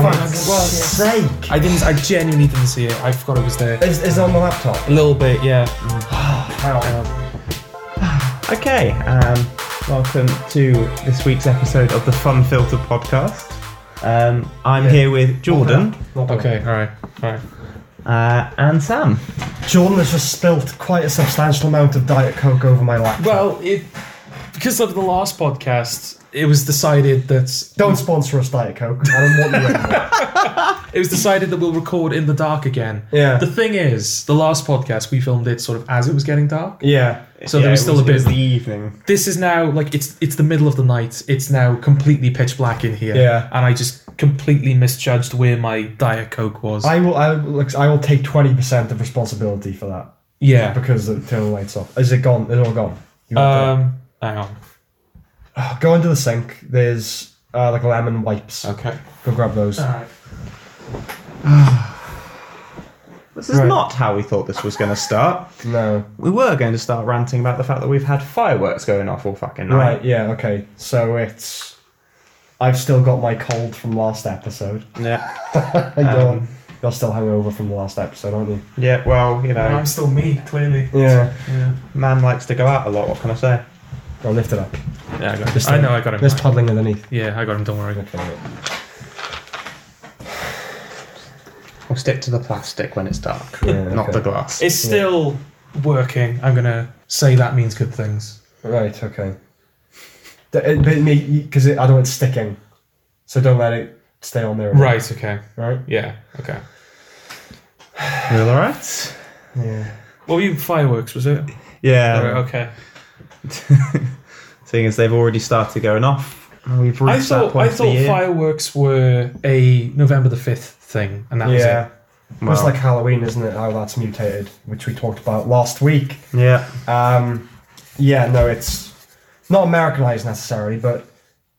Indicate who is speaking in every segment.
Speaker 1: God's sake!
Speaker 2: I didn't. I genuinely didn't see it. I forgot it was there.
Speaker 1: It's, it's on the laptop.
Speaker 2: A little bit, yeah.
Speaker 3: Okay, um, welcome to this week's episode of the Fun Filter podcast. Um, I'm here with Jordan
Speaker 2: Okay, all right, all right.
Speaker 3: uh, and Sam.
Speaker 1: Jordan has just spilt quite a substantial amount of Diet Coke over my laptop.
Speaker 2: Well, it because of the last podcast, it was decided that
Speaker 1: don't sponsor us, Diet Coke. I don't want you anymore.
Speaker 2: it was decided that we'll record in the dark again.
Speaker 3: Yeah.
Speaker 2: The thing is, the last podcast we filmed it sort of as it was getting dark.
Speaker 3: Yeah.
Speaker 2: So there was
Speaker 3: it
Speaker 2: still a
Speaker 3: it was
Speaker 2: bit-
Speaker 3: the evening.
Speaker 2: This is now like it's it's the middle of the night. It's now completely pitch black in here.
Speaker 3: Yeah.
Speaker 2: And I just completely misjudged where my diet coke was.
Speaker 1: I will. I will, like, I will take twenty percent of responsibility for that
Speaker 2: yeah.
Speaker 1: because the till lights up. Is it gone? It's all gone. You want
Speaker 2: Um. Hang on. Um,
Speaker 1: to- go into the sink. There's uh, like lemon wipes.
Speaker 2: Okay.
Speaker 1: Go grab those.
Speaker 2: All right.
Speaker 3: This is
Speaker 1: Right.
Speaker 3: not how we thought this was going to start.
Speaker 1: No.
Speaker 3: We were going to start ranting about the fact that we've had fireworks going off all fucking night.
Speaker 1: Right. Yeah. Okay. So it's. I've still got my cold from last episode.
Speaker 3: Yeah.
Speaker 2: Um,
Speaker 1: you're, you're still hungover from the last episode, aren't you?
Speaker 3: Yeah, well, you know,
Speaker 2: still me, clearly.
Speaker 1: Yeah.
Speaker 2: Yeah.
Speaker 3: man likes to go out a lot, what can I say?
Speaker 1: Go lift it up.
Speaker 2: Yeah, I got
Speaker 1: Just
Speaker 2: him. I know, I got him.
Speaker 1: There's
Speaker 2: I-
Speaker 1: puddling underneath.
Speaker 2: yeah, I got him. Don't worry.
Speaker 1: Okay.
Speaker 3: We'll stick to the plastic when it's dark,
Speaker 1: Yeah,
Speaker 3: not
Speaker 1: okay.
Speaker 3: the glass.
Speaker 2: It's still working. I'm gonna say that means good things.
Speaker 1: Right. Okay. The- it- But me, because I don't want it sticking, so don't let it stay on there.
Speaker 2: Right. Okay.
Speaker 1: Right.
Speaker 2: Yeah. Okay.
Speaker 3: You all right?
Speaker 1: Yeah.
Speaker 2: What were you fireworks? Was it?
Speaker 3: Yeah.
Speaker 2: Right, okay.
Speaker 3: Seeing as they've already started going off, and we've reached
Speaker 2: I
Speaker 3: that
Speaker 2: thought
Speaker 3: point
Speaker 2: I
Speaker 3: of the
Speaker 2: thought
Speaker 3: year.
Speaker 2: fireworks were a November the fifth thing, and that
Speaker 1: yeah.
Speaker 3: Well,
Speaker 1: It's like Halloween, isn't it? How that's mutated, which we talked about last week.
Speaker 3: yeah,
Speaker 1: Um, yeah, no, it's not Americanized necessarily, but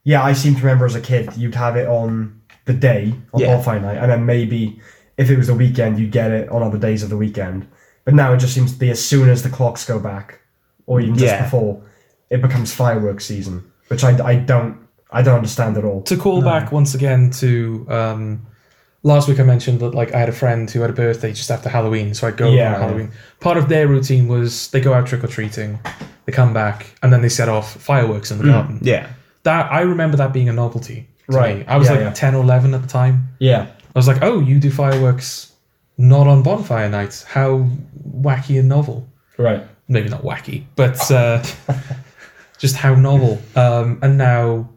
Speaker 1: yeah, I seem to remember as a kid you'd have it on the day on
Speaker 3: Yeah.
Speaker 1: bonfire night, and then maybe if it was the weekend, you'd get it on other days of the weekend. But now it just seems to be as soon as the clocks go back, or even just
Speaker 3: Yeah.
Speaker 1: before, it becomes fireworks season, which I, I don't I don't understand at all.
Speaker 2: it. To call back once again to um, last week, I mentioned that like I had a friend who had a birthday just after Halloween, so I'd go over
Speaker 1: Yeah.
Speaker 2: on Halloween. Part of their routine was they go out trick or treating, they come back, and then they set off fireworks in the garden.
Speaker 3: yeah.
Speaker 2: That I remember that being a novelty. to
Speaker 1: Right.
Speaker 2: me. I was
Speaker 1: Yeah,
Speaker 2: like
Speaker 1: yeah.
Speaker 2: ten or eleven at the time.
Speaker 1: Yeah,
Speaker 2: I was like, oh, you do fireworks not on bonfire nights. How wacky and novel.
Speaker 1: right.
Speaker 2: Maybe not wacky, but uh, just how novel. Um, and now,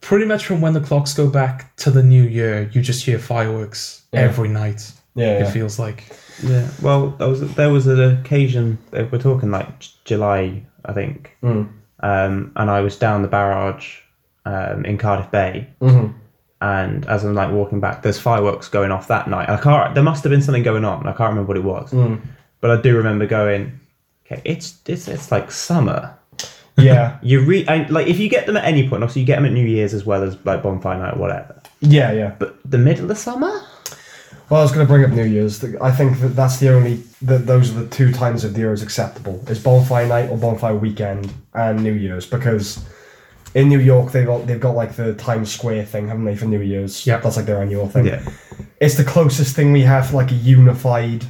Speaker 2: pretty much from when the clocks go back to the new year, you just hear fireworks
Speaker 1: Yeah.
Speaker 2: every night.
Speaker 1: Yeah,
Speaker 2: It
Speaker 1: yeah.
Speaker 2: feels like.
Speaker 3: Yeah. Well, there was there was an occasion. that We're talking like J- July, I think.
Speaker 1: Mm.
Speaker 3: Um, and I was down the barrage um, in Cardiff Bay,
Speaker 1: Mhm.
Speaker 3: and as I'm like walking back, there's fireworks going off that night. I can't. There must have been something going on. I can't remember what it was, but I do remember going. Okay, it's it's it's like summer.
Speaker 1: yeah,
Speaker 3: You re I, like if you get them at any point. Obviously, you get them at New Year's as well as like bonfire night, or whatever.
Speaker 1: yeah, yeah.
Speaker 3: But the middle of summer.
Speaker 1: Well, I was going to bring up New Year's. Th- I think that that's the only that those are the two times of the year is acceptable is bonfire night or bonfire weekend and New Year's because in New York they've got they've got like the Times Square thing, haven't they, for New Year's?
Speaker 2: Yeah.
Speaker 1: that's like their annual thing. It's the closest thing we have like a unified.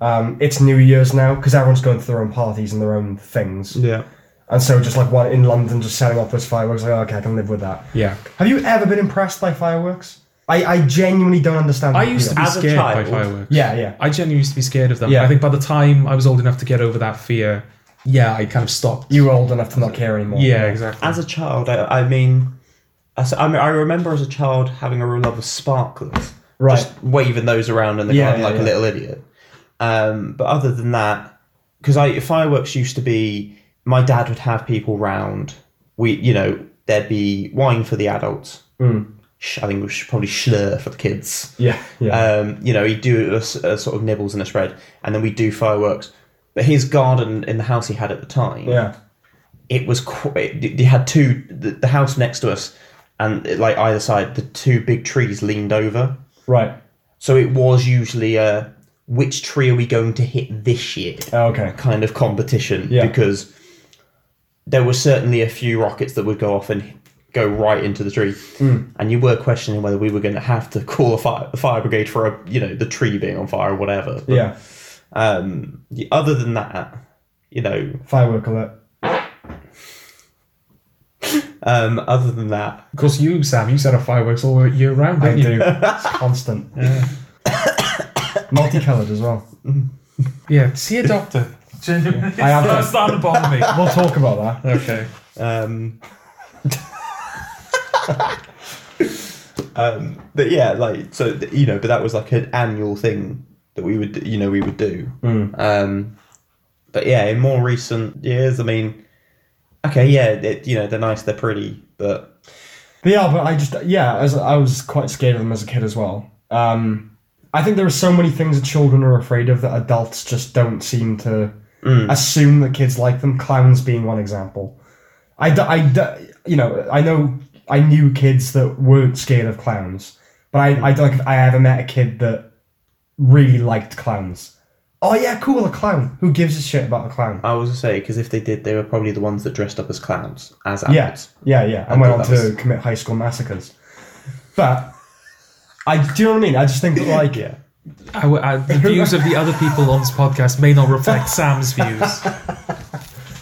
Speaker 1: Um, it's New Year's now because everyone's going to their own parties and their own things,
Speaker 3: Yeah.
Speaker 1: and so just like one in London, just setting off those fireworks, like okay, I can live with that.
Speaker 2: Yeah.
Speaker 1: Have you ever been impressed by fireworks? I, I genuinely don't understand.
Speaker 2: I
Speaker 1: the
Speaker 2: used to be
Speaker 1: appeal.
Speaker 3: As a
Speaker 2: scared by
Speaker 3: child.
Speaker 2: fireworks.
Speaker 1: Yeah, yeah.
Speaker 2: I genuinely used to be scared of them.
Speaker 1: Yeah.
Speaker 2: I think by the time I was old enough to get over that fear, yeah, I kind of stopped.
Speaker 1: you were old enough to not care anymore.
Speaker 2: yeah, exactly.
Speaker 3: As a child, I, I mean, as- I mean, I remember as a child having a real love of sparklers,
Speaker 1: Right.
Speaker 3: Just waving those around in the
Speaker 1: Yeah,
Speaker 3: garden
Speaker 1: yeah,
Speaker 3: like
Speaker 1: yeah.
Speaker 3: a little idiot. Um, but other than that, because I fireworks used to be, my dad would have people round. We, you know, there'd be wine for the adults.
Speaker 1: Hmm.
Speaker 3: Sh- I think we should probably schlur for the kids.
Speaker 1: Yeah. Yeah.
Speaker 3: Um, you know, he'd do a, s- a sort of nibbles and a spread, and then we'd do fireworks. But his garden in the house he had at the time,
Speaker 1: yeah.
Speaker 3: it was quite. They had two. The, the house next to us, and like either side, the two big trees leaned over.
Speaker 1: Right.
Speaker 3: So it was usually a which tree are we going to hit this year
Speaker 1: Oh, okay.
Speaker 3: kind of competition
Speaker 1: Yeah.
Speaker 3: because there were certainly a few rockets that would go off and go right into the tree.
Speaker 1: Hmm.
Speaker 3: And you were questioning whether we were going to have to call the fire, the fire brigade for a, you know the tree being on fire or whatever. But,
Speaker 1: Yeah.
Speaker 3: Um, y- other than that, you know,
Speaker 1: Firework alert.
Speaker 3: um, other than that,
Speaker 2: Of course, you, Sam, you set up fireworks all year round,
Speaker 1: I
Speaker 2: don't you?
Speaker 1: do. It's constant. Multicoloured as well.
Speaker 2: Yeah, see a doctor. Genuinely,
Speaker 1: I have
Speaker 2: that's starting to bother me.
Speaker 1: We'll talk about that.
Speaker 2: Okay.
Speaker 3: um, um, but yeah, like so th- you know, but that was like an annual thing that we would you know we would do.
Speaker 1: Hmm.
Speaker 3: Um, but yeah, in more recent years, I mean, okay, yeah, they- you know, they're nice, they're pretty, but
Speaker 1: But yeah, but I just yeah, as I was quite scared of them as a kid as well. Um, I think there are so many things that children are afraid of that adults just don't seem to assume that kids like them. Clowns being one example. I, d- I d- you know I know I knew kids that weren't scared of clowns, but I I don't think I ever met a kid that really liked clowns. Oh yeah, cool a clown. Who gives a shit about a clown?
Speaker 3: I was gonna say because if they did, they were probably the ones that dressed up as clowns as
Speaker 1: Yeah,
Speaker 3: adults.
Speaker 1: yeah, yeah. And went on
Speaker 3: thought that
Speaker 1: to commit high school massacres. But I do you know what I mean? I just think that, like
Speaker 3: Yeah.
Speaker 2: I, I, the views of the other people on this podcast may not reflect Sam's views.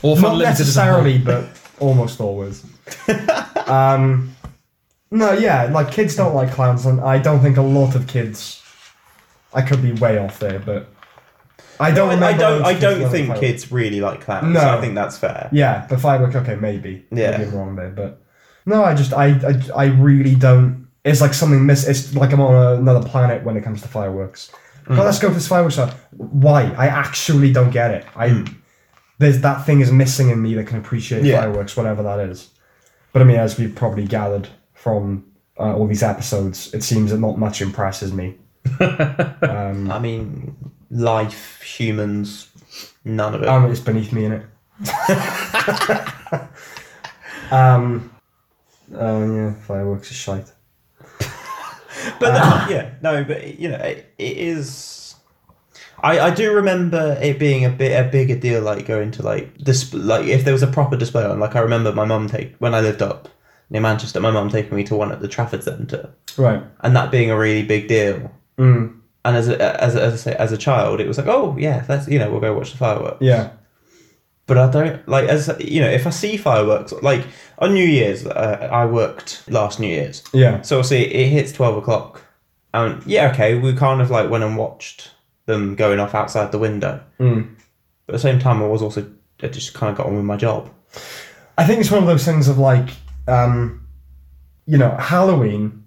Speaker 2: Or for
Speaker 1: not
Speaker 2: limited as a
Speaker 1: necessarily, but almost always. um, no, yeah, like kids don't like clowns, and I don't think a lot of kids. I could be way off there, but I don't.
Speaker 3: I, I
Speaker 1: remember
Speaker 3: don't.
Speaker 1: loads
Speaker 3: I
Speaker 1: of kids
Speaker 3: don't
Speaker 1: loving
Speaker 3: think
Speaker 1: fireworks.
Speaker 3: kids really like clowns.
Speaker 1: No.
Speaker 3: I think that's fair.
Speaker 1: Yeah, but firework. Okay, maybe.
Speaker 3: Yeah.
Speaker 1: maybe I'm wrong there, but no, I just I, I I really don't. It's like something miss. It's like I'm on another planet when it comes to fireworks.
Speaker 3: Mm.
Speaker 1: Oh, let's go for this fireworks shot. Why? I actually don't get it. I there's that thing is missing in me that can appreciate
Speaker 3: Mm. Yeah.
Speaker 1: fireworks, whatever that is. But I mean, as we've probably gathered from uh, all these episodes, it seems that not much impresses me.
Speaker 3: I mean, life, humans, none of it.
Speaker 1: Um, it's beneath me in it. um, uh, yeah, fireworks are shite.
Speaker 3: but that, yeah, no, but you know, it, it is. I, I do remember it being a bit a bigger deal, like going to like this, like if there was a proper display on. Like I remember my mum take when I lived up near Manchester, my mum taking me to one at the Trafford Centre,
Speaker 1: Right.
Speaker 3: and that being a really big deal.
Speaker 1: Mm,
Speaker 3: And as a, as a, as I say, as a child, it was like, oh yeah, that's you know, we'll go watch the fireworks.
Speaker 1: yeah.
Speaker 3: But I don't like as you know if I see fireworks like on New Year's. Uh, I worked last New Year's,
Speaker 1: Yeah.
Speaker 3: so obviously it hits twelve o'clock. And yeah, okay, we kind of like went and watched them going off outside the window.
Speaker 1: Mm.
Speaker 3: But at the same time, I was also I just kind of got on with my job.
Speaker 1: I think it's one of those things of like, um, you know, Halloween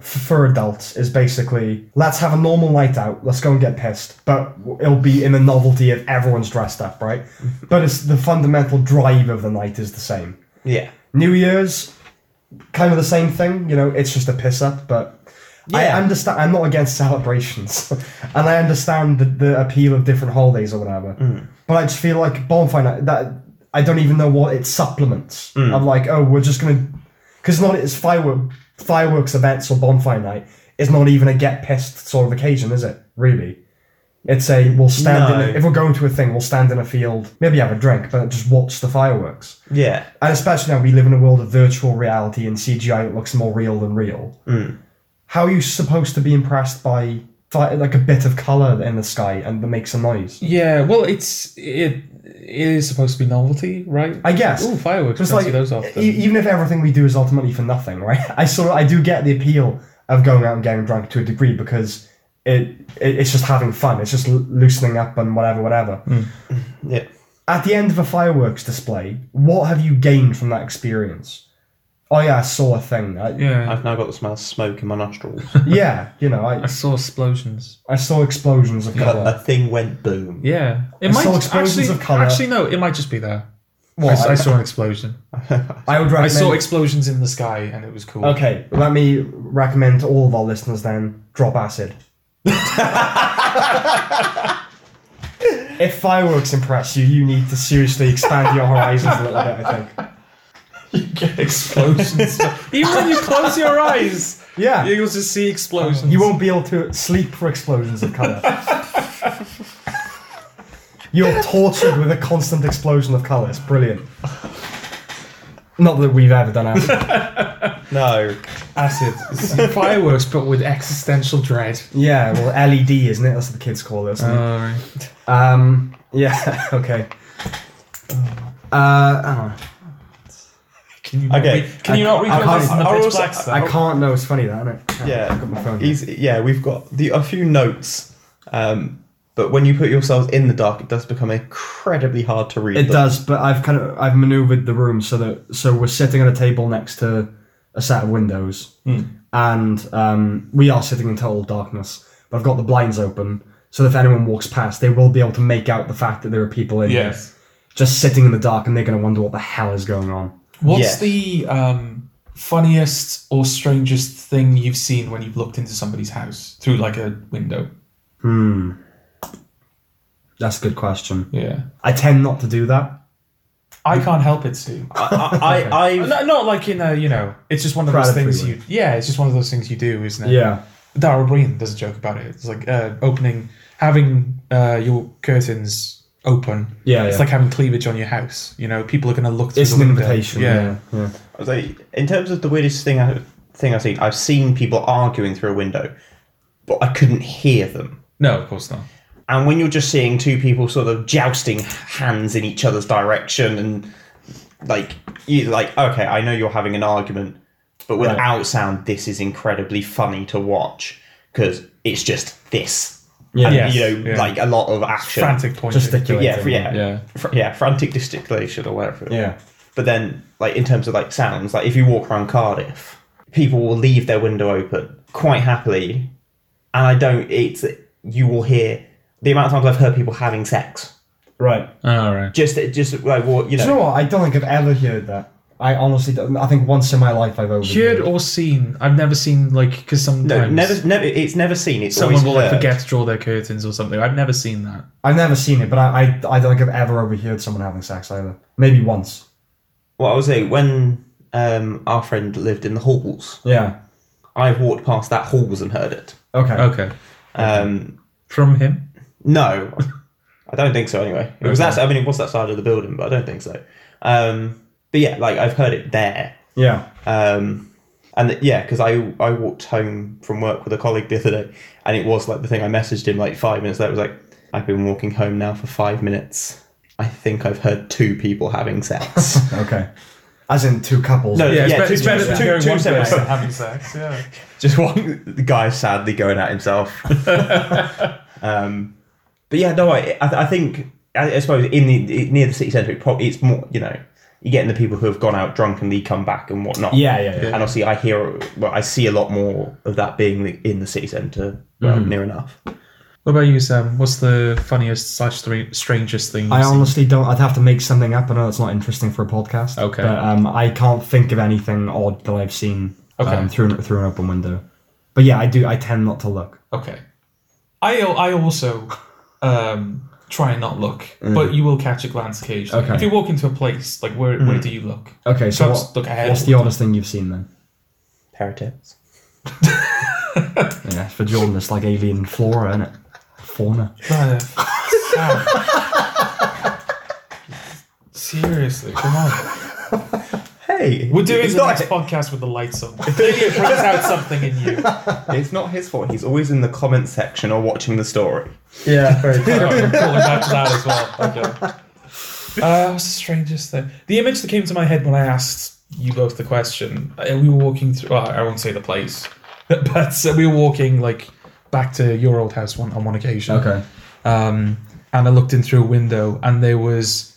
Speaker 1: f- for adults is basically let's have a normal night out, let's go and get pissed, but w- it'll be in the novelty of everyone's dressed up, right? but it's the fundamental drive of the night is the same.
Speaker 3: Yeah,
Speaker 1: New Year's, kind of the same thing. You know, it's just a piss up, but I
Speaker 3: Yeah.
Speaker 1: understand. I'm not against celebrations, and I understand the, the appeal of different holidays or whatever.
Speaker 3: Mm.
Speaker 1: But I just feel like bonfire night that I don't even know what it supplements.
Speaker 3: Mm.
Speaker 1: I'm like, oh, we're just gonna because not it's firework fireworks events or bonfire night. It's not even a get pissed sort of occasion, is it? Really. It's a we'll stand in
Speaker 3: No.
Speaker 1: a, if we're going to a thing, we'll stand in a field, maybe have a drink, but just watch the fireworks.
Speaker 3: yeah,
Speaker 1: And especially now we live in a world of virtual reality and CGI that looks more real than real.
Speaker 2: Hmm.
Speaker 1: How are you supposed to be impressed by fi- like a bit of color in the sky and that makes a noise?
Speaker 2: Yeah, well, it's it, it is supposed to be novelty, right?
Speaker 1: I guess.
Speaker 2: Ooh, fireworks!
Speaker 1: It's
Speaker 2: Don't see
Speaker 1: like
Speaker 2: those often.
Speaker 1: e- even if everything we do is ultimately for nothing, right? I sort of I do get the appeal of going out and getting drunk to a degree because it, it it's just having fun. It's just l- loosening up and whatever, whatever.
Speaker 2: Hmm.
Speaker 3: yeah.
Speaker 1: at the end of a fireworks display, what have you gained from that experience? Oh yeah, I saw a thing. I-
Speaker 2: yeah,
Speaker 3: I've now got the smell of smoke in my nostrils.
Speaker 1: yeah, you know,
Speaker 2: I
Speaker 1: I,
Speaker 2: saw explosions.
Speaker 1: I saw explosions of
Speaker 3: But
Speaker 1: colour.
Speaker 3: a thing went boom.
Speaker 2: Yeah, it
Speaker 1: I
Speaker 2: might
Speaker 1: saw explosions
Speaker 2: actually,
Speaker 1: of colour.
Speaker 2: actually no, it might just be there. I,
Speaker 1: Well,
Speaker 2: I saw an explosion.
Speaker 1: I would
Speaker 2: I
Speaker 1: recommend.
Speaker 2: saw explosions in the sky, and it was cool.
Speaker 1: okay, let me recommend to all of our listeners then drop acid. if fireworks impress you, you need to seriously expand your horizons a little bit. I think.
Speaker 2: Explosions. Even when you close your eyes,
Speaker 1: Yeah,
Speaker 2: you'll just see explosions.
Speaker 1: you won't be able to sleep for explosions of colour. You're tortured with a constant explosion of colour. It's brilliant. Not that we've ever done acid.
Speaker 3: No.
Speaker 2: Acid. It's fireworks, but with existential dread.
Speaker 1: yeah, well, LED, isn't it? That's what the kids call it.
Speaker 2: Uh,
Speaker 1: isn't it?
Speaker 2: Alright.
Speaker 1: Um, yeah, okay. Uh, hang on.
Speaker 2: Can you
Speaker 3: Okay.
Speaker 2: Not re- can you not read
Speaker 1: I can't-
Speaker 2: this in the
Speaker 3: I
Speaker 2: pitch
Speaker 3: also-
Speaker 2: black stuff?
Speaker 1: I can't know. It's funny that, isn't it? Hang on,
Speaker 3: Yeah.
Speaker 1: I've got my phone. here.
Speaker 3: He's, yeah, we've got the a few notes. Um, but when you put yourselves in the dark, it does become incredibly hard to read.
Speaker 1: It
Speaker 3: them.
Speaker 1: does, but I've kind of I've maneuvered the room so that so we're sitting at a table next to a set of windows, and um, we are sitting in total darkness. But I've got the blinds open, so if anyone walks past, they will be able to make out the fact that there are people in here
Speaker 2: Yes.
Speaker 1: just sitting in the dark, and they're going to wonder what the hell is going on.
Speaker 2: What's
Speaker 3: Yes.
Speaker 2: the um, funniest or strangest thing you've seen when you've looked into somebody's house through like a window?
Speaker 1: Hmm, that's a good question.
Speaker 2: Yeah.
Speaker 1: I tend not to do that.
Speaker 2: I can't help it, Sue.
Speaker 3: I, I, I,
Speaker 2: Not, not like in a, you know, it's just one of those
Speaker 1: Crowded
Speaker 2: things
Speaker 1: freeway.
Speaker 2: you, yeah, it's just one of those things you do, isn't it?
Speaker 1: Yeah,
Speaker 2: Dara Breen does a joke about it. It's like uh, opening, having uh, your curtains open.
Speaker 1: Yeah,
Speaker 2: It's
Speaker 1: yeah.
Speaker 2: like having cleavage on your house. You know, people are going to look through
Speaker 1: it's
Speaker 2: the
Speaker 1: an
Speaker 2: window.
Speaker 1: invitation. Yeah, yeah.
Speaker 3: I was like, in terms of the weirdest thing I thing I've seen, I've seen people arguing through a window, but I couldn't hear them.
Speaker 2: No, of course not.
Speaker 3: And when you're just seeing two people sort of jousting hands in each other's direction, and like you like, okay, I know you're having an argument, but without sound, this is incredibly funny to watch because it's just this,
Speaker 1: yeah.
Speaker 2: Yeah. Yes,
Speaker 3: you know,
Speaker 2: yeah.
Speaker 3: like a lot of action,
Speaker 2: Frantic pointing.
Speaker 1: Gesticulating.
Speaker 3: yeah, fr- yeah,
Speaker 2: Yeah.
Speaker 3: yeah, yeah, frantic gesticulation or whatever. it was.
Speaker 1: Yeah.
Speaker 3: But then, like in terms of like sounds, like if you walk around Cardiff, people will leave their window open quite happily, and I don't. It's you will hear the amount of times I've heard people having sex.
Speaker 1: Right.
Speaker 2: All right.
Speaker 3: Just, just like what you
Speaker 1: Do you
Speaker 3: know.
Speaker 1: know what? I don't think I've ever heard that. I honestly don't. I think once in my life I've overheard.
Speaker 2: Heard or seen? I've never seen like because sometimes
Speaker 3: No, never, never. It's never seen. It's
Speaker 2: someone
Speaker 3: always
Speaker 2: will like
Speaker 3: heard.
Speaker 2: forget to draw their curtains or something. I've never seen that.
Speaker 1: I've never seen it, but I, I, I don't think I've ever overheard someone having sex either. Maybe once.
Speaker 3: Well, I was saying when um, our friend lived in the halls,
Speaker 1: Yeah.
Speaker 3: I walked past that halls and heard it.
Speaker 1: Okay.
Speaker 2: Okay,
Speaker 3: Um,
Speaker 2: from him.
Speaker 3: no, I don't think so. Anyway, it was that. I mean, it was that side of the building, but I don't think so. Um, but yeah, like I've heard it there.
Speaker 1: Yeah.
Speaker 3: Um, and th- yeah, because I I walked home from work with a colleague the other day, and it was like the thing I messaged him like five minutes later. It was like, I've been walking home now for five minutes. I think I've heard two people having sex.
Speaker 1: Okay. As in two couples.
Speaker 3: No,
Speaker 2: Yeah, it's,
Speaker 3: Yeah,
Speaker 2: be-
Speaker 3: two-
Speaker 2: it's better
Speaker 3: two-
Speaker 2: than
Speaker 3: two-
Speaker 2: going
Speaker 3: two
Speaker 2: one
Speaker 3: separate-
Speaker 2: person having sex. Yeah.
Speaker 3: Just one the guy sadly going at himself. um, but yeah, no, I I, I think I, I suppose in the near the city centre, it prob- it's more you know you're getting the people who have gone out drunk and they come back and whatnot.
Speaker 1: Yeah, yeah, yeah.
Speaker 3: And obviously, I hear well, I see a lot more of that being the, in the city centre well, near enough.
Speaker 2: What about you, Sam? What's the funniest slash thre- strangest thing? You've
Speaker 1: I
Speaker 2: seen?
Speaker 1: honestly don't. I'd have to make something up. I know it's not interesting for a podcast.
Speaker 2: Okay.
Speaker 1: But um, I can't think of anything odd that I've seen
Speaker 2: Okay.
Speaker 1: um, through an- through an open window. But yeah, I do. I tend not to look.
Speaker 2: Okay. I I also um, try and not look, but you will catch a glance occasionally.
Speaker 1: Okay.
Speaker 2: If you walk into a place, like where where do you look?
Speaker 1: Okay. So
Speaker 2: Perhaps
Speaker 1: what-
Speaker 2: look ahead.
Speaker 1: what's the oddest thing you've seen then?
Speaker 3: Pair of tips.
Speaker 1: Yeah, for Jordan, it's like alien flora, isn't it? Fauna.
Speaker 2: Brother, Sam. Seriously, come on.
Speaker 3: Hey,
Speaker 2: We're doing
Speaker 3: it's
Speaker 2: the
Speaker 3: not,
Speaker 2: next podcast with the lights on. Maybe it brings out something in you.
Speaker 3: it's not his fault. He's always in the comment section or watching the story.
Speaker 1: Yeah. Very
Speaker 2: Sorry, I'm calling back to that as well. Okay. Uh, what's the strangest thing? The image that came to my head when I asked you both the question. uh, We were walking through. Well, I won't say the place, but uh, we were walking like back to your old house one on one occasion.
Speaker 1: okay.
Speaker 2: Um, and I looked in through a window, and there was,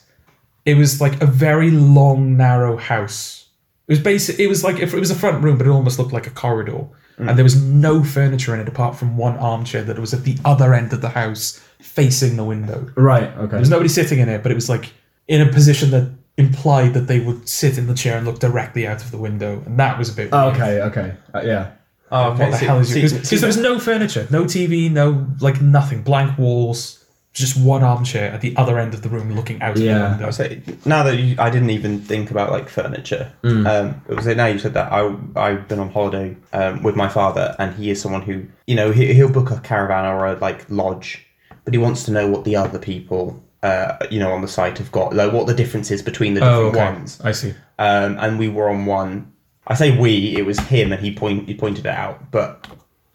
Speaker 2: it was like a very long, narrow house. It was basic. It was like if it was a front room, but it almost looked like a corridor. And there was no furniture in it apart from one armchair that was at the other end of the house, facing the window.
Speaker 1: Right. Okay.
Speaker 2: There was nobody sitting in it, but it was like in a position that implied that they would sit in the chair and look directly out of the window, and that was a bit.
Speaker 1: Oh,
Speaker 2: weird.
Speaker 1: okay, okay. Uh, yeah.
Speaker 3: Oh,
Speaker 2: What the hell is you? Because there was no furniture, no TV, no like nothing, blank walls, just one armchair at the other end of the room, looking out
Speaker 1: Yeah.
Speaker 2: of the window.
Speaker 3: So now that you, I didn't even think about like furniture, um, it was now you said that I I've been on holiday um, with my father, and he is someone who you know he, he'll book a caravan or a like lodge, but he wants to know what the other people uh, you know, on the site have got, like what the difference is between the
Speaker 2: Oh,
Speaker 3: different
Speaker 2: okay.
Speaker 3: ones.
Speaker 2: I see.
Speaker 3: Um, and we were on one. I say we, it was him, and he point he pointed it out. But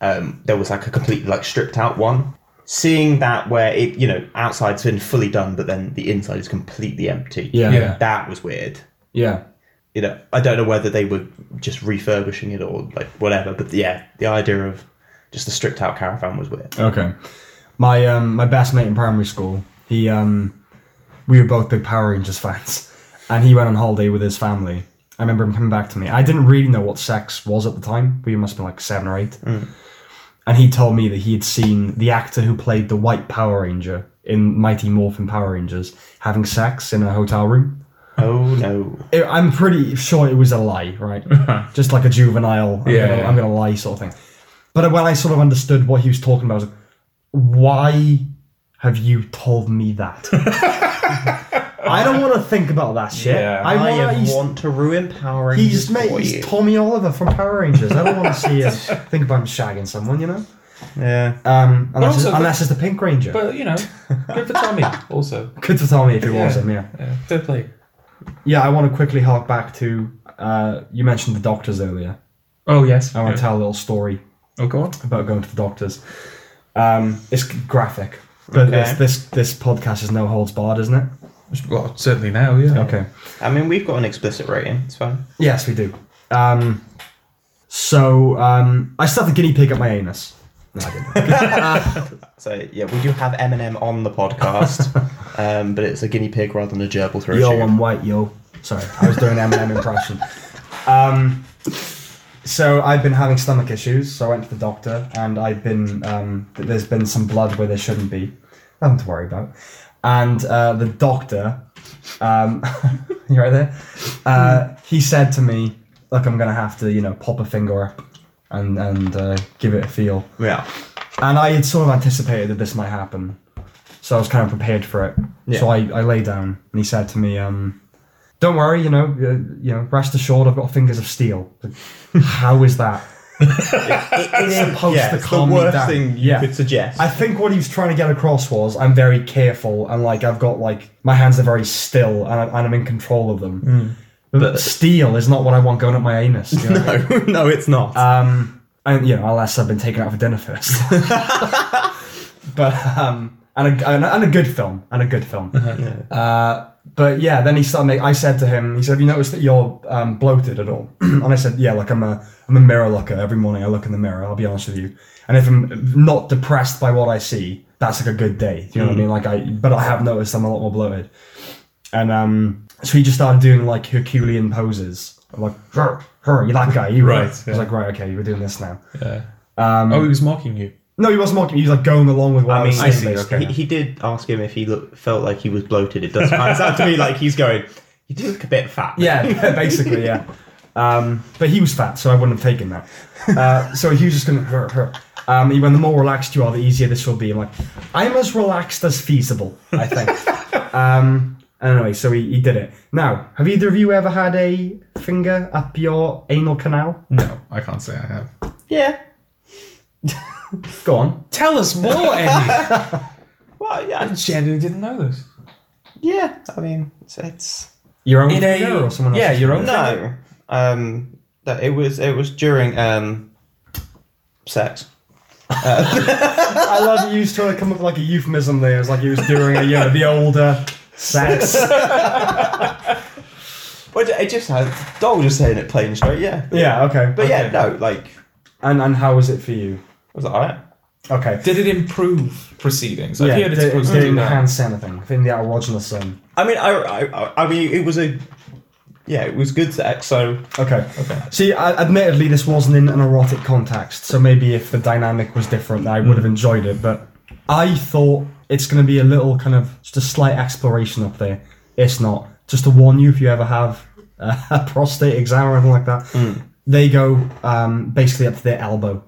Speaker 3: um, there was like a completely like stripped out one. Seeing that where it, you know, outside's been fully done, but then the inside is completely empty.
Speaker 1: Yeah.
Speaker 2: Yeah.
Speaker 3: that was weird.
Speaker 1: Yeah.
Speaker 3: You know, I don't know whether they were just refurbishing it or like whatever. But yeah, the idea of just a stripped out caravan was weird.
Speaker 1: Okay. My um my best mate in primary school, he um we were both big Power Rangers fans. And he went on holiday with his family. I remember him coming back to me. I didn't really know what sex was at the time. We must have been like seven or eight. And he told me that he had seen the actor who played the white Power Ranger in Mighty Morphin Power Rangers having sex in a hotel room.
Speaker 3: Oh no.
Speaker 1: I- I'm pretty sure it was a lie, right? Just like a juvenile, I'm,
Speaker 2: Yeah,
Speaker 1: gonna,
Speaker 2: yeah.
Speaker 1: I'm gonna lie sort of thing. But when I sort of understood what he was talking about, I was like, why have you told me that? I don't want to think about that shit.
Speaker 2: Yeah.
Speaker 1: I,
Speaker 3: I,
Speaker 1: wanna, he's,
Speaker 3: want to ruin Power Rangers
Speaker 1: he's, mate,
Speaker 3: for you.
Speaker 1: he's Tommy Oliver from Power Rangers. I don't want to see him think about him shagging someone, you know?
Speaker 3: yeah.
Speaker 1: Um, unless,
Speaker 2: also-
Speaker 1: it's, unless it's the Pink Ranger.
Speaker 2: But you know, good for Tommy. Also,
Speaker 1: Good to tell me if it
Speaker 2: Yeah.
Speaker 1: was him, yeah.
Speaker 2: yeah, fair play.
Speaker 1: Yeah, I want to quickly hark back to uh, you mentioned the doctors earlier.
Speaker 2: Oh yes.
Speaker 1: I want
Speaker 2: Yeah.
Speaker 1: to tell a little story
Speaker 2: Oh, go on.
Speaker 1: about going to the doctors. Um, it's graphic, but
Speaker 3: Okay.
Speaker 1: it's, this this podcast is no holds barred, isn't it?
Speaker 2: Well, certainly now. Yeah.
Speaker 1: Okay.
Speaker 3: I mean, we've got an explicit rating. It's fine.
Speaker 1: Yes, we do. Um, so um, I stuffed a guinea pig up my anus. No, I didn't.
Speaker 3: So yeah, we do have Eminem on the podcast, um, but it's a guinea pig rather than a gerbil through
Speaker 1: yo,
Speaker 3: a tube.
Speaker 1: I'm white, yo. Sorry, I was doing an Eminem impression. Um, so I've been having stomach issues, so I went to the doctor, and I've been um, th- there's been some blood where there shouldn't be. Nothing to worry about. And uh, the doctor, um, you right there? Uh, he said to me, "Look, I'm gonna have to, you know, pop a finger up and and uh, give it a feel."
Speaker 3: Yeah,
Speaker 1: And I had sort of anticipated that this might happen. So I was kind of prepared for it.
Speaker 3: Yeah.
Speaker 1: So I, I lay down and he said to me, um, don't worry, you know, uh, you know, rest assured I've got fingers of steel. Like, How is that? it is supposed
Speaker 3: yeah,
Speaker 1: to
Speaker 3: it's the
Speaker 1: calm me
Speaker 3: worst
Speaker 1: down.
Speaker 3: thing you
Speaker 1: yeah.
Speaker 3: could suggest.
Speaker 1: I think what he was trying to get across was I'm very careful and like I've got like my hands are very still and, I, and I'm in control of them. But,
Speaker 3: Mm. But-
Speaker 1: steel is not what I want going up my anus. you know what I mean?
Speaker 3: no, no, it's not.
Speaker 1: Um, and you know, unless I've been taken out for dinner first. but um, and a, and a and a good film, and a good film. Uh, but yeah, then he started. Make, I said to him, he said, "Have you noticed that you're um, bloated at all?" and I said, "Yeah, like I'm a I'm a mirror looker. Every morning I look in the mirror. I'll be honest with you. And if I'm not depressed by what I see, that's like a good day. Do you know what I mean? Like I, but I have noticed I'm a lot more bloated." And um, so he just started doing like Herculean poses. I'm like, her, her, you that guy, you right.
Speaker 2: Right,
Speaker 1: I was
Speaker 2: yeah.
Speaker 1: like, right, okay, we're doing this now.
Speaker 2: Yeah. oh, he was mocking you.
Speaker 1: No, he wasn't mocking me. He was like going along with what I,
Speaker 3: I mean,
Speaker 1: was saying.
Speaker 3: I see,
Speaker 1: basically.
Speaker 3: he, he did ask him if he look, felt like he was bloated. It does kind of sound to me like he's going. You do look a bit fat. mate."
Speaker 1: Yeah, basically, yeah. Um, but he was fat, so I wouldn't have taken that. Uh, so he was just going to hurt her. Um, when the more relaxed you are, the easier this will be. I'm like, I'm as relaxed as feasible, I think. um, anyway, so he, he did it. Now, have either of you ever had a finger up your anal canal?
Speaker 2: No, I can't say I have.
Speaker 3: yeah.
Speaker 1: Go on.
Speaker 2: Tell us more, Eddie.
Speaker 3: Well,
Speaker 2: I
Speaker 3: yeah,
Speaker 2: genuinely didn't know this.
Speaker 3: yeah. I mean, it's, it's
Speaker 1: Your own
Speaker 2: In a-
Speaker 1: finger or someone
Speaker 2: yeah,
Speaker 1: else's?
Speaker 2: your own-
Speaker 3: no. Um, that it was it was during um, sex.
Speaker 1: I love that you was trying to come up with like a euphemism there. It's like he was doing a, you know, the older sex.
Speaker 3: Well, it just had Dole just saying it plain straight. Yeah,
Speaker 1: Yeah, okay.
Speaker 3: but yeah, no, like
Speaker 1: And and how was it for you?
Speaker 3: was that alright?
Speaker 1: Okay.
Speaker 2: Did it improve proceedings? I've
Speaker 1: yeah,
Speaker 2: heard it's
Speaker 1: did,
Speaker 2: supposed
Speaker 1: did
Speaker 2: to
Speaker 1: it
Speaker 2: do that.
Speaker 1: enhance anything within the erogenous zone?
Speaker 3: I mean, I, I, I mean, it was a, yeah, it was good sex. So
Speaker 1: Okay.
Speaker 3: okay,
Speaker 1: See, I, admittedly, this wasn't in an erotic context, so maybe if the dynamic was different, I would have enjoyed it. But I thought it's going to be a little kind of just a slight exploration up there. It's not. Just to warn you, if you ever have uh, a prostate exam or anything like that, they go um, basically up to their elbow,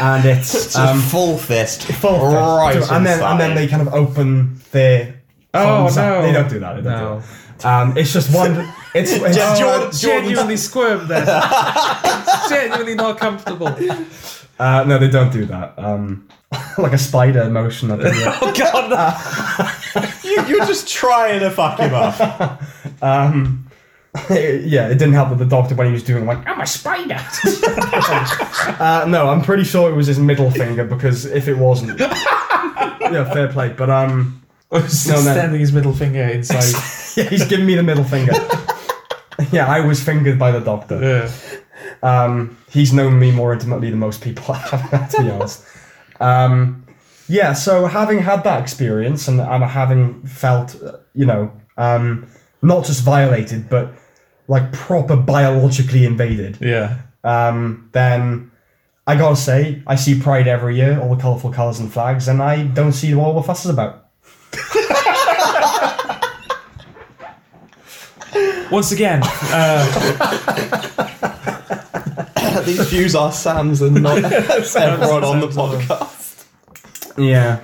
Speaker 1: and it's um,
Speaker 3: full fist,
Speaker 1: full fist.
Speaker 3: right,
Speaker 1: and then and then they kind of open their.
Speaker 2: Oh,
Speaker 1: arms up.
Speaker 2: no.
Speaker 1: They don't do that. They don't
Speaker 2: No.
Speaker 1: do that. Um, it's just one. It's, it's uh,
Speaker 2: Oh,
Speaker 3: Jordan-
Speaker 2: I genuinely squirmed there. It's genuinely not comfortable.
Speaker 1: Uh, no, they don't do that. Um, like a spider motion. Up in the
Speaker 2: Oh god,
Speaker 3: you, you're just trying to fuck him up.
Speaker 1: yeah, it didn't help that the doctor when he was doing it, like I'm a spider. uh, no, I'm pretty sure it was his middle finger because if it wasn't, yeah, fair play. But um,
Speaker 2: I was
Speaker 1: No, no.
Speaker 2: standing his middle finger inside.
Speaker 1: yeah, he's giving me the middle finger. yeah, I was fingered by the doctor.
Speaker 2: yeah.
Speaker 1: Um, he's known me more intimately than most people have, to be honest. Um, yeah, so having had that experience and, and having felt, uh, you know, um, not just violated, but like proper biologically invaded,
Speaker 2: yeah.
Speaker 1: um, then I gotta say, I see Pride every year, all the colourful colours and flags, and I don't see what all the fuss is about.
Speaker 2: Once again, uh,
Speaker 3: These views are Sam's and not everyone on the podcast.
Speaker 1: Yeah.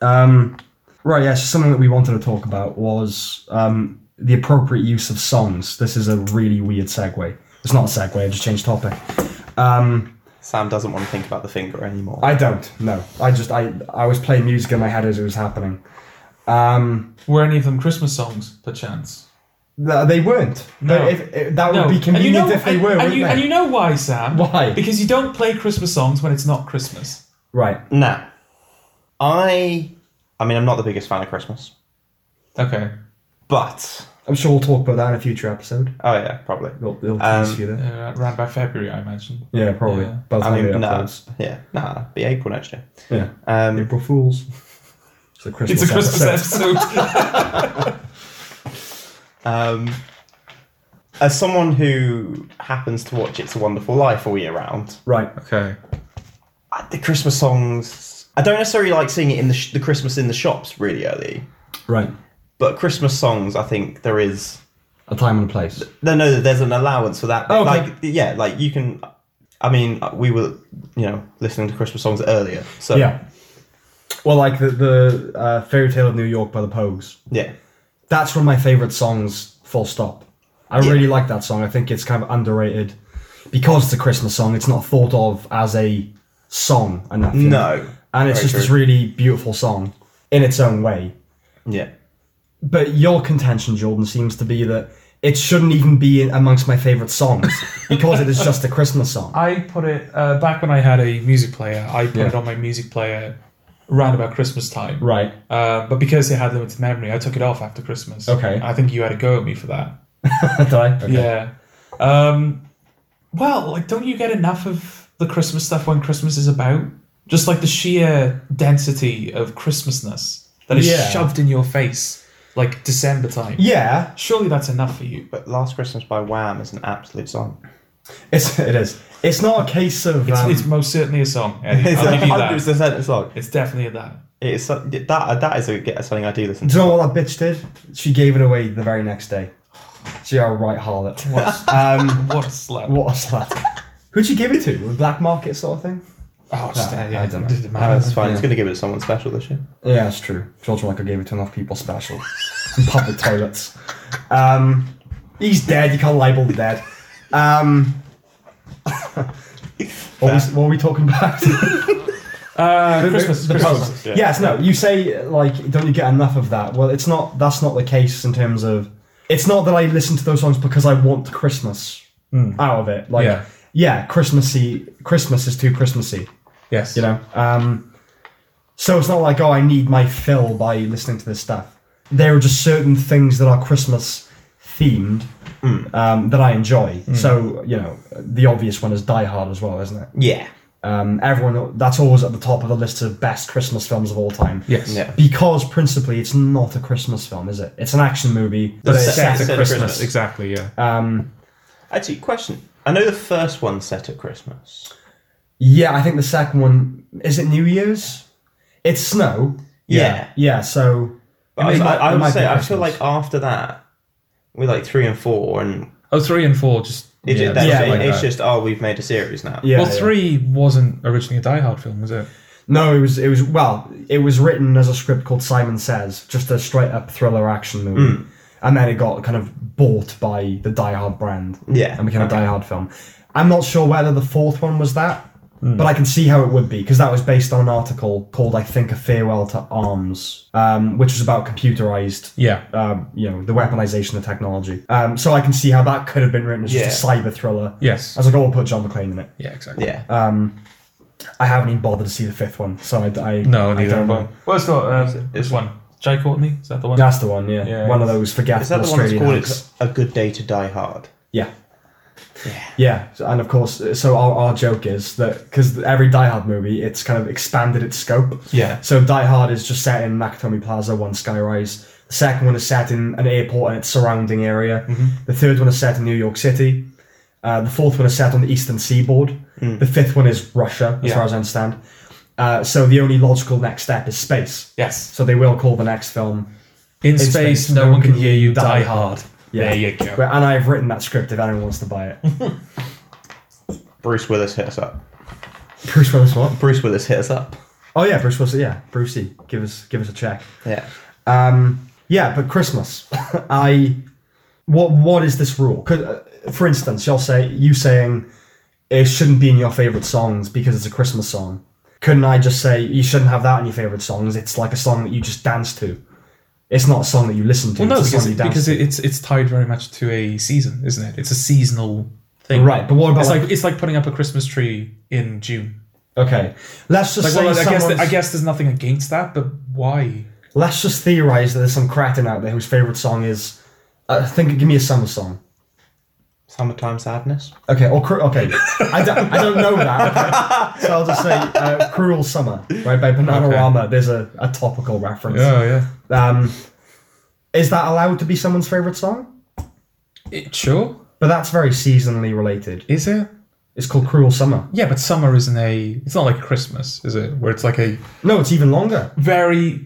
Speaker 1: Um, right, yeah, so something that we wanted to talk about was um, the appropriate use of songs. This is a really weird segue. It's not a segue, I just changed topic. Um,
Speaker 3: Sam doesn't want to think about the finger anymore.
Speaker 1: I don't, no. I just, I, I was playing music in my head as it was happening. Um,
Speaker 2: were any of them Christmas songs, perchance?
Speaker 1: th- they weren't.
Speaker 2: No.
Speaker 1: They- if- if- that
Speaker 2: No.
Speaker 1: would be
Speaker 2: And you
Speaker 1: convenient
Speaker 2: know,
Speaker 1: if they
Speaker 2: and,
Speaker 1: were,
Speaker 2: and
Speaker 1: wouldn't
Speaker 2: you,
Speaker 1: they?
Speaker 2: and you know why, Sam?
Speaker 1: Why?
Speaker 2: Because you don't play Christmas songs when it's not Christmas.
Speaker 1: right.
Speaker 3: now, I, I mean, I'm not the biggest fan of Christmas,
Speaker 2: Okay.
Speaker 3: but
Speaker 1: I'm sure we'll talk about that in a future episode.
Speaker 3: oh yeah, probably.
Speaker 1: It'll, it'll
Speaker 3: Um,
Speaker 1: tease you there.
Speaker 2: Uh, around by February, I imagine.
Speaker 1: Yeah, probably.
Speaker 2: Yeah.
Speaker 1: By the
Speaker 3: I
Speaker 1: time
Speaker 3: mean,
Speaker 1: it
Speaker 3: no,
Speaker 1: uploads.
Speaker 3: yeah, nah, be April next year.
Speaker 1: Yeah.
Speaker 3: Um,
Speaker 1: April Fools. It's a Christmas.
Speaker 2: It's a Christmas
Speaker 1: episode.
Speaker 2: episode.
Speaker 3: um, as someone who happens to watch It's a Wonderful Life all year round,
Speaker 1: Right.
Speaker 2: okay.
Speaker 3: I- the Christmas songs. I don't necessarily like seeing it in the, sh- the Christmas in the shops really early,
Speaker 1: Right.
Speaker 3: but Christmas songs, I think there is
Speaker 1: A time and a place.
Speaker 3: No, no, there's an allowance for that.
Speaker 1: Oh, okay.
Speaker 3: Like, yeah, like you can. I mean, we were, you know, listening to Christmas songs earlier. So,
Speaker 1: Yeah. Well, like the the uh, fairy tale of New York by the Pogues.
Speaker 3: Yeah.
Speaker 1: That's one of my favorite songs. Full stop. I
Speaker 3: Yeah.
Speaker 1: really like that song. I think it's kind of underrated because it's a Christmas song. It's not thought of as a song enough. you know?
Speaker 3: No.
Speaker 1: And it's
Speaker 3: Very
Speaker 1: just this
Speaker 3: true.
Speaker 1: really beautiful song in its own way.
Speaker 3: Yeah.
Speaker 1: But your contention, Jordan, seems to be that it shouldn't even be in amongst my favorite songs because it is just a Christmas song.
Speaker 2: I put it uh, back when I had a music player. I put
Speaker 1: Yeah.
Speaker 2: it on my music player around about Christmas time.
Speaker 1: Right.
Speaker 2: Uh, but because it had limited memory, I took it off after Christmas.
Speaker 1: Okay.
Speaker 2: I think you had a go at me for that.
Speaker 1: Did I? Okay.
Speaker 2: Yeah. Um, well, like, don't you get enough of the Christmas stuff when Christmas is about? Just like the sheer density of Christmasness that is
Speaker 1: Yeah.
Speaker 2: shoved in your face, like December time.
Speaker 1: Yeah.
Speaker 2: Surely that's enough for you.
Speaker 3: But Last Christmas by Wham is an absolute song.
Speaker 1: It's it is. It's not a case of
Speaker 2: It's,
Speaker 1: um,
Speaker 2: it's most certainly a song. Eddie.
Speaker 3: It's
Speaker 2: I'll
Speaker 3: a
Speaker 2: give you
Speaker 3: hundred
Speaker 2: that.
Speaker 3: percent a song.
Speaker 2: It's definitely a that.
Speaker 3: It is so- that that is a, get- something I do listen
Speaker 1: do
Speaker 3: to.
Speaker 1: you know what that bitch did? She gave it away the very next day. She a right harlot.
Speaker 2: What a,
Speaker 1: Um,
Speaker 2: what a slap.
Speaker 1: what a slut. Who'd she give it to? The black market sort of thing?
Speaker 2: Oh, just,
Speaker 1: No,
Speaker 2: uh,
Speaker 1: I
Speaker 2: yeah,
Speaker 1: don't know.
Speaker 2: didn't
Speaker 3: Oh,
Speaker 2: matter.
Speaker 3: that's fine. It's
Speaker 1: Yeah.
Speaker 3: going to give it to someone special this year.
Speaker 1: Yeah, it's true. George Michael gave it to enough people special. in public toilets. Um, he's dead. You can't label the dead. Um, what, was, what were we talking about?
Speaker 2: Uh,
Speaker 1: The- the-
Speaker 2: Christmas.
Speaker 1: the
Speaker 2: Christmas.
Speaker 1: post.
Speaker 3: yeah.
Speaker 1: Yes, no. You say like, don't you get enough of that? Well, it's not. That's not the case in terms of. It's not that I listen to those songs because I want Christmas out of it. Like,
Speaker 2: Hmm. Yeah.
Speaker 1: yeah, Christmassy. Christmas is too Christmassy.
Speaker 2: Yes.
Speaker 1: You know. Um, so it's not like oh, I need my fill by listening to this stuff. There are just certain things that are Christmas themed
Speaker 2: Hmm.
Speaker 1: um, that I enjoy. So you know, the obvious one is Die Hard as well, isn't it?
Speaker 3: Yeah.
Speaker 1: Um, everyone that's always at the top of the list of best Christmas films of all time.
Speaker 2: Yes.
Speaker 3: Yeah.
Speaker 1: Because principally, it's not a Christmas film, is it? It's an action movie, but
Speaker 3: It's
Speaker 1: it's
Speaker 3: set-
Speaker 1: set at
Speaker 3: set at
Speaker 1: Christmas.
Speaker 3: Christmas.
Speaker 2: Exactly, yeah.
Speaker 1: Um,
Speaker 3: Actually, question. I know the first one set at Christmas.
Speaker 1: yeah, I think the second one is it New Year's. It's snow.
Speaker 3: Yeah.
Speaker 1: Yeah, so
Speaker 3: But I,
Speaker 1: It
Speaker 3: was-
Speaker 1: may-
Speaker 3: I, I
Speaker 1: it
Speaker 3: would
Speaker 1: might
Speaker 3: say
Speaker 1: be
Speaker 3: I feel
Speaker 1: Christmas.
Speaker 3: like after that, with like three and four, and
Speaker 2: oh, three and four just.
Speaker 3: it,
Speaker 2: yeah,
Speaker 3: that's
Speaker 1: yeah,
Speaker 3: it.
Speaker 2: like
Speaker 3: it's
Speaker 2: that.
Speaker 3: just oh we've made a series now.
Speaker 1: yeah.
Speaker 2: well,
Speaker 1: yeah.
Speaker 2: three wasn't originally a Die Hard film, was it?
Speaker 1: No, it was it was well, it was written as a script called Simon Says, just a straight up thriller action movie,
Speaker 3: Mm.
Speaker 1: and then it got kind of bought by the Die Hard brand.
Speaker 3: Yeah,
Speaker 1: and became
Speaker 3: okay.
Speaker 1: a Die Hard film. I'm not sure whether the fourth one was that.
Speaker 3: Hmm.
Speaker 1: But I can see how it would be because that was based on an article called, I think, "A Farewell to Arms," um, which was about computerized,
Speaker 2: Yeah.
Speaker 1: um, you know, the weaponization of technology. Um, so I can see how that could have been written as just a cyber thriller.
Speaker 2: Yes.
Speaker 1: I was like, "Oh, we'll put John McClane in it."
Speaker 2: Yeah, exactly.
Speaker 3: Yeah.
Speaker 1: Uh, I haven't even bothered to see the fifth one, so I, I
Speaker 2: No,
Speaker 1: I
Speaker 2: neither.
Speaker 1: don't know.
Speaker 2: But, well, it's not. Um, it's one. Jai Courtney is that the one?
Speaker 1: That's the one, yeah.
Speaker 2: Yeah.
Speaker 1: one of those forgettable
Speaker 3: Is that the one that's
Speaker 1: Australian
Speaker 3: called
Speaker 1: acts.
Speaker 3: It's A Good Day to Die Hard?
Speaker 1: Yeah. Yeah, so- and of course, uh, so our, our joke is that because every Die Hard movie, it's kind of expanded its scope.
Speaker 2: Yeah.
Speaker 1: So Die Hard is just set in Nakatomi Plaza, one skyrise. The second one is set in an airport and its surrounding area. The third one is set in New York City. Uh, the fourth one is set on the eastern seaboard. The fifth one is Russia, as
Speaker 2: Yeah.
Speaker 1: far as I understand. Uh, so the only logical next step is space.
Speaker 2: Yes.
Speaker 1: So they will call the next film
Speaker 2: In, space, no one can hear you. Die, hard.
Speaker 1: Yeah.
Speaker 2: There you go.
Speaker 1: But- And I've written that script if anyone wants to buy it.
Speaker 3: Bruce Willis hit us up.
Speaker 1: Bruce Willis, what?
Speaker 3: Bruce Willis hit us up.
Speaker 1: Oh yeah, Bruce Willis. Yeah, Brucey, give us give us a check.
Speaker 3: Yeah.
Speaker 1: Um, yeah, but Christmas, I what what is this rule? Could, uh, for instance, you'll say you saying it shouldn't be in your favorite songs because it's a Christmas song. Couldn't I just say you shouldn't have that in your favorite songs? It's like a song that you just dance to. It's not a song that you listen to.
Speaker 2: Well, no,
Speaker 1: it's a
Speaker 2: because,
Speaker 1: song you dance
Speaker 2: because
Speaker 1: to.
Speaker 2: it, it's it's tied very much to a season, isn't it? It's a seasonal thing,
Speaker 1: Right, but what about
Speaker 2: it's
Speaker 1: like-
Speaker 2: like, it's like putting up a Christmas tree in June.
Speaker 1: okay, let's just
Speaker 2: Like,
Speaker 1: say
Speaker 2: well, I guess
Speaker 1: someone's-
Speaker 2: I guess there's nothing against that, but why?
Speaker 1: let's just theorize that there's some cretin out there whose favorite song is. I think give me a summer song.
Speaker 3: Summertime Sadness.
Speaker 1: Okay, or cru- okay, I don't, I don't know that. So I'll just say uh, "Cruel Summer" right by Bananarama. There's a, a topical reference.
Speaker 2: yeah.
Speaker 1: Um, is that allowed to be someone's favorite song?
Speaker 2: It, sure.
Speaker 1: But that's very seasonally related.
Speaker 2: Is it?
Speaker 1: It's called "Cruel Summer."
Speaker 2: Yeah, but summer isn't a. It's not like Christmas, is it? Where it's like a
Speaker 1: No, it's even longer.
Speaker 2: very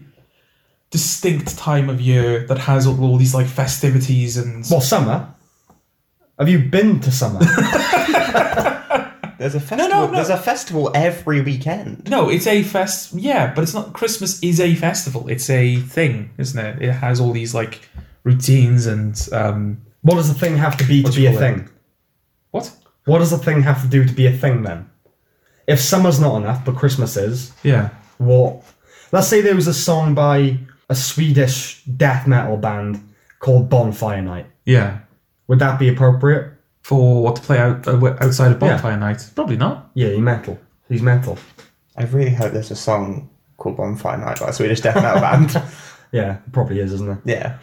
Speaker 2: distinct time of year that has all, all these like festivities and.
Speaker 1: Well, summer. Have you been to summer?
Speaker 3: There's a festival.
Speaker 2: no.
Speaker 3: There's a festival every weekend.
Speaker 2: No, it's a fest. Yeah, but it's not. Christmas is a festival. It's a thing, isn't it? It has all these like routines and um,
Speaker 1: what does a thing have to be to
Speaker 2: do
Speaker 1: be
Speaker 2: you
Speaker 1: a
Speaker 2: call it?
Speaker 1: thing?
Speaker 2: what?
Speaker 1: What does a thing have to do to be a thing then? If summer's not enough, but Christmas is,
Speaker 2: Yeah.
Speaker 1: what let's say there was a song by a swedish death metal band called bonfire night
Speaker 2: Yeah.
Speaker 1: would that be appropriate
Speaker 2: For what to play out uh, w- outside of bonfire night? Probably not.
Speaker 1: yeah he's metal he's metal
Speaker 3: I really hope there's a song called Bonfire Night by Swedish Death Metal Band.
Speaker 1: yeah it probably is isn't it
Speaker 3: Yeah.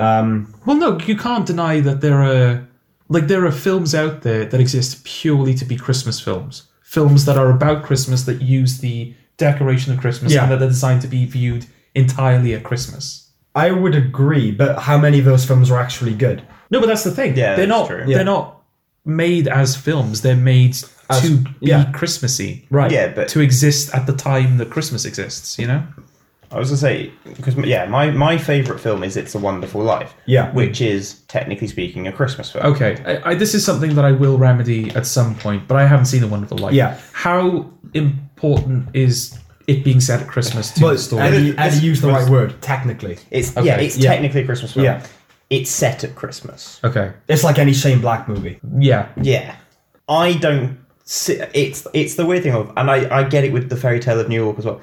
Speaker 1: um
Speaker 2: Well, no, you can't deny that there are like there are films out there that exist purely to be Christmas films, films that are about Christmas that use the decoration of Christmas
Speaker 1: Yeah.
Speaker 2: and that are designed to be viewed entirely at Christmas.
Speaker 1: i would agree but how many of those films are actually good
Speaker 2: No, but that's the thing.
Speaker 3: Yeah,
Speaker 2: they're
Speaker 3: that's
Speaker 2: not.
Speaker 3: true.
Speaker 2: They're
Speaker 1: Yeah.
Speaker 2: not made as films. They're made
Speaker 1: As-
Speaker 2: to be
Speaker 1: yeah.
Speaker 2: Christmassy,
Speaker 1: right
Speaker 3: Yeah, but
Speaker 2: to exist at the time that Christmas exists. You know.
Speaker 3: I was gonna say because yeah, my my favorite film is It's a Wonderful Life.
Speaker 1: Yeah.
Speaker 3: Which is technically speaking a Christmas film.
Speaker 2: Okay, I, I, this is something that I will remedy at some point, but I haven't seen a Wonderful Life.
Speaker 1: Yeah.
Speaker 2: How important is it being set at Christmas to the
Speaker 1: but
Speaker 2: story?
Speaker 1: Eddie,
Speaker 3: This-
Speaker 1: Eddie used the right word technically
Speaker 3: It's yeah,
Speaker 2: Okay.
Speaker 3: it's
Speaker 1: Yeah.
Speaker 3: technically a Christmas film.
Speaker 1: Yeah.
Speaker 3: It's set at Christmas.
Speaker 2: okay.
Speaker 1: it's like any shane black movie
Speaker 2: Yeah.
Speaker 3: Yeah. I don't see, it's it's the weird thing of and I, I get it with the fairy tale of New York as well.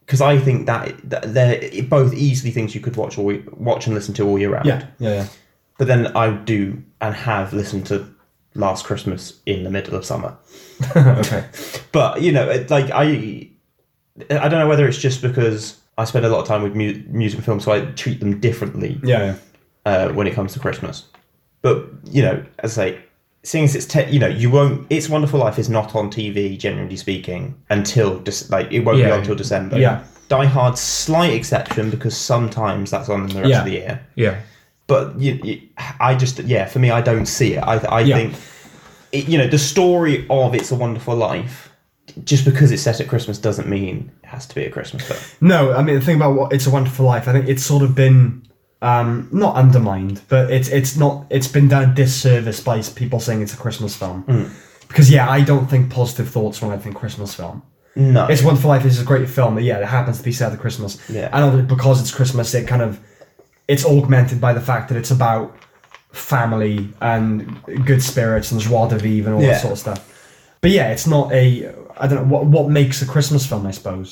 Speaker 3: Because I think that, that they're both easily things you could watch all ye- watch and listen to all year round.
Speaker 1: yeah yeah yeah
Speaker 3: But then I do and have listened to Last Christmas in the middle of summer.
Speaker 1: okay
Speaker 3: But you know, it, like I, I don't know whether it's just because I spend a lot of time with mu- music and film, so I treat them differently
Speaker 1: yeah, yeah
Speaker 3: uh, when it comes to Christmas. But you know, as I say, seeing as it's te- you know, you won't. It's Wonderful Life is not on TV, generally speaking, until just like it won't be
Speaker 2: Yeah.
Speaker 3: on until December.
Speaker 1: Yeah.
Speaker 3: Die Hard, slight exception because sometimes that's on in the rest
Speaker 1: Yeah.
Speaker 3: of the year.
Speaker 2: Yeah.
Speaker 3: But you, you, I just yeah, for me, I don't see it. I, I
Speaker 1: Yeah.
Speaker 3: think it, you know the story of It's a Wonderful Life. Just because it's set at Christmas doesn't mean it has to be a Christmas film.
Speaker 1: No, I mean the thing about what It's a Wonderful Life, I think it's sort of been um, not undermined, but it's it's not it's been done a disservice by people saying it's a Christmas film.
Speaker 3: Hmm.
Speaker 1: Because yeah, I don't think positive thoughts when I think Christmas film.
Speaker 3: No,
Speaker 1: It's a Wonderful Life is a great film, but yeah, it happens to be set at Christmas.
Speaker 3: Yeah.
Speaker 1: And also because it's Christmas, it kind of it's augmented by the fact that it's about family and good spirits and joie de vivre and all
Speaker 3: Yeah.
Speaker 1: that sort of stuff. But yeah, it's not a. I don't know what what makes a Christmas film. I suppose.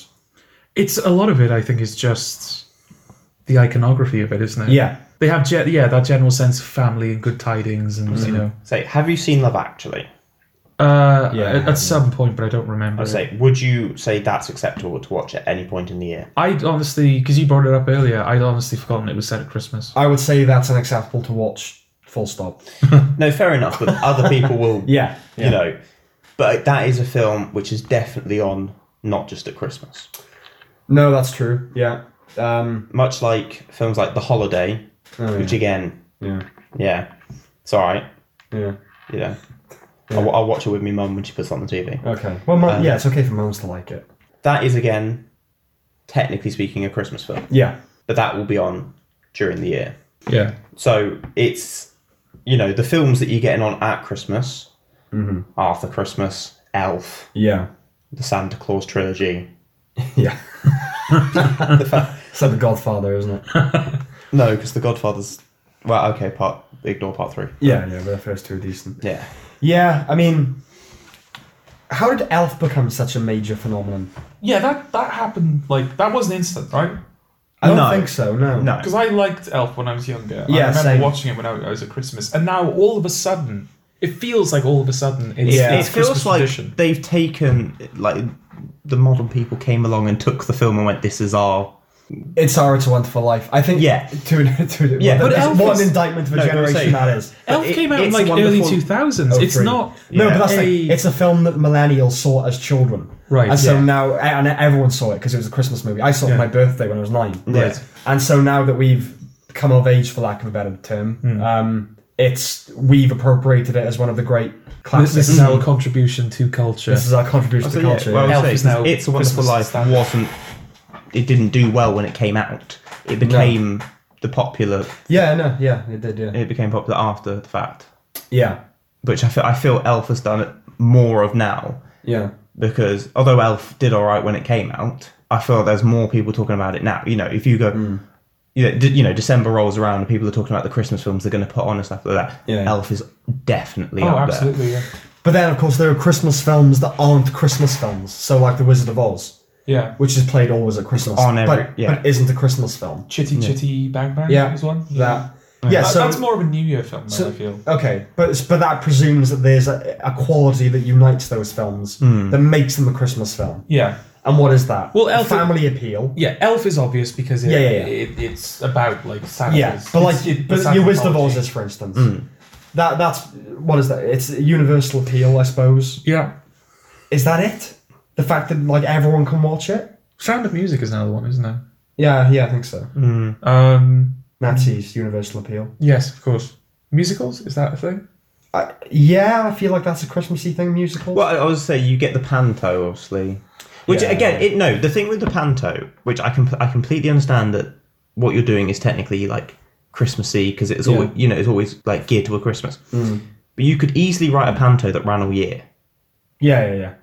Speaker 2: It's a lot of it. I think is just the iconography of it, isn't it?
Speaker 1: Yeah.
Speaker 2: they have ge- yeah that general sense of family and good tidings, and
Speaker 1: Mm-hmm.
Speaker 2: you know,
Speaker 3: Say, have you seen Love Actually?
Speaker 2: uh,
Speaker 1: Yeah,
Speaker 2: at,
Speaker 1: I haven't.
Speaker 2: at some point, but I don't remember.
Speaker 3: I
Speaker 2: it.
Speaker 3: say, would you say that's acceptable to watch at any point in the year?
Speaker 2: I'd honestly, because you brought it up earlier, I'd honestly forgotten it was set at Christmas.
Speaker 1: I would say that's unacceptable to watch. Full stop.
Speaker 3: No, fair enough, but other people will,
Speaker 1: Yeah. yeah.
Speaker 3: you know. But that is a film which is definitely on not just at Christmas.
Speaker 1: No, that's true. Yeah. Um.
Speaker 3: Much like films like The Holiday,
Speaker 1: oh,
Speaker 3: which again,
Speaker 1: yeah.
Speaker 3: yeah, it's all right.
Speaker 1: Yeah. yeah.
Speaker 3: You know, I'll, I'll watch it with my mum when she puts it on the TV.
Speaker 1: Okay. Well,
Speaker 3: Uh,
Speaker 1: mum, yeah, it's okay for mums to like it.
Speaker 3: That is again, technically speaking, a Christmas film,
Speaker 1: Yeah.
Speaker 3: but that will be on during the year.
Speaker 2: Yeah,
Speaker 3: So it's, you know, the films that you're getting on at Christmas, Arthur Christmas, Elf,
Speaker 1: Mm-hmm. Yeah.
Speaker 3: the Santa Claus trilogy.
Speaker 1: Yeah. it's like The Godfather, isn't it?
Speaker 3: No, because The Godfather's. Well, okay, part ignore part three.
Speaker 1: Yeah, yeah, but the first two are decent.
Speaker 3: Yeah,
Speaker 1: Yeah, I mean, how did Elf become such a major phenomenon?
Speaker 2: yeah, that that happened like that was an instant, right?
Speaker 1: I don't
Speaker 3: No.
Speaker 1: think so. No.
Speaker 3: no,
Speaker 2: Because I liked Elf when I was younger. I
Speaker 1: Yeah,
Speaker 2: remember
Speaker 1: same.
Speaker 2: watching it when I I was at Christmas, and now all of a sudden, it feels like all of a sudden it's,
Speaker 1: Yeah.
Speaker 2: it's
Speaker 3: it feels
Speaker 2: Christmas
Speaker 3: like
Speaker 2: tradition.
Speaker 3: they've taken like the modern people came along and took the film and went, "This is our."
Speaker 1: It's our It's a Wonderful Life. I think.
Speaker 3: Yeah.
Speaker 1: To, to,
Speaker 3: Yeah,
Speaker 1: what,
Speaker 3: but
Speaker 1: that's-
Speaker 2: Elf
Speaker 1: what
Speaker 2: is-
Speaker 1: an indictment of a
Speaker 3: No, I was
Speaker 1: generation
Speaker 3: saying-
Speaker 1: that is.
Speaker 2: Elf
Speaker 3: it-
Speaker 2: came out in
Speaker 3: it's
Speaker 2: like early
Speaker 3: wonderful-
Speaker 2: two thousands.
Speaker 1: Oh,
Speaker 2: It's
Speaker 1: three.
Speaker 2: not.
Speaker 1: No, but that's
Speaker 2: a-
Speaker 1: like, it's a film that millennials saw as children.
Speaker 2: Right,
Speaker 1: And so
Speaker 3: yeah.
Speaker 1: now, e, and everyone saw it because it was a Christmas movie. I saw it on
Speaker 2: Yeah.
Speaker 1: my birthday when I was nine.
Speaker 3: Right.
Speaker 1: And so now that we've come of age, for lack of a better term,
Speaker 2: Hmm.
Speaker 1: um, it's we've appropriated it as one of the great classics.
Speaker 2: this, this is our contribution to culture.
Speaker 1: This is our contribution
Speaker 3: Oh, So,
Speaker 1: to
Speaker 3: yeah,
Speaker 1: culture.
Speaker 3: well,
Speaker 2: Elf
Speaker 3: Elf
Speaker 2: is now
Speaker 3: It's a Wonderful
Speaker 2: Christmas
Speaker 3: Life
Speaker 2: standard.
Speaker 3: wasn't. It didn't do well when it came out. It became the popular.
Speaker 1: yeah, no, yeah, it did, yeah,
Speaker 3: It became popular after the fact.
Speaker 1: yeah,
Speaker 3: which I feel, I feel Elf has done it more of now
Speaker 1: yeah.
Speaker 3: because although Elf did all right when it came out, I feel there's more people talking about it now. You know, if you go, you, know, d- you know, December rolls around and people are talking about the Christmas films they're going to put on and stuff like that.
Speaker 1: Yeah.
Speaker 3: Elf is definitely
Speaker 2: oh,
Speaker 3: up
Speaker 2: absolutely. Yeah.
Speaker 1: But then, of course, there are Christmas films that aren't Christmas films. So, like The Wizard of Oz,
Speaker 2: yeah.
Speaker 1: which is played always at Christmas,
Speaker 3: on every-
Speaker 1: but,
Speaker 3: yeah.
Speaker 1: but isn't a Christmas film.
Speaker 2: Chitty Chitty Bang Bang
Speaker 1: Yeah,
Speaker 2: is one.
Speaker 1: That, yeah.
Speaker 2: That-
Speaker 1: so
Speaker 2: that's more of a New Year film, though,
Speaker 1: so-
Speaker 2: I feel.
Speaker 1: Okay, but but that presumes that there's a, a quality that unites those films that makes them a Christmas film.
Speaker 2: Yeah.
Speaker 1: And what is that?
Speaker 2: Well, Elf-
Speaker 1: family appeal.
Speaker 2: Yeah, Elf is obvious because it,
Speaker 1: Yeah, yeah, yeah.
Speaker 2: It, it's about like Santa's.
Speaker 1: Yeah, but like
Speaker 2: it's- it- the
Speaker 1: but
Speaker 2: Santa
Speaker 1: your Wizard of Oz
Speaker 2: mythology.
Speaker 1: is, for instance, Hmm. that that's what is that? It's a universal appeal, I suppose.
Speaker 2: Yeah,
Speaker 1: Is that it? The fact that like everyone can watch it.
Speaker 2: Sound of Music is another one, isn't it?
Speaker 1: Yeah, yeah, I think so.
Speaker 2: Um,
Speaker 1: Nazis universal appeal.
Speaker 2: yes, of course. Musicals is that a thing?
Speaker 1: I, yeah, I feel like that's a Christmassy thing. Musical.
Speaker 3: Well, I I was say you get the panto, obviously. Which
Speaker 1: Yeah.
Speaker 3: again, it no. The thing with the panto, which I can I completely understand that what you're doing is technically like Christmassy because it's always you know it's always like geared toward Christmas.
Speaker 1: Mm.
Speaker 3: But you could easily write a panto that ran all year. Uh,
Speaker 1: yeah, yeah, yeah,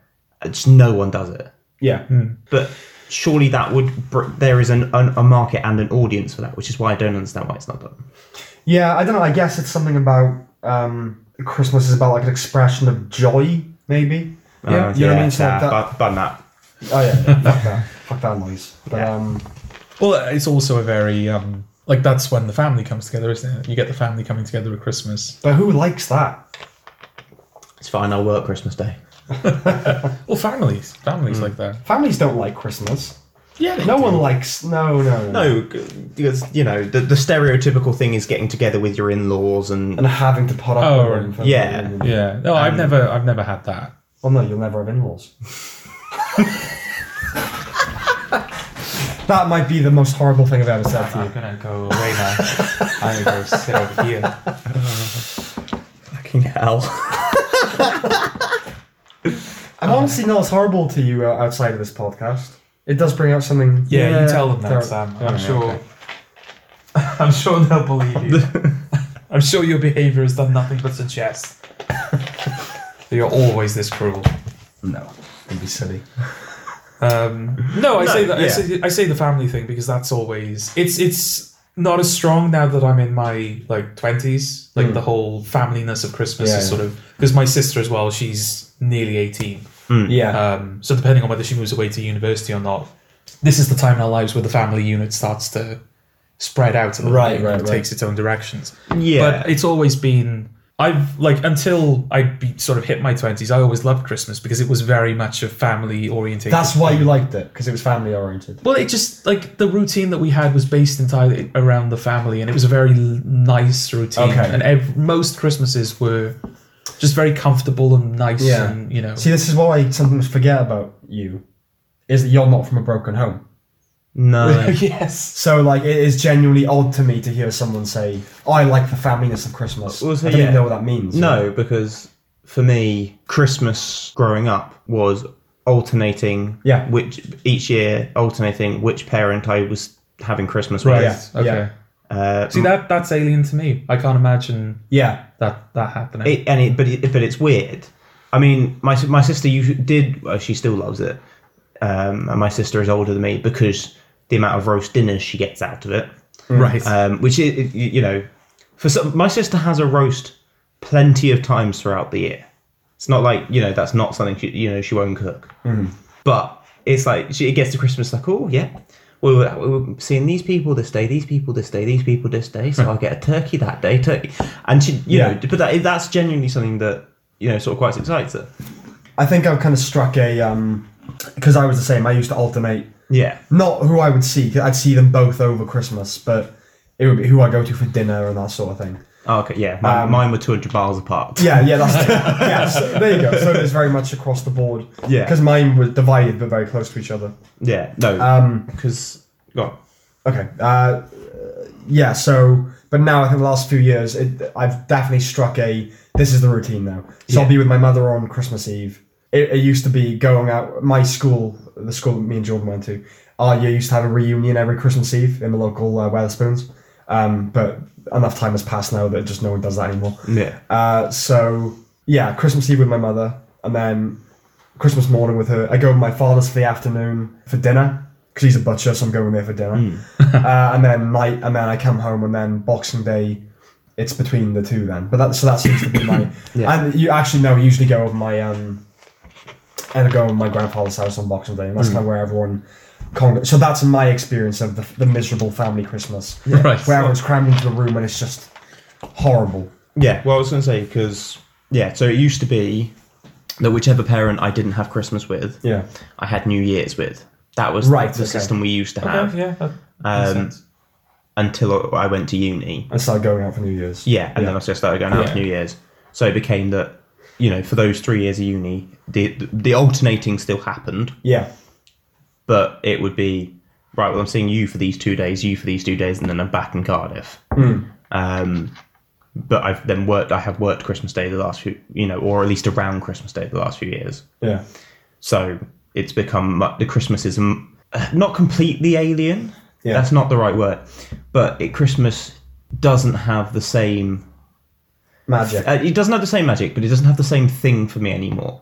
Speaker 3: Just no one does it.
Speaker 1: yeah.
Speaker 3: But surely that would br- there is an, an a market and an audience for that, which is why I don't understand why it's not done.
Speaker 1: Yeah, I don't know. I guess it's something about um, Christmas is about like an expression of joy, maybe.
Speaker 2: Yeah,
Speaker 3: Uh,
Speaker 1: you know what I mean? So
Speaker 3: nah,
Speaker 1: that-
Speaker 3: ban- ban that.
Speaker 1: Oh yeah, yeah, fuck that, fuck that noise. But
Speaker 3: Yeah.
Speaker 1: um,
Speaker 2: Well, it's also a very um, like that's when the family comes together, isn't it? You get the family coming together at Christmas.
Speaker 1: but who likes that?
Speaker 3: It's fine. I'll work Christmas Day.
Speaker 2: Well, families, families like that.
Speaker 1: Families don't like Christmas.
Speaker 2: Hmm. Yeah,
Speaker 1: No one likes. No, no, no.
Speaker 3: No, g- because you know the, the stereotypical thing is getting together with your in-laws and,
Speaker 1: And having to put up.
Speaker 2: Oh,
Speaker 1: with them for-
Speaker 3: yeah.
Speaker 2: Yeah, no, I've never, I've never had that.
Speaker 1: Well, no, you'll never have in-laws. that might be the most horrible thing I've ever said to you.
Speaker 2: gonna go away now. I'm gonna go sit over here.
Speaker 3: fucking hell.
Speaker 1: I'm honestly not as horrible to you uh, outside of this podcast. It does bring out something.
Speaker 2: Yeah, you tell them that,
Speaker 1: Terrible.
Speaker 2: Sam.
Speaker 1: Oh,
Speaker 2: I'm
Speaker 1: yeah,
Speaker 2: sure.
Speaker 1: okay.
Speaker 2: I'm sure they'll believe you. I'm sure your behaviour has done nothing but suggest that you're always this cruel.
Speaker 1: No, don't be silly.
Speaker 2: Um, no, I
Speaker 3: No,
Speaker 2: say that. I,
Speaker 3: yeah.
Speaker 2: say, I say the family thing because that's always it's it's not as strong now that I'm in my like twenties. Like the whole familyness of Christmas
Speaker 1: Hmm. Yeah,
Speaker 2: is
Speaker 1: yeah.
Speaker 2: sort of because my sister as well. She's nearly eighteen.
Speaker 1: Yeah.
Speaker 2: Um, so depending on whether she moves away to university or not, this is the time in our lives where the family unit starts to spread out a little
Speaker 1: Right,
Speaker 2: bit
Speaker 1: right,
Speaker 2: and
Speaker 1: right.
Speaker 2: takes its own directions.
Speaker 3: Yeah.
Speaker 2: But it's always been I've like until I be, sort of hit my twenties, I always loved Christmas because it was very much a family oriented.
Speaker 1: That's why you liked it because it was family oriented.
Speaker 2: Well, it just like the routine that we had was based entirely around the family, and it was a very l- nice routine.
Speaker 1: Okay.
Speaker 2: And ev- most Christmases were just very comfortable and nice,
Speaker 1: Yeah.
Speaker 2: and you know,
Speaker 1: See, this is what I sometimes forget about you, is that you're not from a broken home.
Speaker 3: no.
Speaker 2: yes.
Speaker 1: So like, it is genuinely odd to me to hear someone say, oh, "I like the familyness of Christmas."
Speaker 3: Well, so-
Speaker 1: I don't
Speaker 3: yeah.
Speaker 1: even know what that means.
Speaker 3: No, because for me, Christmas growing up was alternating.
Speaker 1: Yeah.
Speaker 3: Which each year alternating which parent I was having Christmas
Speaker 2: Right.
Speaker 1: Yeah.
Speaker 3: with.
Speaker 2: Okay.
Speaker 1: Yeah.
Speaker 3: Uh,
Speaker 2: See that that's alien to me. I can't imagine
Speaker 1: Yeah.
Speaker 2: that that happening.
Speaker 3: it, and it, but it, but it's weird. I mean, my si- my sister you did. Well, she still loves it, um, and my sister is older than me because the amount of roast dinners she gets out of it,
Speaker 2: right.
Speaker 3: um, which is y- you know, for some, my sister has a roast plenty of times throughout the year. It's not like you know that's not something she, you know she won't cook,
Speaker 1: Mm-hmm.
Speaker 3: but it's like she it gets to Christmas like oh yeah. We were, we were seeing these people this day, these people this day, these people this day. So I'll get a turkey that day, turkey, and she, you
Speaker 1: Hmm. Yeah.
Speaker 3: know, but that that's genuinely something that you know sort of quite excites her.
Speaker 1: I think I've kind of struck a um, because I was the same. I used to alternate
Speaker 3: Yeah,
Speaker 1: not who I would see. 'cause I'd see them both over Christmas, but it would be who I go to for dinner and that sort of thing.
Speaker 3: oh, okay, yeah. Mine,
Speaker 1: Um,
Speaker 3: mine were two hundred miles apart.
Speaker 1: Yeah, yeah, that's yeah. So, there you go. So it's very much across the board.
Speaker 3: Yeah.
Speaker 1: because mine was divided but very close to each other.
Speaker 3: yeah, no,
Speaker 1: Um,
Speaker 3: because
Speaker 1: okay. Uh, yeah. So, but now I think the last few years, it, I've definitely struck a. This is the routine now. So I'll be with my mother on Christmas Eve. It, it used to be going out. My school, the school that me and Jordan went to, our year used to have a reunion every Christmas Eve in the local uh, Weatherspoons. Um, but enough time has passed now that just no one does that anymore.
Speaker 3: yeah,
Speaker 1: Uh, so yeah, Christmas Eve with my mother, and then Christmas morning with her. I go with my father's for the afternoon for dinner because he's a butcher, so I'm going there for dinner. uh, and then night, and then I come home, and then Boxing Day. It's between the two then, but that so that seems to be my.
Speaker 3: Yeah.
Speaker 1: And you actually no, I usually go with my um, and I go with my grandfather's house on Boxing Day, and that's kind of where everyone. Con- so that's my experience of the, the miserable family Christmas,
Speaker 2: Right.
Speaker 1: where everyone's crammed into a room and it's just horrible.
Speaker 3: Yeah, well, I was going to say because yeah, so it used to be that whichever parent I didn't have Christmas with,
Speaker 1: Yeah.
Speaker 3: I had New Year's with. That was
Speaker 1: Right,
Speaker 3: the
Speaker 1: okay.
Speaker 3: system we used to have
Speaker 2: Okay, yeah. that makes
Speaker 3: uh, Um,
Speaker 2: sense.
Speaker 3: until I went to uni.
Speaker 1: and started going out for New Year's.
Speaker 3: Yeah, and then I just started going out
Speaker 2: Yeah.
Speaker 3: to New Year's. So it became that you know for those three years of uni, the the alternating still happened,
Speaker 1: Yeah.
Speaker 3: but it would be right. Well, I'm seeing you for these two days, you for these two days, and then I'm back in Cardiff.
Speaker 1: Hmm.
Speaker 3: Um, but I've then worked. I have worked Christmas Day the last few, you know, or at least around Christmas Day the last few years.
Speaker 1: Yeah.
Speaker 3: So it's become mu- the Christmas is mm, not completely alien.
Speaker 1: Yeah.
Speaker 3: That's not the right word, but it Christmas doesn't have the same.
Speaker 1: Magic.
Speaker 3: Uh, it doesn't have the same magic, but it doesn't have the same thing for me anymore.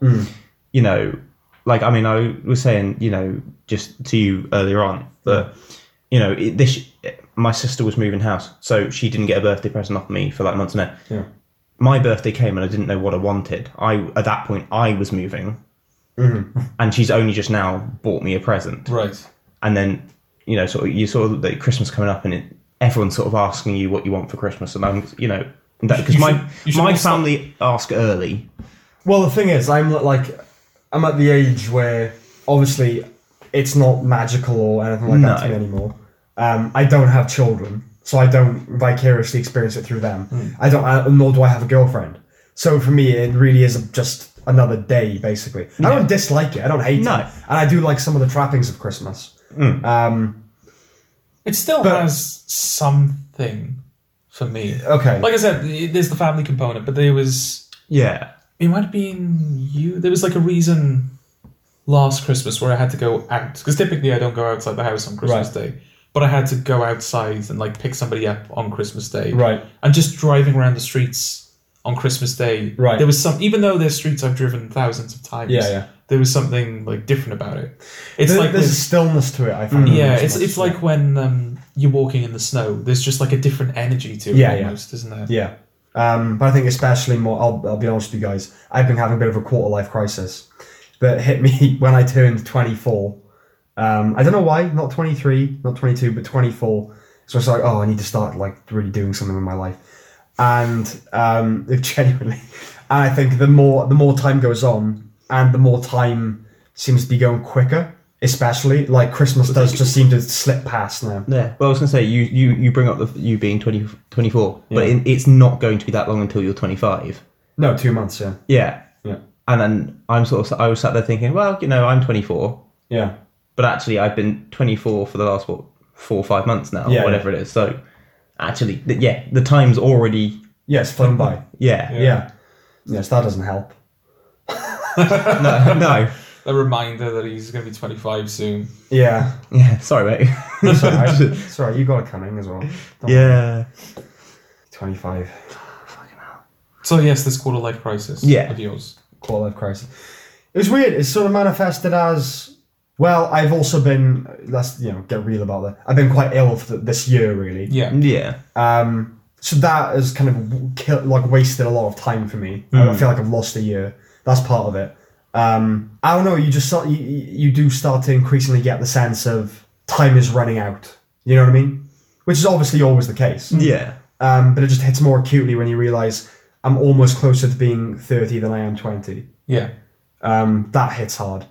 Speaker 3: You know, like I mean, I was saying, you know, just to you earlier on, but you know, it, this my sister was moving house, so she didn't get a birthday present off me for like months and end.
Speaker 1: Yeah.
Speaker 3: My birthday came and I didn't know what I wanted. I at that point I was moving, and she's only just now bought me a present
Speaker 2: right.
Speaker 3: and then you know sort of you saw that Christmas coming up and it, everyone's sort of asking you what you want for Christmas and I'm you know because
Speaker 2: You
Speaker 3: my
Speaker 2: should- you should
Speaker 3: my
Speaker 2: all stop-
Speaker 3: family ask early
Speaker 1: Well, the thing is, I'm like, I'm at the age where obviously it's not magical or anything like that to
Speaker 3: No.
Speaker 1: me anymore. Um, I don't have children, so I don't vicariously experience it through them.
Speaker 2: Hmm.
Speaker 1: I don't, I, nor do I have a girlfriend. So for me, it really is just another day, basically. I don't dislike it. I don't hate
Speaker 3: No.
Speaker 1: it, and I do like some of the trappings of Christmas. Um,
Speaker 2: It still
Speaker 1: But- Uh,
Speaker 2: has something for me.
Speaker 1: okay.
Speaker 2: Like I said, th- there's the family component, but there was
Speaker 3: yeah
Speaker 2: It might have been you. There was like a reason last Christmas where I had to go out because typically I don't go outside the house on Christmas Day, but I had to go outside and like pick somebody up on Christmas Day.
Speaker 1: Right.
Speaker 2: And just driving around the streets on Christmas Day.
Speaker 1: Right.
Speaker 2: There was some, even though there's streets I've driven thousands of times.
Speaker 1: Yeah, yeah.
Speaker 2: there was something like different about it. It's
Speaker 1: There-
Speaker 2: like
Speaker 1: there's a
Speaker 2: this, Mm.
Speaker 1: stillness to it. I find.
Speaker 2: yeah,
Speaker 1: There's
Speaker 2: it's
Speaker 1: much-
Speaker 2: it's like when um, you're walking in the snow. There's just like a different energy to it,
Speaker 1: Yeah, yeah.
Speaker 2: almost, isn't there?
Speaker 1: yeah. Um, but I think especially more. I'll, I'll be honest with you guys. I've been having a bit of a quarter life crisis that hit me when I turned 24. Um, I don't know why. Not 23, not 22, but 24. So it's like, oh, I need to start like really doing something with my life. And um, genuinely, and I think the more the more time goes on, and the more time seems to be going quicker. Especially like Christmas does just seem to slip past now.
Speaker 3: Yeah. Well, I was going to say you, you you bring up the you being 20, 24, but
Speaker 1: Yeah.
Speaker 3: it, it's not going to be that long until you're twenty five.
Speaker 1: No, two months. Yeah,
Speaker 3: Yeah.
Speaker 1: Yeah.
Speaker 3: And then I'm sort of sat- I was sat there thinking, well, you know, I'm twenty four,
Speaker 1: yeah.
Speaker 3: but actually I've been twenty four for the last what four or five months now,
Speaker 1: Yeah,
Speaker 3: or whatever it is. So actually, th- yeah, the time's already
Speaker 1: Yeah, it's flown by.
Speaker 3: yeah.
Speaker 2: Yeah.
Speaker 1: Yeah. Yes, that doesn't help.
Speaker 3: No, no.
Speaker 2: A reminder that he's going to be 25 soon.
Speaker 1: Yeah.
Speaker 3: Yeah. Sorry, mate.
Speaker 1: It's alright. it's alright. You got it coming as well. Don't worry.
Speaker 3: yeah.
Speaker 1: 25.
Speaker 2: So yes, this quarter life crisis
Speaker 3: Yeah.
Speaker 2: of yours.
Speaker 1: Quarter life crisis. It was weird. It's sort of manifested as well, I've also been, let's, you know, get real about that. I've been quite ill for this year, really.
Speaker 2: Yeah.
Speaker 3: Yeah.
Speaker 1: Um, so that has kind of kill, like wasted a lot of time for me. I feel like I've lost a year. That's part of it. Um, I don't know. You just start. You, you you do start to increasingly get the sense of time is running out. You know what I mean? Which is obviously always the case.
Speaker 3: Yeah.
Speaker 1: Um, but it just hits more acutely when you realize I'm almost closer to being 30 than I am 20
Speaker 2: Yeah.
Speaker 1: um, that hits hard.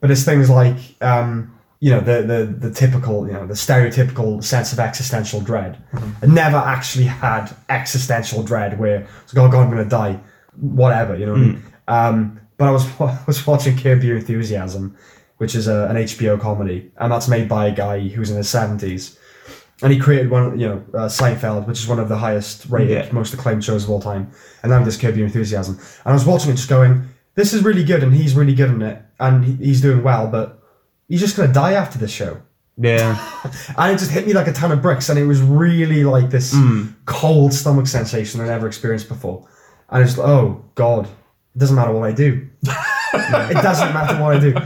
Speaker 1: But it's things like um, you know the, the the typical you know the stereotypical sense of existential dread. I never actually had existential dread where it's like oh god I'm gonna die, whatever you know. What I mean? um, but I was wa- was watching Curb Your Enthusiasm, which is a, an HBO comedy, and that's made by a guy who's in his seventies. And he created one, you know, uh, Seinfeld, which is one of the highest rated,
Speaker 3: Yeah.
Speaker 1: most acclaimed shows of all time. And now this Curb Your Enthusiasm. And I was watching it just going, this is really good and he's really good in it and he- he's doing well, but he's just going to die after this show.
Speaker 3: Yeah.
Speaker 1: And it just hit me like a ton of bricks and it was really like this cold stomach sensation I never experienced before. And it's like, oh, God, it doesn't matter what I do. it doesn't matter what I do.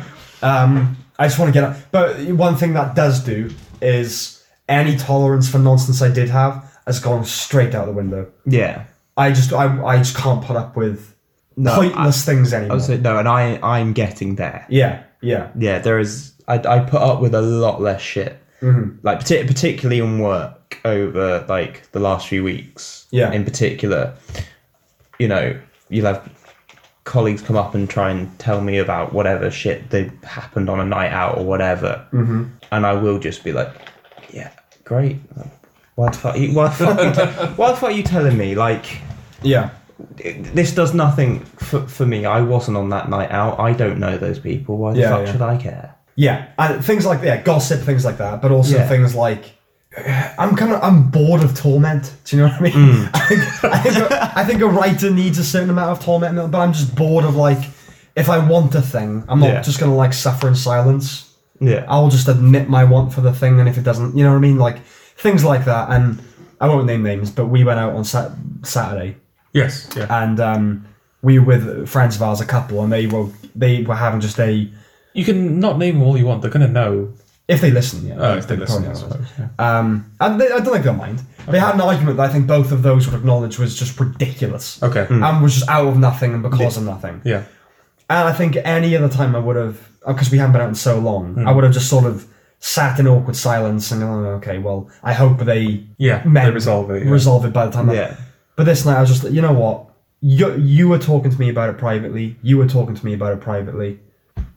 Speaker 1: Um, I just want to get up. But one thing that does do is any tolerance for nonsense I did have has gone straight out the window.
Speaker 3: Yeah.
Speaker 1: I just I, I just can't put up with
Speaker 3: No,
Speaker 1: pointless things anymore.
Speaker 3: I would say no, and I I'm getting there.
Speaker 1: yeah, yeah,
Speaker 3: yeah, there is. I, I put up with a lot less shit,
Speaker 1: Mm-hmm.
Speaker 3: like partic- particularly in work over like the last few weeks.
Speaker 1: Yeah.
Speaker 3: in particular, you know, you'll have colleagues come up and try and tell me about whatever shit they happened on a night out or whatever, mm-hmm. and I will just be like, yeah, great. Why the fuck? You, why the fuck? why the fuck are you telling me? Like,
Speaker 1: yeah.
Speaker 3: this does nothing for, for me. I wasn't on that night out. I don't know those people. Why the
Speaker 1: Yeah,
Speaker 3: fuck
Speaker 1: yeah.
Speaker 3: should I care?
Speaker 1: Yeah, and things like yeah, gossip, things like that, but also
Speaker 3: Yeah.
Speaker 1: things like uh, I'm kind of I'm bored of torment. Do you know what I mean?
Speaker 2: Mm.
Speaker 1: I, think, I, think a, I think a writer needs a certain amount of torment, but I'm just bored of like if I want a thing, I'm not
Speaker 3: Yeah.
Speaker 1: just gonna like suffer in silence.
Speaker 3: Yeah.
Speaker 1: I'll just admit my want for the thing, and if it doesn't, you know what I mean? Like things like that, and I won't name names, but we went out on sat- Saturday
Speaker 2: Yes. Yeah.
Speaker 1: and um, we were with friends of ours, a couple, and they were they were having just a
Speaker 2: You can not name them all you want. They're going to know.
Speaker 1: if they listen. Yeah,
Speaker 2: Oh, if they listen,
Speaker 1: probably
Speaker 2: I
Speaker 1: not.
Speaker 2: suppose,
Speaker 1: Um, and they, I don't think they'll mind. They had an argument that I think both of those would acknowledge was just ridiculous.
Speaker 2: Okay.
Speaker 1: And was just out of nothing and because of nothing.
Speaker 2: Yeah.
Speaker 1: And I think any other time I would have, because we haven't been out in so long,
Speaker 2: Hmm.
Speaker 1: I would have just sort of sat in awkward silence and, oh, okay, well, I hope they
Speaker 2: Yeah. They
Speaker 1: meant-
Speaker 2: resolve it. yeah.
Speaker 1: resolve it by the time. I-
Speaker 3: Yeah.
Speaker 1: But this night I was just like, you know what? You you were talking to me about it privately. You were talking to me about it privately.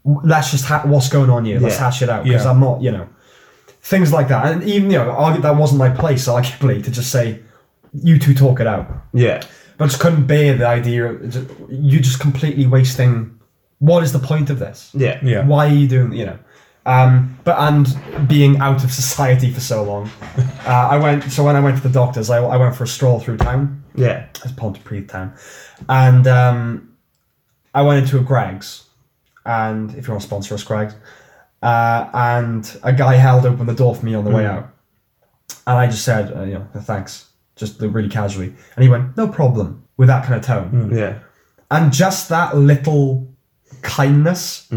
Speaker 1: Let's just ha- what's going on here. Let's
Speaker 3: Yeah.
Speaker 1: hash it out because
Speaker 2: Yeah.
Speaker 1: I'm not, you know, things like that. And even you know, argu- that wasn't my place arguably to just say you two talk it out.
Speaker 3: Yeah.
Speaker 1: But I just couldn't bear the idea of just, you just completely wasting. What is the point of this?
Speaker 3: Yeah.
Speaker 2: Yeah.
Speaker 1: Why are you doing? You know, um, but and being out of society for so long, uh, I went. So when I went to the doctors, I, I went for a stroll through town
Speaker 3: Yeah.
Speaker 1: it's Pontypridd town, and um, I went into a Greg's, and if you want to sponsor us, Greg's, uh, and a guy held open the door for me on the way out, and I just said, uh, you know, thanks, just really casually, and he went, no problem, with that kind of tone,
Speaker 3: Yeah.
Speaker 1: and just that little kindness.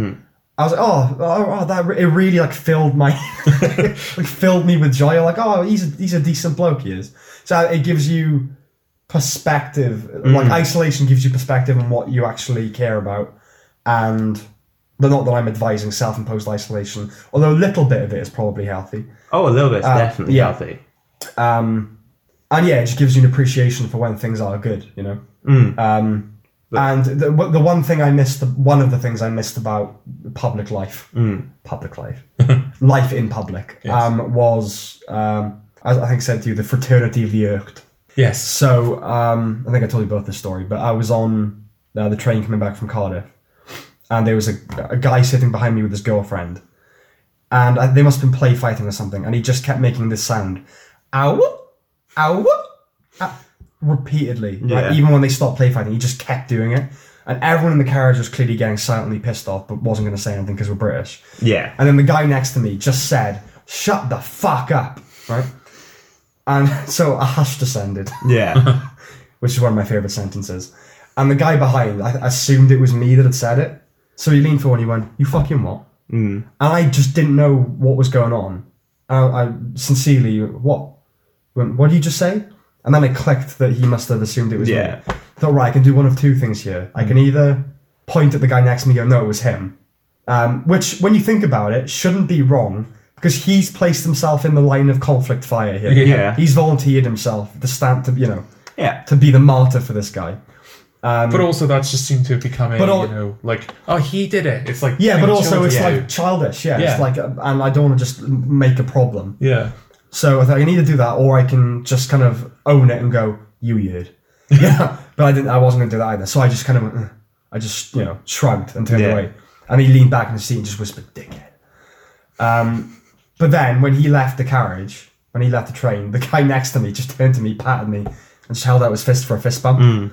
Speaker 1: I was like, oh, oh, oh, that re- it really like filled my like filled me with joy. I'm like, oh, he's a, he's a decent bloke, he is. So it gives you perspective. Like isolation gives you perspective on what you actually care about, and but not that I'm advising self-imposed isolation, although a little bit of it is probably healthy.
Speaker 3: Oh, a little bit's definitely
Speaker 1: Uh, yeah.
Speaker 3: healthy.
Speaker 1: Um, and yeah, it just gives you an appreciation for when things are good, you know.
Speaker 3: Mm.
Speaker 1: Um, and the, w- the one thing I missed, one of the things I missed about public life, public life, life in public, um, was um, as I think said to you, the fraternity of the irked.
Speaker 2: Yes.
Speaker 1: So um, I think I told you both this story, but I was on uh, the train coming back from Cardiff, and there was a, a guy sitting behind me with his girlfriend, and I, they must have been play fighting or something, and he just kept making this sound, ow, ow, ow repeatedly. right?
Speaker 3: Yeah.
Speaker 1: even when they stopped play fighting, he just kept doing it, and everyone in the carriage was clearly getting silently pissed off, but wasn't going to say anything because we're British.
Speaker 3: Yeah.
Speaker 1: And then the guy next to me just said, "Shut the fuck up," right? And so a hush descended
Speaker 3: Yeah.
Speaker 1: which is one of my favorite sentences. And the guy behind, I assumed it was me that had said it. So he leaned forward and he went, You fucking what? Mm. And I just didn't know what was going on. I, I sincerely, what? He Went, what did you just say? And then it clicked that he must have assumed it was
Speaker 3: Yeah. Mm.
Speaker 1: me. Thought, right, I can do one of two things here. I can either point at the guy next to me and go, No, it was him. Um, which, when you think about it, shouldn't be wrong because he's placed himself in the line of conflict fire here.
Speaker 3: Yeah.
Speaker 1: He's volunteered himself the stamp to, you know
Speaker 3: yeah.
Speaker 1: to be the martyr for this guy.
Speaker 2: but also that's just seemed to have become a,
Speaker 1: Um, But al-
Speaker 2: you know, like, oh, he did it. It's like,
Speaker 1: Yeah, but
Speaker 2: thing
Speaker 1: also
Speaker 2: children
Speaker 1: it's
Speaker 2: do.
Speaker 1: like childish. Yeah,
Speaker 2: Yeah.
Speaker 1: it's like, uh, and I don't want to just make a problem.
Speaker 2: yeah.
Speaker 1: So I thought I can either do that or I can just kind of own it and go, you weird. yeah, but I didn't. I wasn't going to do that either. So I just kind of, went, "Ugh." I just you know shrugged and turned
Speaker 3: Yeah.
Speaker 1: away. And he leaned back in his seat and just whispered, "Dickhead." Um, but then when he left the carriage, when he left the train, the guy next to me just turned to me, patted me, and just held out his fist for a fist bump.
Speaker 3: Mm.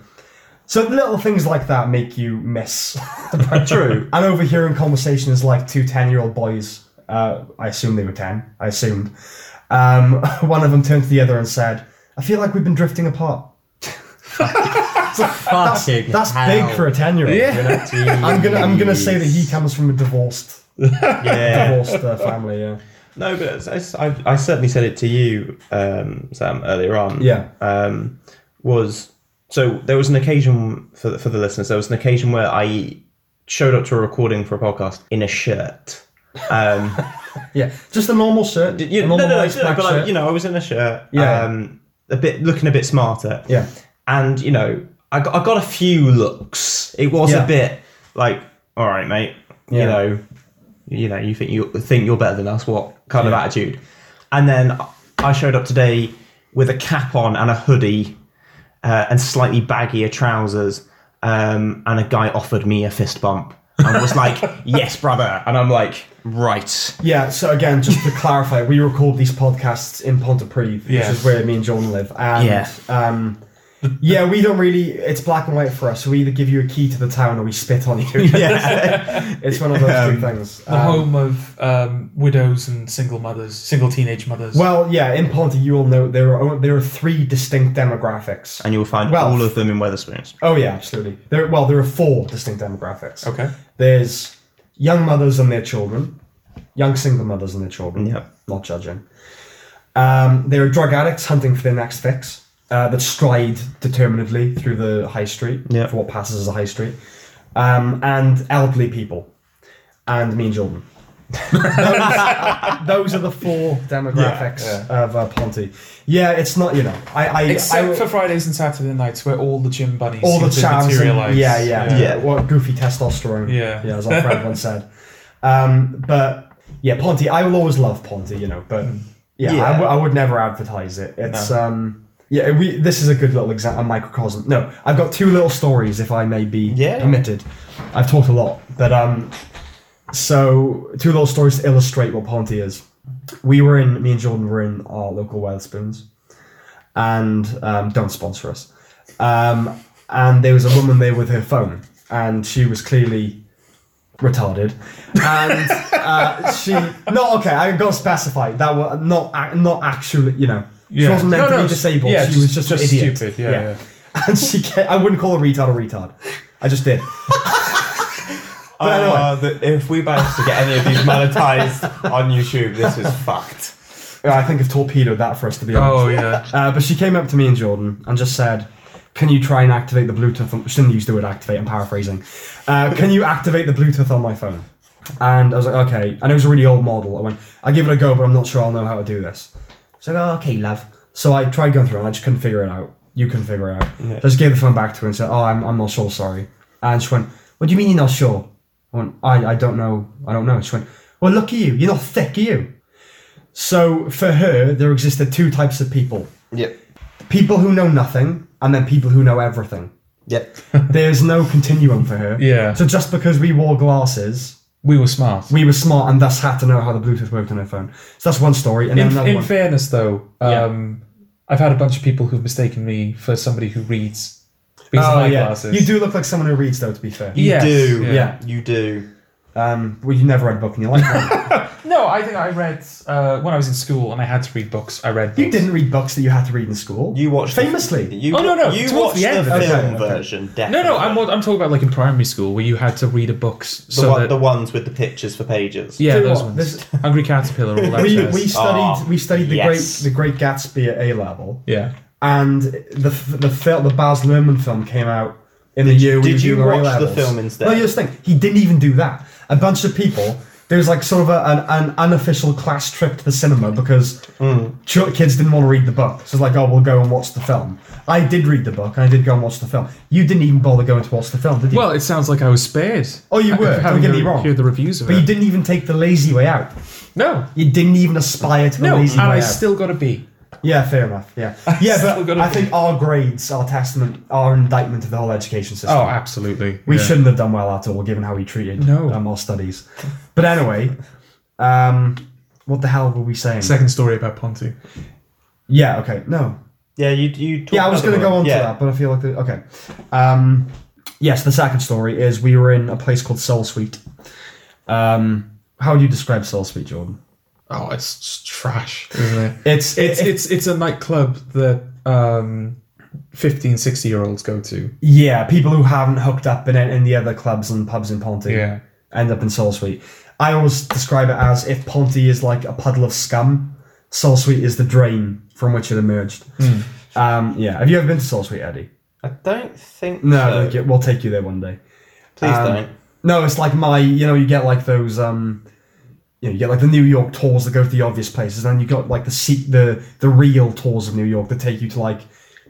Speaker 1: So little things like that make you miss.
Speaker 3: True.
Speaker 1: And overhearing conversations like two 10 year old boys, uh, I assume they were 10, I assumed. Um, one of them turned to the other and said, I feel like we've been drifting apart.
Speaker 4: Fucking
Speaker 1: That's
Speaker 4: hell.
Speaker 1: big for a 10 year old. I'm gonna, I'm gonna say that he comes from a divorced,
Speaker 3: Yeah.
Speaker 1: divorced uh, family. Yeah,
Speaker 3: no, but it's, it's, I, I certainly said it to you, um, Sam, earlier on.
Speaker 1: yeah,
Speaker 3: um, was so there was an occasion for the, for the listeners. There was an occasion where I showed up to a recording for a podcast in a shirt. Um,
Speaker 1: yeah. Just a normal shirt,
Speaker 3: you,
Speaker 1: a
Speaker 3: no, no,
Speaker 1: normal
Speaker 3: no,
Speaker 1: nice
Speaker 3: no,
Speaker 1: black
Speaker 3: but I,
Speaker 1: shirt.
Speaker 3: you know, I was in a shirt.
Speaker 1: Yeah.
Speaker 3: Um, a bit looking a bit smarter.
Speaker 1: Yeah.
Speaker 3: And you know, I got, I got a few looks. It was
Speaker 1: Yeah.
Speaker 3: a bit like, all right, mate.
Speaker 1: Yeah.
Speaker 3: You know, you know, you think you think you're better than us. What kind of attitude? And then I showed up today with a cap on and a hoodie uh, and slightly baggier trousers. Um, and a guy offered me a fist bump and was like, "Yes, brother." And I'm like, "Right."
Speaker 1: Yeah, so again, just to clarify, we record these podcasts in Pontypridd,
Speaker 2: Yes.
Speaker 1: which is where me and John live. And
Speaker 3: Yeah.
Speaker 1: um yeah, we don't really it's black and white for us. We either give you a key to the town or we spit on you.
Speaker 3: Yeah.
Speaker 1: It's one of those two things.
Speaker 2: The
Speaker 1: Um,
Speaker 2: home of um, widows and single mothers, single teenage mothers.
Speaker 1: well, yeah, in Ponty you'll know there are there are three distinct demographics.
Speaker 3: and you'll find
Speaker 1: Well,
Speaker 3: all of them in Weatherspoons.
Speaker 1: Oh yeah, absolutely. There well, there are four distinct demographics.
Speaker 2: okay.
Speaker 1: There's young mothers and their children, young single mothers and their children.
Speaker 3: Yep.
Speaker 1: Not judging. Um, there are drug addicts hunting for their next fix uh, that stride determinedly through the high street
Speaker 3: Yep.
Speaker 1: for what passes as a high street, um, and elderly people, and me and Jordan. those, those are the four demographics of uh, Ponty. Yeah, it's not you know. I, I
Speaker 2: Except
Speaker 1: I,
Speaker 2: for Fridays and Saturday nights, where all the gym bunnies
Speaker 1: all the
Speaker 2: seem to
Speaker 1: chance
Speaker 2: materialize.
Speaker 1: and, yeah, yeah, yeah,
Speaker 3: Yeah.
Speaker 1: What goofy testosterone.
Speaker 2: Yeah.
Speaker 1: yeah, as our friend once said. Um, but yeah, Ponty. I will always love Ponty, you know.
Speaker 2: Mm.
Speaker 1: But yeah, I
Speaker 3: Yeah.
Speaker 1: I, w- I would never advertise it. It's um, yeah. We this is a good little example, a microcosm. No, I've got two little stories, if I may be
Speaker 3: Yeah.
Speaker 1: permitted. I've talked a lot, but um, so two little stories to illustrate what Ponty is. We were in me and Jordan were in our local Wetherspoons, and um, don't sponsor us. Um, and there was a woman there with her phone, and she was clearly retarded, and uh, she no okay. I got to specify that was not ac- not actually you know she
Speaker 2: Yeah.
Speaker 1: wasn't meant
Speaker 2: No,
Speaker 1: to
Speaker 2: no,
Speaker 1: be disabled.
Speaker 2: yeah,
Speaker 1: she
Speaker 2: just-
Speaker 1: was just, an
Speaker 2: just
Speaker 1: idiot.
Speaker 2: stupid, yeah, yeah.
Speaker 1: and she ca- I wouldn't call her retard a retard. I just did. But anyway.
Speaker 3: Uh, the- if we manage to get any of these monetized on YouTube, this is fucked.
Speaker 1: Yeah, I think have torpedoed that for us to be honest.
Speaker 2: Oh yeah.
Speaker 1: Uh, but she came up to me and Jordan and just said, "Can you try and activate the Bluetooth?" On, she didn't use the word activate. I'm paraphrasing. Uh, Can you activate the Bluetooth on my phone? And I was like, "Okay." And it was a really old model. I went, "I give it a go, but I'm not sure I'll know how to do this." She's like, oh, "Okay, love." So I tried going through, and I just couldn't figure it out. You couldn't figure it out.
Speaker 3: Yeah.
Speaker 1: Just gave the phone back to her and said, "Oh, I'm, I'm not sure. Sorry." And she went, "What do you mean you're not sure?" I went, "I, I don't know. I don't know." She went, "Well, look at you. You're not thick, are you?" So for her, there existed two types of people
Speaker 3: Yep.
Speaker 1: people who know nothing and then people who know everything.
Speaker 3: Yep.
Speaker 1: There's no continuum for her.
Speaker 2: Yeah.
Speaker 1: So just because we wore glasses,
Speaker 2: We were smart.
Speaker 1: we were smart and thus had to know how the Bluetooth worked on her phone. So that's one story. And then
Speaker 2: in,
Speaker 1: another
Speaker 2: in
Speaker 1: one.
Speaker 2: fairness though um, i've had a bunch of people who've mistaken me for somebody who reads because of
Speaker 1: oh,
Speaker 2: my
Speaker 1: yeah.
Speaker 2: glasses
Speaker 1: You do look like someone who reads, though, to be fair.
Speaker 3: You
Speaker 2: Yes,
Speaker 3: do.
Speaker 2: yeah.
Speaker 1: Yeah.
Speaker 3: You do.
Speaker 1: Um, well, you never read a book in your life.
Speaker 2: no i think i read uh, when i was in school and i had to read books i read books.
Speaker 1: you didn't read books that you had to read in school.
Speaker 3: You watched The,
Speaker 1: Famously.
Speaker 3: you,
Speaker 2: Oh, no, no,
Speaker 3: You
Speaker 2: towards
Speaker 3: watched
Speaker 2: the
Speaker 3: the,
Speaker 2: end.
Speaker 3: film
Speaker 1: Okay, okay.
Speaker 3: version.
Speaker 2: no
Speaker 3: Definitely.
Speaker 2: no I'm, I'm talking about like in primary school where you had to read a books
Speaker 3: the,
Speaker 2: so
Speaker 3: one,
Speaker 2: that,
Speaker 3: the ones with the pictures for pages.
Speaker 2: yeah
Speaker 1: Tell you
Speaker 2: those
Speaker 1: what,
Speaker 2: ones
Speaker 1: this-
Speaker 2: hungry caterpillar all that
Speaker 1: We,
Speaker 2: jazz.
Speaker 1: we studied
Speaker 3: Ah,
Speaker 1: we studied the
Speaker 3: yes.
Speaker 1: great the Great Gatsby at A level,
Speaker 2: yeah
Speaker 1: and the the film the Baz Luhrmann film came out in the year we were
Speaker 3: did you
Speaker 1: doing our
Speaker 3: watch the
Speaker 1: A-levels.
Speaker 3: film instead?
Speaker 1: No, here's the thing. He didn't even do that. A bunch of people. There was like sort of a, an, an unofficial class trip to the cinema because
Speaker 3: Hmm.
Speaker 1: ch- kids didn't want to read the book. So it's like, oh, we'll go and watch the film. I did read the book. and I did go and watch the film. You didn't even bother going to watch the film, did you?
Speaker 2: well it sounds like i was spared
Speaker 1: Oh, you
Speaker 2: I-
Speaker 1: were,
Speaker 2: having
Speaker 1: don't get me
Speaker 2: to
Speaker 1: wrong.
Speaker 2: hear the reviews of
Speaker 1: but
Speaker 2: it
Speaker 1: you didn't even take the lazy way out.
Speaker 2: no
Speaker 1: You didn't even aspire to the
Speaker 2: no and
Speaker 1: lazy way
Speaker 2: i
Speaker 1: out.
Speaker 2: still got a b
Speaker 1: yeah, fair enough. Yeah, yeah,
Speaker 2: still
Speaker 1: but
Speaker 2: gotta
Speaker 1: I
Speaker 2: be-
Speaker 1: think our grades are testament, are indictment of the whole education system.
Speaker 2: oh absolutely
Speaker 1: We
Speaker 2: Yeah.
Speaker 1: shouldn't have done well at all, given how we treated
Speaker 2: No.
Speaker 1: um, our studies. But anyway, um, what the hell were we saying?
Speaker 2: second story about ponty
Speaker 1: yeah, okay, no.
Speaker 3: Yeah, you. you talked
Speaker 1: Yeah, I was
Speaker 3: about
Speaker 1: going to go
Speaker 3: the one-
Speaker 1: on
Speaker 3: yeah.
Speaker 1: to that, but I feel like, the, okay. Um, yes, the second story is we were in a place called Soul Suite. Um, how would you describe Soul Suite, Jordan?
Speaker 2: oh it's just trash isn't it
Speaker 1: It's,
Speaker 2: it's it's it's a nightclub that um 15 60 year olds go to
Speaker 1: yeah, people who haven't hooked up in, in the other clubs and pubs in Ponty
Speaker 2: Yeah.
Speaker 1: end up in Soul Suite. I always describe it as if Ponty is like a puddle of scum, Soul Suite is the drain from which it emerged.
Speaker 3: Hmm.
Speaker 1: Um, yeah, have you ever been to Soul Suite, Eddie?
Speaker 3: I don't think.
Speaker 1: No,
Speaker 3: so.
Speaker 1: don't get- we'll take you there one day.
Speaker 3: please
Speaker 1: um,
Speaker 3: don't.
Speaker 1: No, it's like my, you know, you get like those, um, you know, you get like the New York tours that go to the obvious places, and you got like the se- the the real tours of New York that take you to like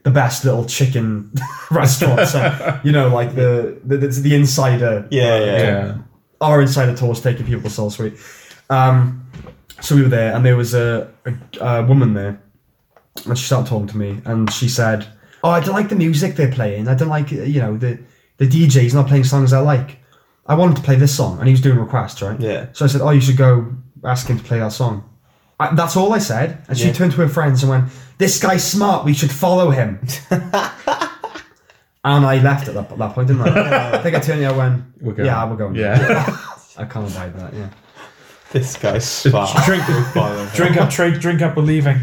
Speaker 1: the best little chicken restaurants, so, you know, like the the, the, the insider.
Speaker 3: Yeah, yeah.
Speaker 1: our insider tours taking people to Soul Suite. Um, so we were there, and there was a, a, a woman there, and she started talking to me, and she said, "Oh, I don't like the music they're playing. I don't like, uh, you know, the the DJ's not playing songs I like. I wanted to play this song, and he was doing requests, right?
Speaker 3: Yeah.
Speaker 1: So I said, "Oh, you should go ask him to play that song." I, that's all I said, and she
Speaker 3: Yeah.
Speaker 1: turned to her friends and went, "This guy's smart. We should follow him." and I left at that, that point, didn't I? I think I turned to her and went,
Speaker 2: We're going.
Speaker 1: "Yeah, we're going."
Speaker 2: yeah
Speaker 1: I can't abide that. Yeah.
Speaker 3: This guy's smart.
Speaker 2: drink drink up drink drink up we're leaving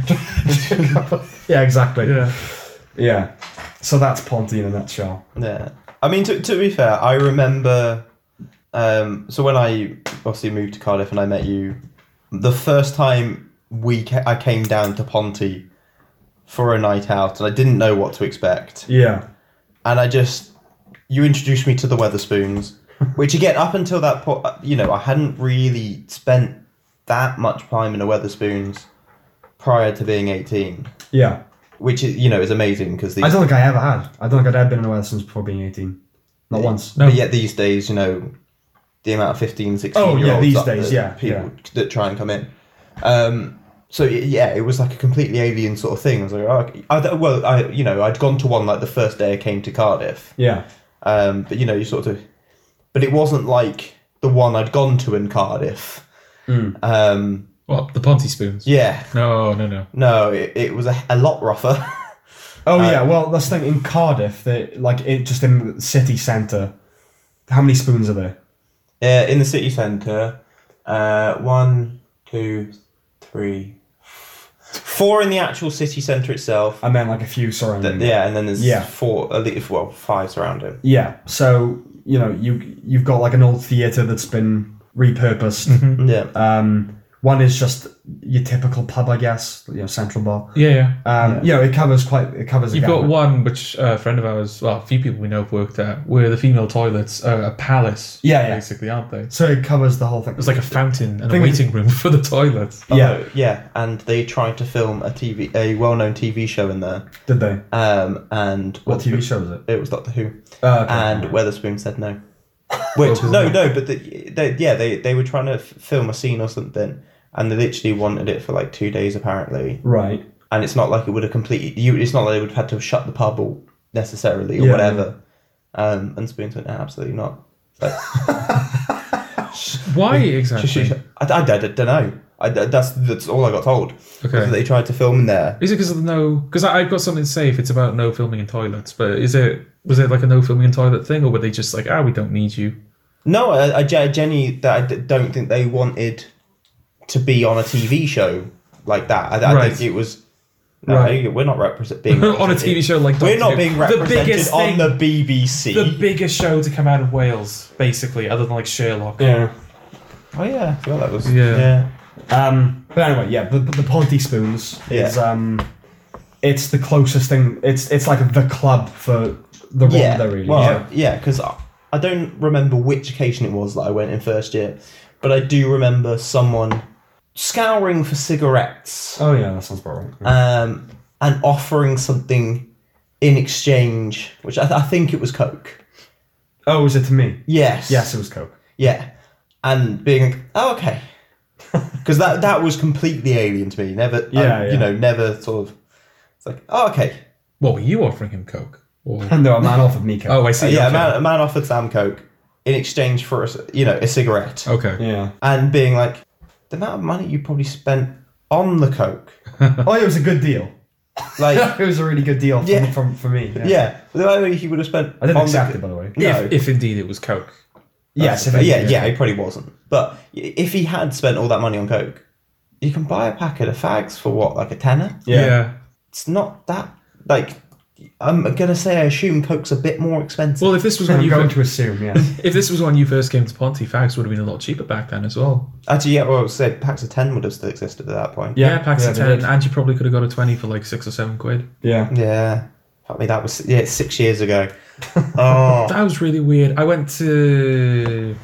Speaker 1: Yeah, exactly.
Speaker 2: yeah
Speaker 1: Yeah. So that's Ponty in a nutshell.
Speaker 3: Yeah. I mean, to, to be fair, I remember. Um, so when I obviously moved to Cardiff and I met you, the first time we ca- I came down to Ponty for a night out, and I didn't know what to expect.
Speaker 1: Yeah.
Speaker 3: and I just you introduced me to the Weatherspoons, which again up until that point, you know, I hadn't really spent that much time in a Weatherspoons prior to being eighteen,
Speaker 1: Yeah.
Speaker 3: which is you know is amazing because
Speaker 1: I
Speaker 3: these
Speaker 1: don't think I ever had. I don't think I'd ever been in a Welsh since before being 18. Not once.
Speaker 2: No.
Speaker 3: but yet these days you know the amount of 15, 16
Speaker 1: Oh,
Speaker 3: year
Speaker 1: yeah,
Speaker 3: olds
Speaker 1: these
Speaker 3: up
Speaker 1: days,
Speaker 3: that-
Speaker 1: yeah,
Speaker 3: people that try and come in. Um, so y- yeah, it was like a completely alien sort of thing. I was like, oh, okay. I, don't- well, I you know I'd gone to one like the first day I came to Cardiff.
Speaker 1: Yeah.
Speaker 3: Um, but you know, you sort of, but it wasn't like the one I'd gone to in Cardiff.
Speaker 1: Hmm.
Speaker 3: Um,
Speaker 2: what the ponty spoons
Speaker 3: yeah,
Speaker 2: no no no
Speaker 3: no, it, it was a, a lot rougher.
Speaker 1: Oh, yeah. Well, that's the thing. In Cardiff, they, like, it just in the city centre, how many spoons are there?
Speaker 3: uh, in the city centre, uh, one, two, three, four in the actual city centre itself.
Speaker 1: I meant like a few surrounding.
Speaker 3: Yeah, and then there's
Speaker 1: Yeah.
Speaker 3: four, at least, well, five surrounding.
Speaker 1: Yeah. So you know you you've got like an old theater that's been repurposed.
Speaker 3: Yeah.
Speaker 1: Um, one is just your typical pub, I guess, you know, Central Bar.
Speaker 2: Yeah, yeah.
Speaker 1: Um, You know, it covers quite. It covers. a
Speaker 2: You've got
Speaker 1: gamut.
Speaker 2: one which uh, a friend of ours, well, a few people we know have worked at, where the female toilets are a palace.
Speaker 1: Yeah, yeah.
Speaker 2: Basically, aren't they?
Speaker 1: So it covers the whole thing.
Speaker 2: It's like a fountain and a
Speaker 1: Thing is-
Speaker 2: waiting room for the toilets.
Speaker 1: yeah,
Speaker 3: Oh, yeah. And they tried to film a TV, a well-known TV show in there.
Speaker 1: did they?
Speaker 3: Um, and
Speaker 1: What TV show is it?
Speaker 3: It was Doctor Who.
Speaker 1: Uh, okay.
Speaker 3: and Weatherspoon said no. Which
Speaker 2: Oh,
Speaker 3: no, no, but the, they, yeah, they they were trying to f- film a scene or something, and they literally wanted it for like two days apparently.
Speaker 1: right.
Speaker 3: And it's not like it would have completely. You, it's not like they would have had to shut the pub or necessarily or
Speaker 1: Yeah.
Speaker 3: whatever. Um, and Spoon said no, absolutely not. Like,
Speaker 2: Why exactly?
Speaker 3: I, I, don't know. I, that's that's all I got told.
Speaker 2: Okay.
Speaker 3: They tried to film in there.
Speaker 2: Is it because of the no? Because I've got something to say if it's about no filming in toilets. But is it was it like a no filming in toilet thing, or were they just like, ah, we don't need you?
Speaker 3: No, I, I, gen- Jenny, that I d- don't think they wanted to be on a TV show like that. I, I
Speaker 2: Right.
Speaker 3: think it was. No,
Speaker 2: Right.
Speaker 3: we're not represent- being
Speaker 2: On a
Speaker 3: represented-
Speaker 2: TV show like Doctor
Speaker 3: we're not
Speaker 2: Who.
Speaker 3: being
Speaker 2: The
Speaker 3: represented
Speaker 2: biggest
Speaker 3: on
Speaker 2: thing-
Speaker 3: the BBC.
Speaker 2: The biggest show to come out of Wales, basically, other than like Sherlock.
Speaker 1: Yeah.
Speaker 3: oh yeah, I forgot that was
Speaker 2: Yeah.
Speaker 1: Um, but anyway, yeah, the, the Ponty Spoons is
Speaker 3: Yeah.
Speaker 1: um, it's the closest thing. It's it's like the club for the
Speaker 3: Yeah,
Speaker 1: Ronda, really.
Speaker 3: well, yeah, because I, I don't remember which occasion it was that I went in first year, but I do remember someone scouring for cigarettes.
Speaker 1: Oh yeah, that sounds about right.
Speaker 3: um, and offering something in exchange, which I, th- I think it was Coke.
Speaker 1: oh, was it to me?
Speaker 3: Yes.
Speaker 1: Yes, it was Coke.
Speaker 3: Yeah. And being like, oh, okay. Because that, that was completely alien to me. Never,
Speaker 1: Yeah,
Speaker 3: yeah,
Speaker 1: yeah.
Speaker 3: you know, never sort of. It's like, oh, okay.
Speaker 2: What were you offering him coke? Or...
Speaker 1: No, a man offered me Coke.
Speaker 2: Oh, I see.
Speaker 3: yeah, a,
Speaker 2: okay.
Speaker 3: man, a man offered Sam Coke in exchange for, a, c- you know, a cigarette.
Speaker 2: Okay.
Speaker 1: yeah.
Speaker 3: And being like, the amount of money you probably spent on the Coke.
Speaker 1: oh, it was a good deal.
Speaker 3: Like,
Speaker 1: It was a really good deal for,
Speaker 3: Yeah.
Speaker 1: from, for me. Yeah.
Speaker 3: yeah. The amount of money he would have spent
Speaker 1: I didn't
Speaker 3: on
Speaker 1: accept
Speaker 3: the,
Speaker 1: it, by the way.
Speaker 3: No.
Speaker 2: If, if indeed it was coke.
Speaker 1: Yes, if
Speaker 3: But
Speaker 1: it-
Speaker 3: yeah, yeah, he probably wasn't. But y- if he had spent all that money on coke, you can buy a packet of fags for what, like a tenner?
Speaker 1: Yeah.
Speaker 3: It's not that like. I'm gonna say I assume coke's a bit more expensive.
Speaker 2: Well, if this was when
Speaker 1: I'm
Speaker 2: you
Speaker 1: going
Speaker 2: fir-
Speaker 1: to assume, yeah.
Speaker 2: if this was when you first came to Ponty, fags would have been a lot cheaper back then as well.
Speaker 3: Actually, yeah, well, I would say packs of ten would have still existed at that point.
Speaker 1: Yeah,
Speaker 2: Yeah, packs
Speaker 1: yeah,
Speaker 2: of
Speaker 1: they
Speaker 2: ten,
Speaker 1: did.
Speaker 2: and you probably could have got a twenty for like six or seven quid.
Speaker 1: yeah.
Speaker 3: Yeah. Fuck me, that was yeah it's six years ago. Oh,
Speaker 2: That was really weird. I went to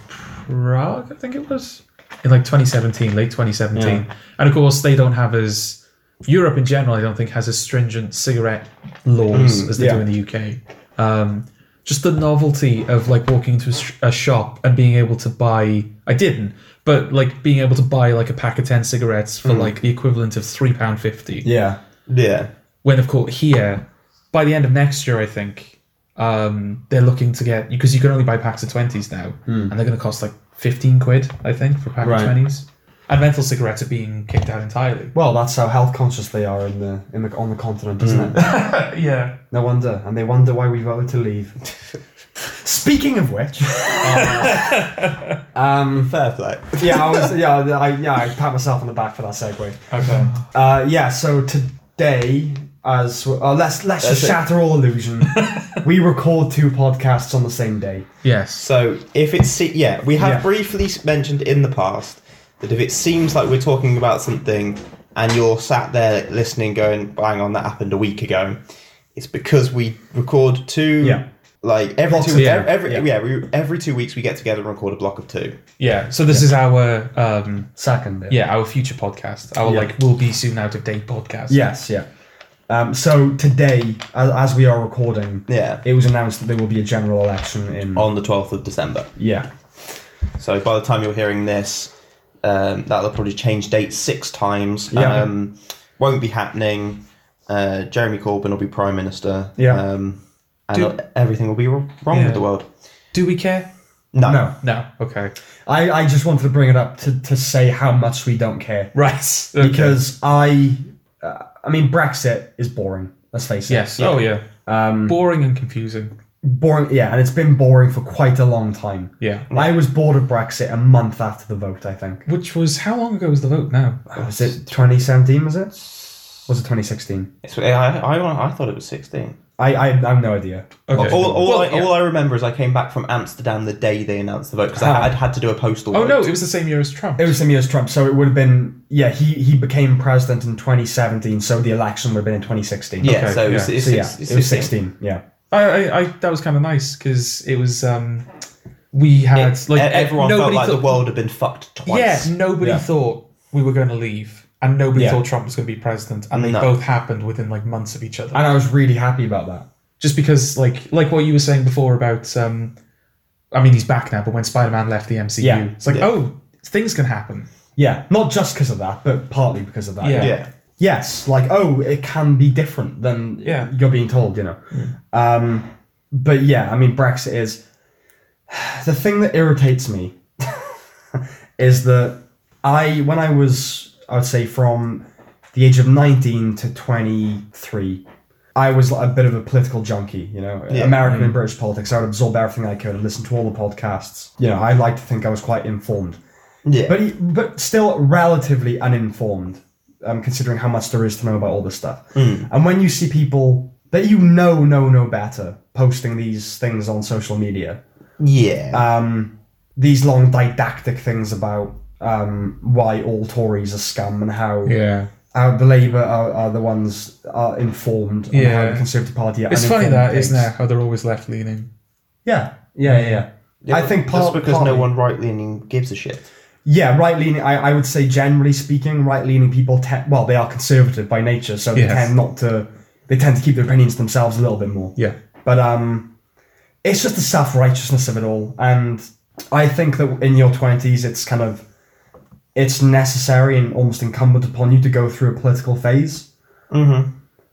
Speaker 2: Prague, I think it was, in like 2017, late 2017. And of course, they don't have as Europe in general. I don't think has as stringent cigarette laws as they
Speaker 1: yeah.
Speaker 2: do in the UK. Um, just the novelty of like walking into a, sh- a shop and being able to buy. I didn't, but like being able to buy like a pack of ten cigarettes for like the equivalent of three pound fifty
Speaker 1: Yeah.
Speaker 3: yeah.
Speaker 2: when of course here by the end of next year i think um, they're looking to get because you can only buy packs of 20s now and they're going to cost like 15 quid i think for a pack
Speaker 1: Right.
Speaker 2: of 20s and menthol cigarettes are being kicked out entirely
Speaker 1: Well, that's how health conscious they are in the in the on the continent, isn't it?
Speaker 2: yeah
Speaker 1: No wonder, and they wonder why we voted to leave. Speaking of which, um,
Speaker 3: Fair play.
Speaker 1: yeah, I was, yeah, I, yeah, I pat myself on the back for that segue.
Speaker 2: okay
Speaker 1: Uh, yeah, so today, as uh, let's let's
Speaker 3: That's
Speaker 1: just
Speaker 3: it.
Speaker 1: shatter all illusion. we record two podcasts on the same day.
Speaker 2: yes
Speaker 3: So if it's se- yeah, we have
Speaker 1: Yeah.
Speaker 3: briefly s- mentioned in the past that if it seems like we're talking about something and you're sat there listening, going, "Bang on, that happened a week ago," it's because we record two.
Speaker 1: Yeah.
Speaker 3: Like every
Speaker 1: Blocks
Speaker 3: two,
Speaker 1: of
Speaker 2: two,
Speaker 3: every, every-
Speaker 1: yeah.
Speaker 3: yeah, we, every two weeks we get together and record a block of two.
Speaker 2: yeah so this is our um
Speaker 1: Second,
Speaker 2: yeah our future podcast our
Speaker 1: Yeah.
Speaker 2: like will be soon out of date podcast
Speaker 1: Yes, yeah. Um, so today, as, as we are recording,
Speaker 3: Yeah,
Speaker 1: it was announced that there will be a general election in.
Speaker 2: Oh.
Speaker 3: on the twelfth of December.
Speaker 1: Yeah,
Speaker 3: So by the time you're hearing this, um, that'll probably change date six times.
Speaker 1: Yeah.
Speaker 3: Um, won't be happening. Uh, Jeremy Corbyn will be prime minister.
Speaker 1: Yeah.
Speaker 3: Um, and
Speaker 2: Do-
Speaker 3: everything will be wrong wrong
Speaker 2: Yeah.
Speaker 3: with the world.
Speaker 2: do we care
Speaker 3: No.
Speaker 1: no,
Speaker 2: no okay
Speaker 1: I, I just wanted to bring it up to, to say how much we don't care
Speaker 2: right
Speaker 1: because I, uh, I mean Brexit is boring. Let's face it.
Speaker 2: yes oh yeah um boring and confusing
Speaker 1: boring. Yeah, and it's been boring for quite a long time.
Speaker 2: yeah
Speaker 1: I was bored of Brexit a month after the vote. I think
Speaker 2: which was how long ago was the vote now
Speaker 1: was it 2017? Was it? Was it 2016?
Speaker 3: It's, I, I, I thought it was 16.
Speaker 1: I, I, I have no idea.
Speaker 2: Okay.
Speaker 3: All, all,
Speaker 2: Well,
Speaker 3: I,
Speaker 2: yeah.
Speaker 3: all I remember is I came back from Amsterdam the day they announced the vote because I
Speaker 1: Ah.
Speaker 3: had had to do a postal
Speaker 2: Oh
Speaker 3: vote.
Speaker 2: no, it was the same year as Trump.
Speaker 1: It was same year as Trump, so it would have been yeah. He he became president in 2017, so the election would have been in 2016.
Speaker 3: Yeah,
Speaker 2: Okay,
Speaker 3: so it's,
Speaker 2: yeah.
Speaker 3: it's,
Speaker 1: so yeah,
Speaker 3: it's- it's
Speaker 1: it was
Speaker 3: 16.
Speaker 1: 16. Yeah,
Speaker 2: I, I, I that was kind of nice because it was um, we had
Speaker 3: It-
Speaker 2: like
Speaker 3: e- everyone felt
Speaker 2: nobody
Speaker 3: like the
Speaker 2: thought-
Speaker 3: world had been fucked
Speaker 2: Yeah,
Speaker 3: twice.
Speaker 2: nobody
Speaker 1: Yeah.
Speaker 2: thought we were going to leave, and nobody
Speaker 1: Yeah.
Speaker 2: thought Trump was going to be president, and they
Speaker 3: No.
Speaker 2: both happened within like months of each other.
Speaker 1: and I was really happy about that.
Speaker 2: Just because, like, like what you were saying before about, um, I mean, he's back now, but when Spider-Man left the MCU,
Speaker 1: Yeah.
Speaker 2: it's like,
Speaker 3: Yeah.
Speaker 2: oh, things can happen.
Speaker 1: Yeah, not just because of that, but partly because of that.
Speaker 2: Yeah.
Speaker 3: Yeah.
Speaker 1: Yes, like oh, it can be different than
Speaker 2: Yeah.
Speaker 1: you're being told, you know. Um, but yeah, I mean, Brexit is the thing that irritates me is that I, when I was, I would say from the age of 19 to 23, I was like a bit of a political junkie, you know,
Speaker 3: Yeah.
Speaker 1: American and British politics. I would absorb everything I could and listen to all the podcasts. You know, I like to think I was quite informed
Speaker 3: Yeah.
Speaker 1: but he, but still relatively uninformed, um, considering how much there is to know about all this stuff.
Speaker 2: Hmm.
Speaker 1: And when you see people that you know know no better posting these things on social media,
Speaker 3: yeah.
Speaker 1: um, these long didactic things about um, why all Tories are scum and how
Speaker 2: Yeah,
Speaker 1: how the Labour are, are the ones are informed and how
Speaker 2: Yeah.
Speaker 1: the Conservative Party are.
Speaker 2: it's funny
Speaker 1: uninformed
Speaker 2: that,
Speaker 1: pigs.
Speaker 2: isn't it? How they're always left-leaning.
Speaker 1: Yeah, yeah, yeah. yeah. I think part,
Speaker 3: that's because
Speaker 1: partly-
Speaker 3: no one right leaning gives a shit.
Speaker 1: Yeah, right leaning. I, I would say generally speaking, right leaning people tend well, they are conservative by nature, so they
Speaker 2: Yes.
Speaker 1: tend not to. They tend to keep their opinions to themselves a little bit more.
Speaker 2: Yeah,
Speaker 1: But um, it's just the self righteousness of it all, and I think that in your twenties, it's kind of it's necessary and almost incumbent upon you to go through a political phase.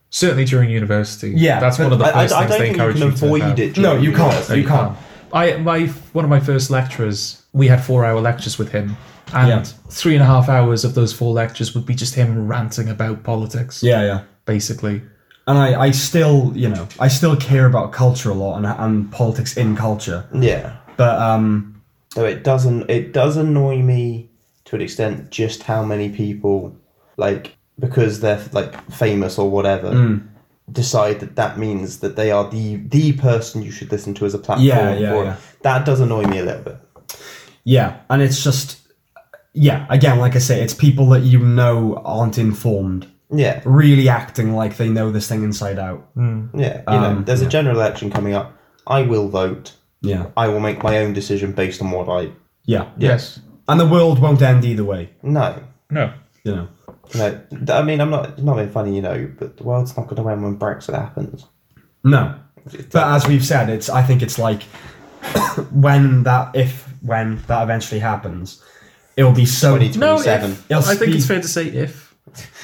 Speaker 2: certainly during university.
Speaker 1: Yeah,
Speaker 2: that's
Speaker 1: but
Speaker 2: one of the
Speaker 3: I,
Speaker 2: first
Speaker 3: I, I
Speaker 2: things
Speaker 3: don't
Speaker 2: they
Speaker 3: think you
Speaker 2: encourage
Speaker 3: can
Speaker 2: you to have.
Speaker 3: avoid it.
Speaker 1: No, you
Speaker 3: generally.
Speaker 1: can't. You can't.
Speaker 2: I my one of my first lecturers, we had four hour lectures with him, and
Speaker 1: Yeah.
Speaker 2: three and a half hours of those four lectures would be just him ranting about politics,
Speaker 1: Yeah, yeah.
Speaker 2: basically.
Speaker 1: And I, I still, you know, I still care about culture a lot and, and politics in culture.
Speaker 3: Yeah.
Speaker 1: But um,
Speaker 3: So it doesn't it does annoy me to an extent just how many people like because they're like famous or whatever
Speaker 1: Mm.
Speaker 3: decide that that means that they are the the person you should listen to as a platform.
Speaker 1: Yeah, yeah,
Speaker 3: for-
Speaker 1: yeah.
Speaker 3: That does annoy me a little bit.
Speaker 1: Yeah, and it's just, yeah, again, like I say, it's people that you know aren't informed,
Speaker 3: Yeah,
Speaker 1: really acting like they know this thing inside out.
Speaker 3: yeah. You know,
Speaker 1: Um,
Speaker 3: there's a general election coming up. I will vote.
Speaker 1: Yeah,
Speaker 3: I will make my own decision based on what I
Speaker 1: yeah,
Speaker 2: Yes.
Speaker 1: And the world won't end either way,
Speaker 3: know.
Speaker 2: No.
Speaker 1: you know.
Speaker 3: No, th- I mean I'm not not being funny, you know, but the world's not going to end when Brexit happens.
Speaker 1: No, but as we've said, it's I think it's like when that if when that eventually happens, it'll be so.
Speaker 3: 2027.
Speaker 1: It'll
Speaker 2: I think
Speaker 1: be-
Speaker 2: it's fair to say if.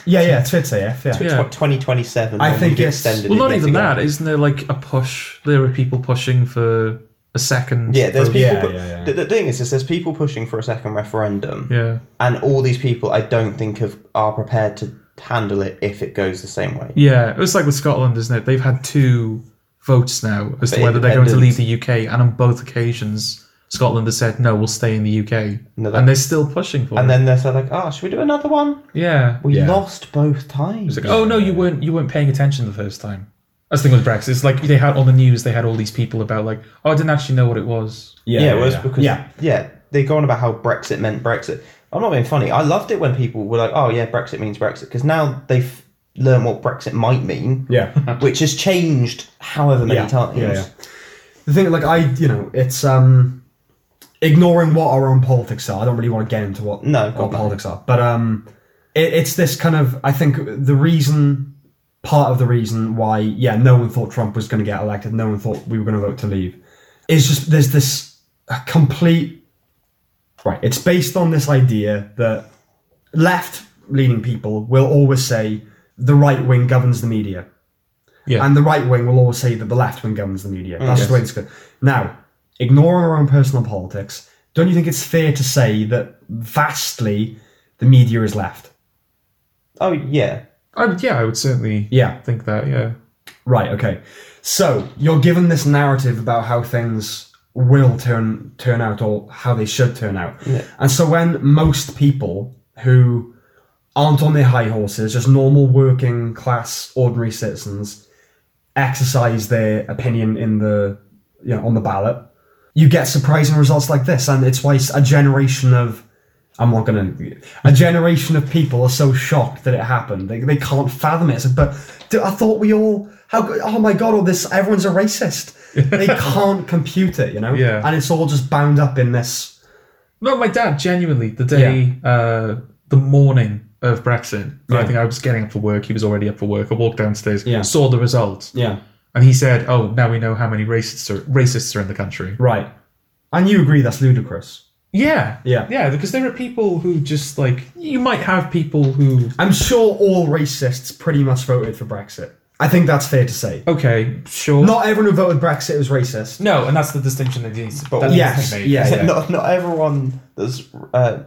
Speaker 1: Yeah, yeah, it's fair to say if, yeah.
Speaker 2: Yeah.
Speaker 3: Tw- 2027.
Speaker 1: I
Speaker 3: when
Speaker 1: think
Speaker 3: we've
Speaker 1: it's-
Speaker 3: extended
Speaker 2: Well,
Speaker 3: it
Speaker 2: not
Speaker 3: yet
Speaker 2: even
Speaker 3: again.
Speaker 2: that. Isn't there like a push? There are people pushing for a second.
Speaker 3: Yeah, there's
Speaker 2: vote.
Speaker 1: Oh,
Speaker 3: people.
Speaker 1: Yeah,
Speaker 3: pu-
Speaker 1: yeah, yeah.
Speaker 3: The, the thing is, is, there's people pushing for a second referendum,
Speaker 2: Yeah.
Speaker 3: and all these people, I don't think have are prepared to handle it if it goes the same way.
Speaker 2: Yeah. It was like with Scotland, isn't it? They've had two votes now as to whether they're going to leave the UK, and on both occasions, Scotland has said no, we'll stay in the UK,
Speaker 3: No, that-
Speaker 2: and they're still pushing for it.
Speaker 3: And then they're sort of like, "Oh, should we do another one?"
Speaker 2: Yeah.
Speaker 3: We
Speaker 1: Yeah.
Speaker 3: lost both times.
Speaker 2: It's like, oh no, you weren't you weren't paying attention the first time. That's the thing with Brexit. It's like they had on the news, they had all these people about like, oh, I didn't actually know what it was.
Speaker 3: yeah, it was
Speaker 1: yeah.
Speaker 3: because
Speaker 1: Yeah.
Speaker 3: yeah. they go on about how Brexit meant Brexit. I'm not being funny. I loved it when people were like, "Oh yeah, Brexit means Brexit," because now they've learned what Brexit might mean,
Speaker 1: Yeah.
Speaker 3: which has changed however many
Speaker 1: Yeah,
Speaker 3: times.
Speaker 1: yeah, yeah. the thing like i you know it's um ignoring what our own politics are i don't really want to get into what
Speaker 3: No,
Speaker 1: our
Speaker 3: God, no.
Speaker 1: politics are but um it, it's this kind of i think the reason part of the reason why yeah no one thought trump was going to get elected no one thought we were going to vote to leave is just there's this complete right it's based on this idea that left leaning people will always say the right wing governs the media
Speaker 2: Yeah.
Speaker 1: and the right wing will always say that the left wing governs the media. That's the way it's good. Now, ignoring our own personal politics, don't you think it's fair to say that vastly the media is left?
Speaker 3: Oh yeah,
Speaker 2: I would, yeah, I would certainly
Speaker 1: Yeah.
Speaker 2: think that. Yeah.
Speaker 1: Right. Okay. So you're given this narrative about how things will turn turn out or how they should turn out, and so when most people who aren't on their high horses, just normal working class, ordinary citizens, exercise their opinion in the you know on the ballot, you get surprising results like this, and it's why s- a generation of I'm not gonna a generation of people are so shocked that it happened they, they can't fathom it. It's like, but dude, I thought we all how oh my god all this everyone's a racist. they can't compute it, you know.
Speaker 2: Yeah.
Speaker 1: and it's all just bound up in this.
Speaker 2: No, my dad genuinely the day uh, the morning of Brexit. I
Speaker 1: Yeah.
Speaker 2: think I was getting up for work. He was already up for work. I walked downstairs,
Speaker 1: Yeah.
Speaker 2: saw the result,
Speaker 1: Yeah,
Speaker 2: and he said, "Oh, now we know how many racists are racists are in the country."
Speaker 1: right. And you agree that's ludicrous.
Speaker 2: Yeah,
Speaker 1: Yeah.
Speaker 2: yeah. Because there are people who just like you might have people who
Speaker 1: I'm sure all racists pretty much voted for Brexit. I think that's fair to say.
Speaker 2: okay, sure,
Speaker 1: Not everyone who voted Brexit was racist.
Speaker 2: no, and that's the distinction that needs.
Speaker 3: But
Speaker 2: that needs
Speaker 1: yes,
Speaker 2: to be made.
Speaker 1: yeah, yeah.
Speaker 3: Not, not everyone that's uh,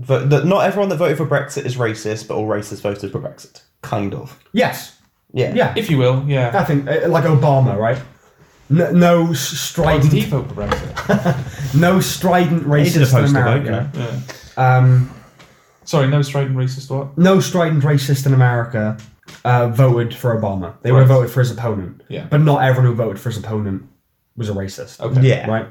Speaker 3: vo- that not everyone that voted for Brexit is racist, but all racists voted for Brexit. Kind of.
Speaker 1: Yes,
Speaker 3: Yeah.
Speaker 1: yeah.
Speaker 2: if you will, yeah.
Speaker 1: I think uh, like Obama, right? No, no s-
Speaker 2: Why did
Speaker 1: strident,
Speaker 2: he vote for Brexit?
Speaker 1: no strident
Speaker 3: He did
Speaker 1: racist in
Speaker 3: oppose the vote,
Speaker 1: America.
Speaker 3: yeah.
Speaker 2: Yeah.
Speaker 1: Um,
Speaker 2: Sorry, no strident racist. What?
Speaker 1: no strident racist in America uh, voted for Obama. They would have
Speaker 2: Right.
Speaker 1: voted for his opponent.
Speaker 2: Yeah.
Speaker 1: But not everyone who voted for his opponent was a racist.
Speaker 2: Okay.
Speaker 3: Yeah.
Speaker 1: Right.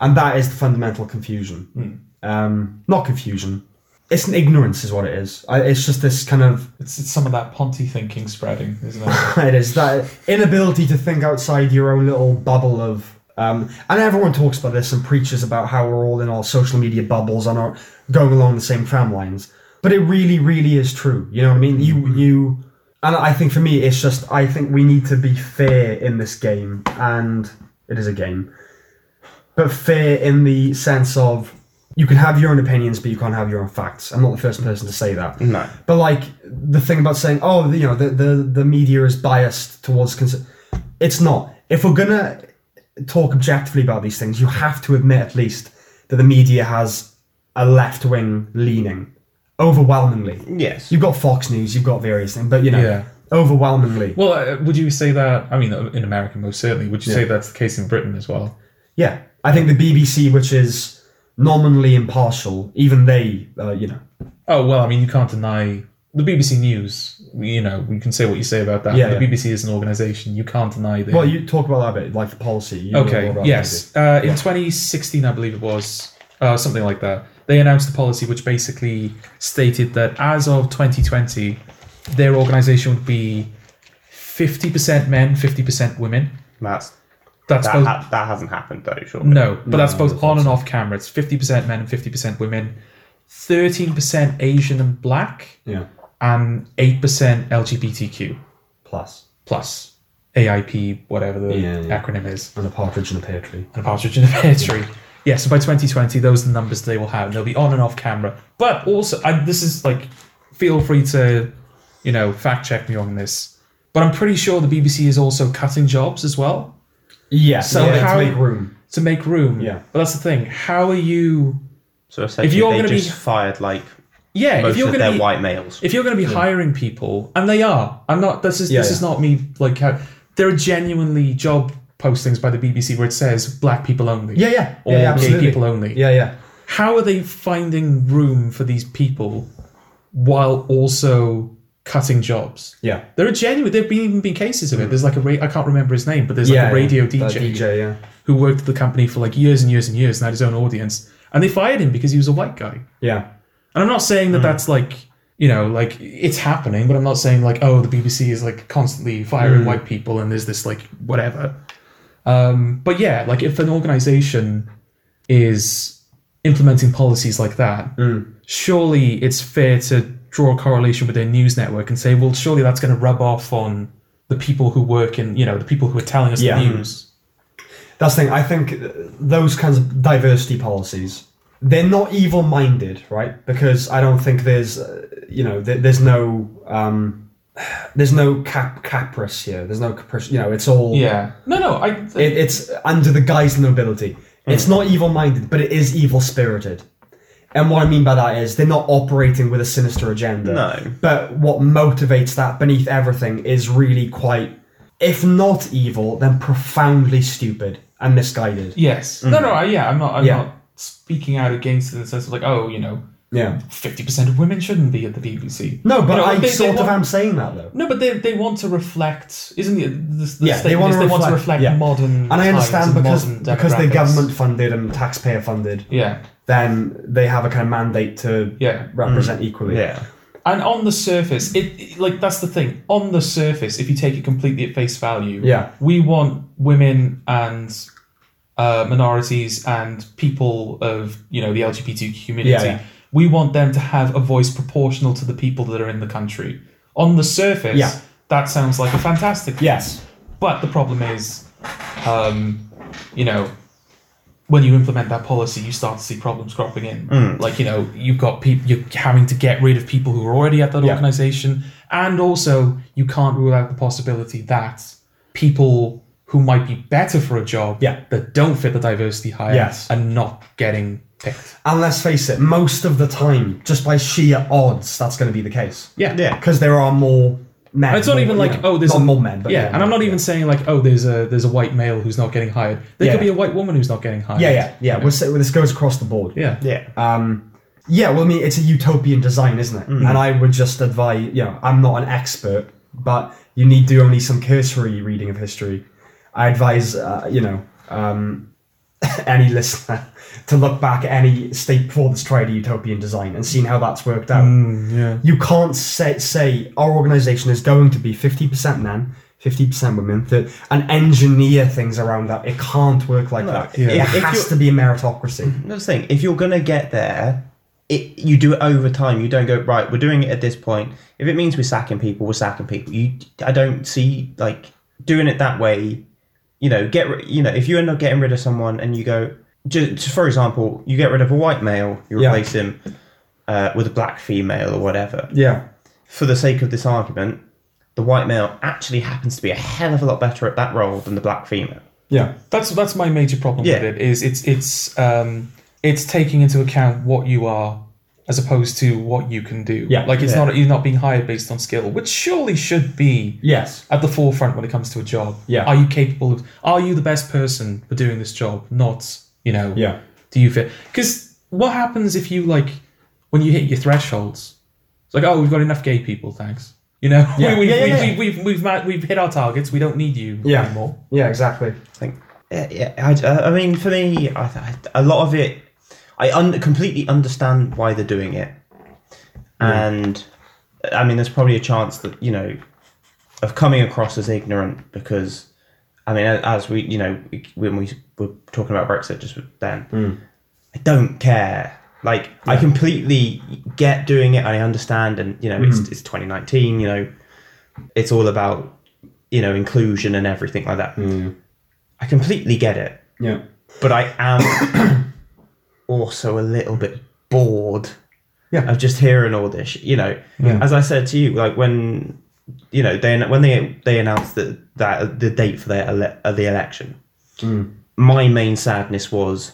Speaker 1: And that is the fundamental confusion. Um, not confusion. It's an ignorance, is what it is. I, it's just this kind of
Speaker 2: It's, it's some of that Ponty thinking spreading, isn't it?
Speaker 1: it is that inability to think outside your own little bubble of um, and everyone talks about this and preaches about how we're all in our social media bubbles and are going along the same tram lines but it really really is true you know what i mean you you and i think for me it's just i think we need to be fair in this game and it is a game but fair in the sense of you can have your own opinions but you can't have your own facts i'm not the first person to say that
Speaker 3: No.
Speaker 1: but like the thing about saying, oh, you know, the the, the media is biased towards cons- it's not. If we're gonna talk objectively about these things, you have to admit at least that the media has a left wing leaning, overwhelmingly.
Speaker 3: Yes.
Speaker 1: You've got Fox News, you've got various things, but you know,
Speaker 2: Yeah.
Speaker 1: overwhelmingly,
Speaker 2: well, uh, would you say that? I mean, uh, in America, most certainly. Would you say that's the case in Britain as well?
Speaker 1: yeah. I think the BBC, which is nominally impartial, even they, uh, you know,
Speaker 2: Oh well, I mean, you can't deny the BBC News. You know, you can say what you say about that.
Speaker 1: Yeah,
Speaker 2: the
Speaker 1: yeah.
Speaker 2: BBC is an organisation. You can't deny that.
Speaker 1: well, you talk about that a bit, like the policy. You know more
Speaker 2: okay.
Speaker 1: about that,
Speaker 2: Yes. Uh, in 2016, I believe it was uh, something like that. They announced a policy which basically stated that as of 2020, their organisation would be 50% men, 50% women.
Speaker 3: That's
Speaker 2: That's
Speaker 3: that,
Speaker 2: both
Speaker 3: ha- that hasn't happened though, surely.
Speaker 2: No, but that's both on and off camera. It's 50% men and 50% women, 13% Asian and black,
Speaker 1: maybe. Yeah.
Speaker 2: and 8% LGBTQ
Speaker 1: Plus,
Speaker 2: plus AIP, whatever the
Speaker 1: Yeah, yeah.
Speaker 2: acronym is,
Speaker 1: and a partridge in a pear tree.
Speaker 2: and a partridge in a pear tree. Yeah, so by 2020, those are the numbers they will have. They'll be on and off camera. But also, I, this is like, feel free to, you know, fact check me on this. But I'm pretty sure the BBC is also cutting jobs as well.
Speaker 1: Yeah.
Speaker 2: So
Speaker 1: So yeah,
Speaker 2: how-
Speaker 1: to make room.
Speaker 2: to make room.
Speaker 1: Yeah.
Speaker 2: But that's the thing. How are you?
Speaker 3: So essentially,
Speaker 2: you're
Speaker 3: they
Speaker 2: gonna be-
Speaker 3: just fired like
Speaker 2: Yeah.
Speaker 3: most
Speaker 2: if you're
Speaker 3: of
Speaker 2: going
Speaker 3: their
Speaker 2: to be
Speaker 3: white males.
Speaker 2: if you're going to be hiring people, and they are. I'm not. This is
Speaker 1: Yeah,
Speaker 2: this is
Speaker 1: yeah.
Speaker 2: not me. Like how, there are genuinely job postings by the BBC where it says black people only.
Speaker 1: Yeah, yeah,
Speaker 2: Or
Speaker 1: yeah, yeah,
Speaker 2: gay
Speaker 1: absolutely.
Speaker 2: people only.
Speaker 1: Yeah, yeah.
Speaker 2: How are they finding room for these people while also cutting jobs?
Speaker 1: Yeah.
Speaker 2: There are genuine. There've been even been cases of it. There's like a ra- I can't remember his name, but there's like
Speaker 1: yeah, Uh,
Speaker 2: a radio
Speaker 1: yeah. That
Speaker 2: DJ
Speaker 1: DJ, yeah.
Speaker 2: who worked at the company for like years and years and years and had his own audience, and they fired him because he was a white guy.
Speaker 1: Yeah.
Speaker 2: And I'm not saying that
Speaker 1: Hmm.
Speaker 2: that's like, you know, like it's happening, but I'm not saying like, oh, the BBC is like constantly
Speaker 1: Hmm.
Speaker 2: firing white people and there's this like whatever. Um, but yeah, like if an organization is implementing policies like that,
Speaker 1: Hmm.
Speaker 2: surely it's fair to draw a correlation with their news network and say, well, surely that's going to rub off on the people who work in, you know, the people who are telling us
Speaker 1: Yeah.
Speaker 2: the news.
Speaker 1: That's the thing. I think uh, those kinds of diversity policies, they're not evil minded, right? Because I don't think there's, uh, you know, there, there's no. Um, there's no cap caprice here. There's no caprice. You know, it's all.
Speaker 2: No, no, I.
Speaker 1: It, it's under the guise of nobility. It's not evil minded, but it is evil spirited. And what I mean by that is they're not operating with a sinister agenda.
Speaker 3: No.
Speaker 1: But what motivates that beneath everything is really quite, if not evil, then profoundly stupid and misguided.
Speaker 2: Yes. No, no, I, yeah, I'm not. I'm
Speaker 1: Hmm. Yeah.
Speaker 2: not speaking out against it in the sense of like, oh, you know,
Speaker 1: Yeah.
Speaker 2: Fifty percent of women shouldn't be at the BBC.
Speaker 1: No, but
Speaker 2: You know,
Speaker 1: I
Speaker 2: they- they
Speaker 1: sort of
Speaker 2: want-
Speaker 1: am saying that though.
Speaker 2: No, but they, they want to reflect, isn't it? The, the
Speaker 1: Yeah, they
Speaker 2: statement
Speaker 1: wanna
Speaker 2: is they want to
Speaker 1: reflect-
Speaker 2: reflect
Speaker 1: yeah.
Speaker 2: modern
Speaker 1: And I understand
Speaker 2: times and
Speaker 1: because
Speaker 2: modern
Speaker 1: because they're
Speaker 2: demographics.
Speaker 1: government funded and taxpayer funded,
Speaker 2: Yeah,
Speaker 1: then they have a kind of mandate to
Speaker 2: yeah.
Speaker 1: represent equally.
Speaker 3: Yeah.
Speaker 2: And on the surface, it, it- like that's the thing. On the surface, if you take it completely at face value,
Speaker 1: Yeah.
Speaker 2: we want women and uh, minorities and people of you know the LGBT community.
Speaker 1: Yeah, yeah.
Speaker 2: We want them to have a voice proportional to the people that are in the country. On the surface,
Speaker 1: Yeah.
Speaker 2: that sounds like a fantastic. thing.
Speaker 1: Yes.
Speaker 2: But the problem is, um, you know, when you implement that policy, you start to see problems cropping in.
Speaker 1: Mm.
Speaker 2: Like you know, you've got people you're having to get rid of people who are already at that
Speaker 1: Yeah.
Speaker 2: organization, and also you can't rule out the possibility that people who might be better for a job
Speaker 1: Yeah.
Speaker 2: that don't fit the diversity hire
Speaker 1: Yes.
Speaker 2: are not getting picked.
Speaker 1: And let's face it, most of the time, just by sheer odds, that's going to be the case.
Speaker 2: Yeah,
Speaker 3: Yeah.
Speaker 1: Because there are more men.
Speaker 2: It's not
Speaker 1: more-
Speaker 2: even
Speaker 1: you
Speaker 2: like
Speaker 1: know,
Speaker 2: oh, there's
Speaker 1: not
Speaker 2: a,
Speaker 1: more men, but
Speaker 2: yeah, and I'm not
Speaker 1: yeah.
Speaker 2: even saying like oh, there's a there's a white male who's not getting hired. There
Speaker 1: Yeah.
Speaker 2: could be a white woman who's not getting hired.
Speaker 1: Yeah, yeah, yeah.
Speaker 2: You
Speaker 1: We're, sa- this goes across the board.
Speaker 2: know? yeah,
Speaker 3: Yeah.
Speaker 1: Um, yeah, well, I mean, it's a utopian design, isn't it?
Speaker 2: Mm.
Speaker 1: And I would just advise, you know, I'm not an expert, but you need to do only some cursory reading of history. I advise, uh, you know, um, any listener to look back at any state before that's tried a utopian design and seen how that's worked out.
Speaker 2: yeah.
Speaker 1: You can't say, say our organization is going to be 50% men, 50% women, th- and engineer things around that. It can't work like that.
Speaker 2: yeah.
Speaker 1: It
Speaker 3: If- if
Speaker 1: has
Speaker 3: you-
Speaker 1: to be a meritocracy.
Speaker 3: Another thing, if you're gonna get there, it you do it over time. You don't go right. We're doing it at this point. If it means we're sacking people, we're sacking people. You, I don't see like doing it that way. You know, get ri- you know if you end up getting rid of someone and you go just, for example, you get rid of a white male, you
Speaker 1: Yeah.
Speaker 3: replace him uh, with a black female or whatever.
Speaker 1: Yeah.
Speaker 3: For the sake of this argument, the white male actually happens to be a hell of a lot better at that role than the black female.
Speaker 1: Yeah.
Speaker 2: That's that's my major problem
Speaker 3: Yeah.
Speaker 2: with it is it's it's um it's taking into account what you are as opposed to what you can do.
Speaker 1: Yeah.
Speaker 2: Like it's
Speaker 3: Yeah.
Speaker 2: not you're not being hired based on skill, which surely should be
Speaker 1: Yes.
Speaker 2: at the forefront when it comes to a job.
Speaker 1: Yeah.
Speaker 2: Are you capable of are you the best person for doing this job? Not, you know,
Speaker 1: Yeah.
Speaker 2: do you fit because what happens if you like when you hit your thresholds? It's like, oh we've got enough gay people, thanks. You know,
Speaker 1: Yeah.
Speaker 2: we, we,
Speaker 1: Yeah, yeah,
Speaker 2: we,
Speaker 1: yeah.
Speaker 2: we, we've, we've, ma- we've hit our targets. We don't need you
Speaker 1: Yeah.
Speaker 2: anymore.
Speaker 1: Yeah, exactly.
Speaker 3: think yeah, yeah I, I- I mean for me I, I, a lot of it i un- completely understand why they're doing it and i mean there's probably a chance that you know of coming across as ignorant because i mean a- as we you know when we were talking about brexit just then i don't care like i completely get doing it and i understand and you know it's, it's 2019 you know it's all about you know inclusion and everything like that I completely get it,
Speaker 1: Yeah.
Speaker 3: but I am also a little bit bored
Speaker 1: Yeah.
Speaker 3: of just hearing all this. You know,
Speaker 1: Yeah.
Speaker 3: as I said to you, like when you know they when they they announced that that the date for their ele- uh, the election,
Speaker 1: Mm.
Speaker 3: my main sadness was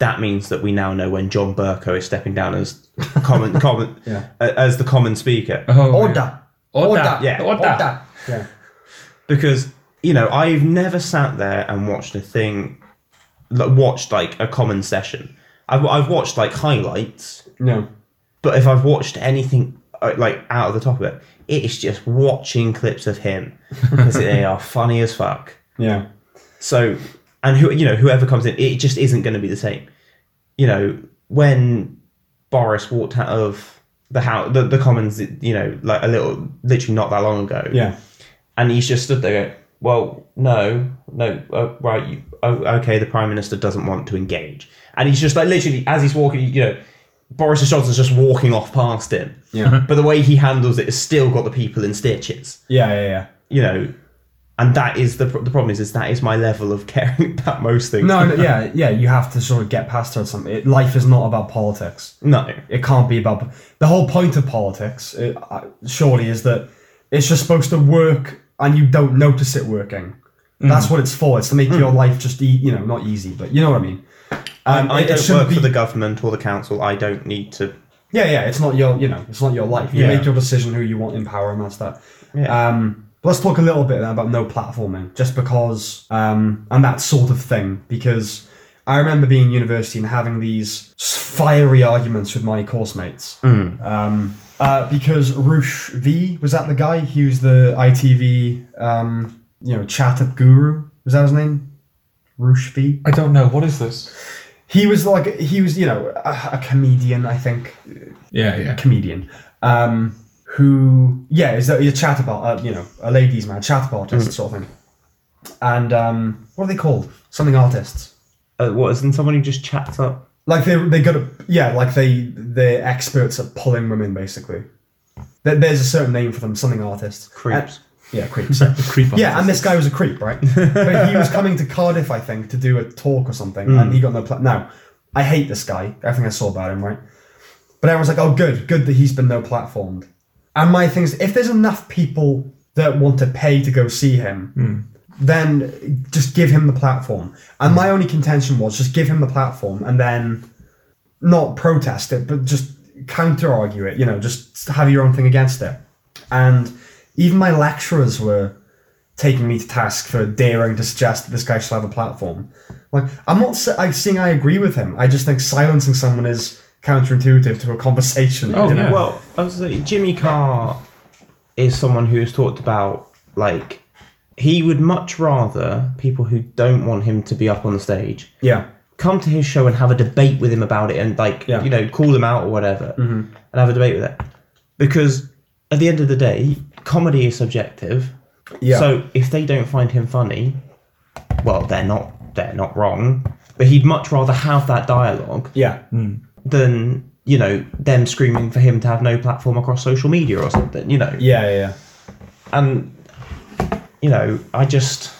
Speaker 3: that means that we now know when John Burko is stepping down as common common
Speaker 1: Yeah.
Speaker 3: a- as the common speaker
Speaker 2: Oh,
Speaker 1: Order.
Speaker 2: Order.
Speaker 3: Yeah.
Speaker 2: Order.
Speaker 1: Yeah.
Speaker 3: because you know I've never sat there and watched a thing, like, watched like a common session. I've, I've watched like highlights,
Speaker 1: No.
Speaker 3: but if I've watched anything uh, like out of the top of it, it is just watching clips of him because they are funny as fuck.
Speaker 1: Yeah.
Speaker 3: So, and who you know, whoever comes in, it just isn't going to be the same. You know, when Boris walked out of the house, the, the Commons, you know, like a little, literally not that long ago,
Speaker 1: Yeah.
Speaker 3: and he's just stood there going, "Well, no, no, uh, right, you, oh, okay." The prime minister doesn't want to engage, and he's just like literally as he's walking, you know, Boris Johnson's just walking off past him.
Speaker 1: Yeah. Uh-huh.
Speaker 3: But the way he handles it has still got the people in stitches,
Speaker 1: Yeah. Yeah. Yeah.
Speaker 3: you know, and that is the pr- the problem is is that is my level of caring about most things.
Speaker 1: No, no. Yeah. Yeah. You have to sort of get past her. Something. It, life is not about politics.
Speaker 3: no,
Speaker 1: It can't be about the whole point of politics. It, uh, surely is that it's just supposed to work, and you don't notice it working.
Speaker 3: Mm.
Speaker 1: That's what it's for. It's to make your life just, e- you know, not easy, but you know what I mean. Um,
Speaker 3: I
Speaker 1: it- it
Speaker 3: don't
Speaker 1: shouldn't
Speaker 3: work
Speaker 1: be-
Speaker 3: for the government or the council. I don't need to.
Speaker 1: Yeah, yeah. It's not your, you know, it's not your life. You
Speaker 3: Yeah.
Speaker 1: make your decision who you want in power, and that's that.
Speaker 3: Yeah.
Speaker 1: Um, but let's talk a little bit then about no platforming, just because, um, and that sort of thing, because I remember being in university and having these fiery arguments with my course mates.
Speaker 3: Mm.
Speaker 1: Um, uh, because Roosh V, was that the guy? He was the ITV, um, you know, chat up guru. Was that his name? Roosh V?
Speaker 2: I don't know. What is this?
Speaker 1: He was like, he was, you know, a, a comedian, I think.
Speaker 2: Yeah,
Speaker 1: A comedian. Um, who, yeah, is that he's a chatterbot, uh, you know, a ladies' man, chatterbot, artist sort of thing. And um, what are they called? Something artists.
Speaker 3: Uh, what isn't someone who just chats up?
Speaker 1: Like they they got a yeah, like they they're experts at pulling women basically. There, there's a certain name for them, something artists.
Speaker 3: Creeps.
Speaker 1: And- yeah, creeps.
Speaker 2: Creep
Speaker 1: yeah, and this guy was a creep, right? but he was coming to Cardiff, I think, to do a talk or something, and he got no play. Now, I hate this guy. Everything I saw about him, right? But everyone's like, "Oh, good, good that he's been no platformed." And my thing is, if there's enough people that want to pay to go see him, then just give him the platform. And my only contention was just give him the platform and then not protest it, but just counter argue it, you know, just have your own thing against it. And even my lecturers were taking me to task for daring to suggest that this guy should have a platform. Like, I'm not s- I'm saying I agree with him, I just think silencing someone is counterintuitive to a conversation.
Speaker 2: Oh,
Speaker 1: you know?
Speaker 2: yeah.
Speaker 3: Well, I was gonna say, Jimmy Carr is someone who has talked about like he would much rather people who don't want him to be up on the stage
Speaker 1: yeah.
Speaker 3: come to his show and have a debate with him about it and like
Speaker 1: Yeah.
Speaker 3: you know call him out or whatever and have a debate with it because at the end of the day comedy is subjective
Speaker 1: Yeah.
Speaker 3: so if they don't find him funny well they're not they're not wrong but he'd much rather have that dialogue
Speaker 1: yeah.
Speaker 3: than you know them screaming for him to have no platform across social media or something you know
Speaker 1: Yeah, yeah, yeah.
Speaker 3: and you know i just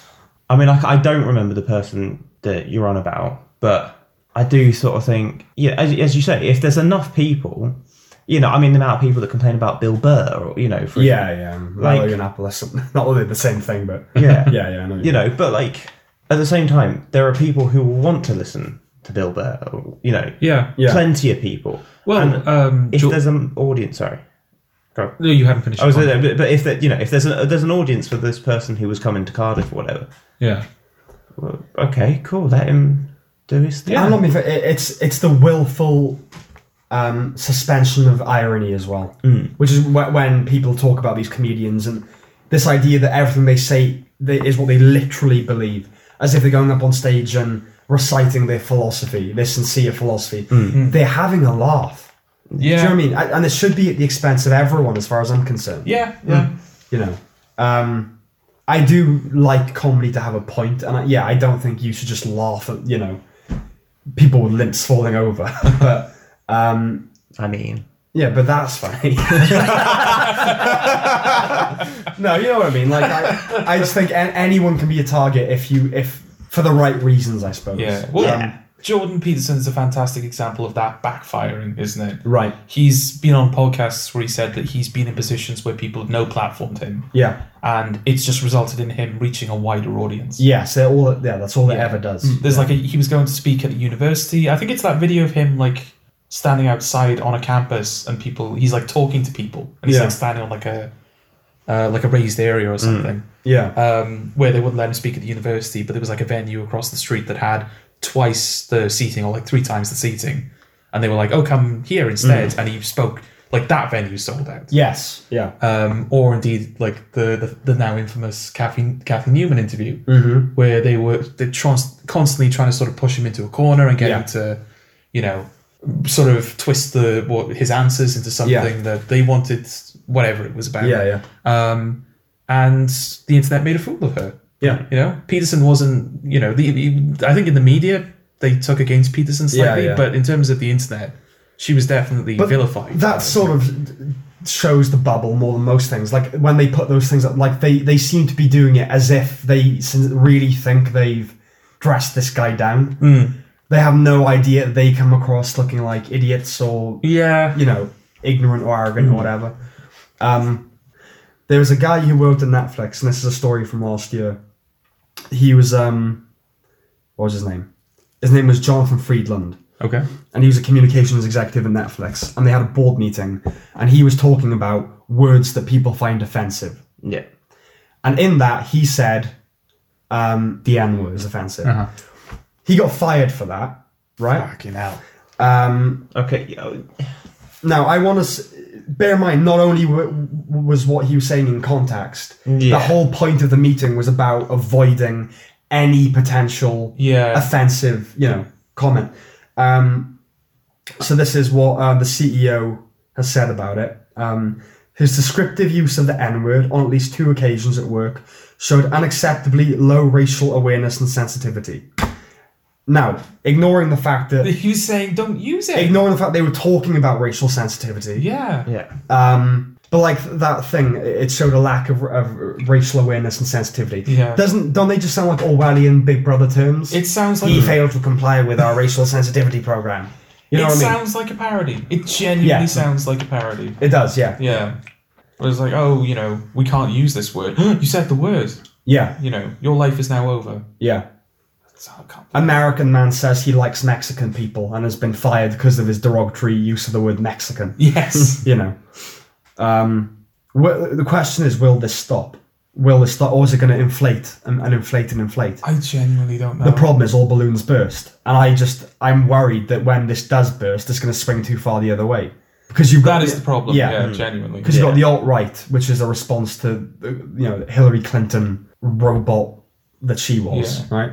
Speaker 3: i mean I, I don't remember the person that you're on about but i do sort of think yeah as, as you say if there's enough people you know i mean the amount of people that complain about bill burr or you know for
Speaker 1: Yeah, yeah. Like,
Speaker 3: Like-
Speaker 1: like Indianapolis. Not really the same thing, but
Speaker 3: yeah
Speaker 1: yeah, yeah. I know what you
Speaker 3: you know but like at the same time there are people who will want to listen to bill burr or, you know
Speaker 2: yeah.
Speaker 1: Yeah.
Speaker 3: plenty of people
Speaker 2: Well,
Speaker 3: And
Speaker 2: um,
Speaker 3: if
Speaker 2: Jo-
Speaker 3: there's an audience sorry Go.
Speaker 2: no, you haven't finished.
Speaker 3: I was
Speaker 2: your point.
Speaker 3: there, but but if that you know if there's an there's an audience for this person who was coming to Cardiff or whatever,
Speaker 2: Yeah.
Speaker 3: Well, okay, cool. Let him do his thing.
Speaker 1: I'm not being fair. It- It's it's the willful um, suspension of irony as well, which is wh- when people talk about these comedians and this idea that everything they say they, is what they literally believe, as if they're going up on stage and reciting their philosophy, their sincere philosophy. They're having a laugh.
Speaker 2: Yeah.
Speaker 1: Do you know what I mean? A- And it should be at the expense of everyone, as far as I'm concerned.
Speaker 2: Yeah. Yeah.
Speaker 1: You know, um, I do like comedy to have a point, and I, yeah, I don't think you should just laugh at you know people with limps falling over. but um,
Speaker 3: I mean,
Speaker 1: yeah, but that's funny. no, you know what I mean. Like I, I just think an- anyone can be a target if you if for the right reasons, I suppose. Um,
Speaker 2: Yeah. Well,
Speaker 3: Yeah.
Speaker 2: Jordan Peterson's a fantastic example of that backfiring, isn't it?
Speaker 1: Right.
Speaker 2: He's been on podcasts where he said that he's been in positions where people have no platformed him,
Speaker 1: Yeah.
Speaker 2: and it's just resulted in him reaching a wider audience.
Speaker 1: Yes. they're all. Yeah. That's all it ever does.
Speaker 2: There's like a, he was going to speak at a university. I think it's that video of him like standing outside on a campus and people. He's like talking to people and he's
Speaker 1: Yeah.
Speaker 2: like standing on like a uh, like a raised area or something
Speaker 1: Yeah.
Speaker 2: um, where they wouldn't let him speak at the university, but there was like a venue across the street that had twice the seating or like three times the seating, and they were like, "Oh, come here instead," and he spoke. Like that venue sold out,
Speaker 1: Yes. Yeah.
Speaker 2: um, or indeed like the, the, the now infamous Kathy Kathy Newman interview,
Speaker 1: Mm-hmm.
Speaker 2: where they were they trans- constantly trying to sort of push him into a corner and get
Speaker 1: Yeah.
Speaker 2: him to, you know, sort of twist the what his answers into something that they wanted, whatever it was about.
Speaker 1: Yeah. Yeah.
Speaker 2: Um, and the internet made a fool of her.
Speaker 1: Yeah.
Speaker 2: You know, Peterson wasn't. You know, the, the- I think in the media they took against Peterson slightly,
Speaker 1: yeah.
Speaker 2: but in terms of the internet, she was definitely vilified.
Speaker 1: that sort of shows the bubble more than most things. Like when they put those things up, like they they seem to be doing it as if they sin- really think they've dressed this guy down.
Speaker 2: Mm.
Speaker 1: They have no idea that they come across looking like idiots or
Speaker 2: yeah,
Speaker 1: you know ignorant or arrogant or whatever. Um, there was a guy who worked at Netflix, and this is a story from last year. He was um, what was his name? His name was Jonathan Friedland
Speaker 2: okay,
Speaker 1: and he was a communications executive at Netflix, and they had a board meeting, and he was talking about words that people find offensive.
Speaker 3: yeah,
Speaker 1: And in that, he said um, the N word is offensive. He got fired for that, right?
Speaker 2: Fucking hell.
Speaker 1: Um,
Speaker 3: Okay. yeah,
Speaker 1: Now, I want to bear in mind, not only w- w- was what he was saying in context,
Speaker 3: Yeah.
Speaker 1: the whole point of the meeting was about avoiding any potential
Speaker 2: Yeah.
Speaker 1: offensive, you know, comment. Um, so this is what uh, the CEO has said about it. Um, his descriptive use of the N-word on at least two occasions at work showed unacceptably low racial awareness and sensitivity. Now, ignoring the fact that
Speaker 2: He was saying, don't use it.
Speaker 1: ignoring the fact they were talking about racial sensitivity,
Speaker 2: yeah.
Speaker 3: Yeah.
Speaker 1: um, but like that thing, it showed a lack of, of racial awareness and sensitivity.
Speaker 2: Yeah.
Speaker 1: Doesn't don't they just sound like Orwellian Big Brother terms?
Speaker 2: It sounds like
Speaker 1: he failed to comply with our racial sensitivity program. You know
Speaker 2: it
Speaker 1: what I mean?
Speaker 2: sounds like a parody. It genuinely
Speaker 1: Yeah.
Speaker 2: sounds like a parody.
Speaker 1: it does, yeah,
Speaker 2: Yeah. Where it's like, oh, you know, we can't use this word. you said the word.
Speaker 1: yeah,
Speaker 2: You know, your life is now over.
Speaker 1: yeah.
Speaker 2: It's- I can't-
Speaker 1: American man says he likes Mexican people and has been fired because of his derogatory use of the word Mexican.
Speaker 2: Yes.
Speaker 1: You know, um, wh- the question is, will this stop? Will this stop, or is it going to inflate and, and inflate and inflate?
Speaker 2: I genuinely don't know.
Speaker 1: The problem is all balloons burst, and I just I'm worried that when this does burst, it's going to swing too far the other way because you've got
Speaker 2: that is the problem. Yeah,
Speaker 1: yeah,
Speaker 2: genuinely.
Speaker 1: because you've got
Speaker 3: Yeah.
Speaker 1: the alt right, which is a response to the, you know Hillary Clinton robot that she was,
Speaker 2: Yeah.
Speaker 1: right?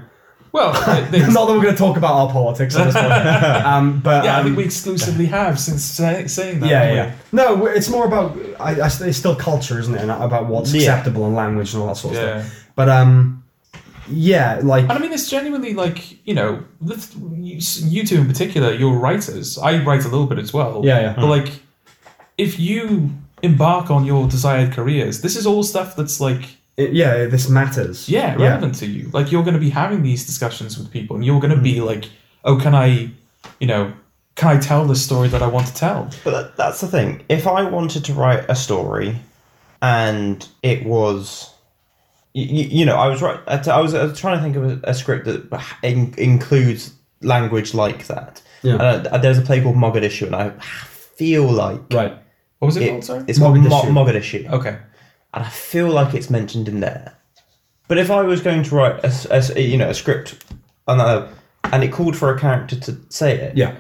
Speaker 2: Well, I think-
Speaker 1: Not that we're going to talk about our politics at this point, um, but
Speaker 2: yeah, I think
Speaker 1: um,
Speaker 2: we exclusively have since say, saying that.
Speaker 1: yeah,
Speaker 2: haven't
Speaker 1: yeah. No, w- it's more about I, I, it's still culture, isn't it? And about what's
Speaker 3: Yeah.
Speaker 1: acceptable and language and all that sort
Speaker 2: we?
Speaker 1: of
Speaker 2: Yeah.
Speaker 1: stuff. But um, yeah, like
Speaker 2: And I mean, it's genuinely like you know, the, you, you two in particular, you're writers. I write a little bit as well.
Speaker 1: Yeah, yeah.
Speaker 2: But like, if you embark on your desired careers, this is all stuff that's like,
Speaker 1: it- yeah, this matters.
Speaker 2: yeah, relevant to you. Like, you're going to be having these discussions with people, and you're going to be
Speaker 1: Mm-hmm.
Speaker 2: like, oh, can I, you know, can I tell the story that I want to tell?
Speaker 3: But that, that's the thing. If I wanted to write a story, and it was, you, you know, I was right. I was uh, trying to think of a, a script that in, includes language like that.
Speaker 1: Yeah.
Speaker 3: And, uh, there's a play called Mogadishu, and I feel like
Speaker 1: Right.
Speaker 2: What was it,
Speaker 3: it,
Speaker 2: called? Sorry.
Speaker 3: it's called Mo-
Speaker 1: Mogadishu.
Speaker 3: Mogadishu,
Speaker 2: okay.
Speaker 3: and I feel like it's mentioned in there. But if I was going to write a, s- a s- you know a script, and, uh, and it called for a character to say it,
Speaker 1: Yeah.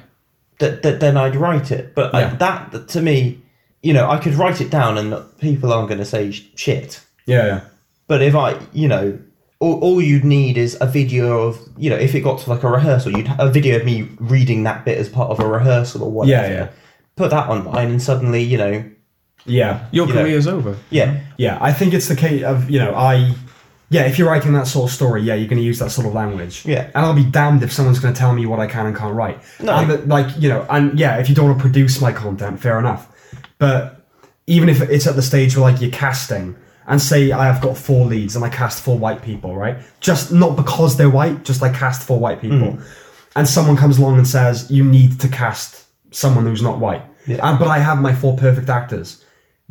Speaker 3: that, that then I'd write it. But I,
Speaker 1: Yeah.
Speaker 3: that, that to me, you know, I could write it down and not- people aren't going to say sh- shit.
Speaker 1: Yeah. Yeah.
Speaker 3: But if I, you know, all, all you'd need is a video of, you know, if it got to like a rehearsal, you'd have a video of me reading that bit as part of a rehearsal or whatever.
Speaker 1: Yeah, yeah.
Speaker 3: Put that online and suddenly, you know,
Speaker 1: Yeah,
Speaker 2: Your
Speaker 3: you know.
Speaker 2: career's over.
Speaker 3: yeah,
Speaker 1: yeah. I think it's the case of you know I, yeah. If you're writing that sort of story, yeah, you're going to use that sort of language.
Speaker 3: Yeah.
Speaker 1: and I'll be damned if someone's going to tell me what I can and can't write.
Speaker 3: No.
Speaker 1: and that, like you know, and yeah, if you don't want to produce my content, fair enough. But even if it's at the stage where like you're casting and say I have got four leads and I cast four white people, right? Just not because they're white, just I cast four white people,
Speaker 3: Mm.
Speaker 1: and someone comes along and says you need to cast someone who's not white.
Speaker 3: Yeah.
Speaker 1: And, but I have my four perfect actors.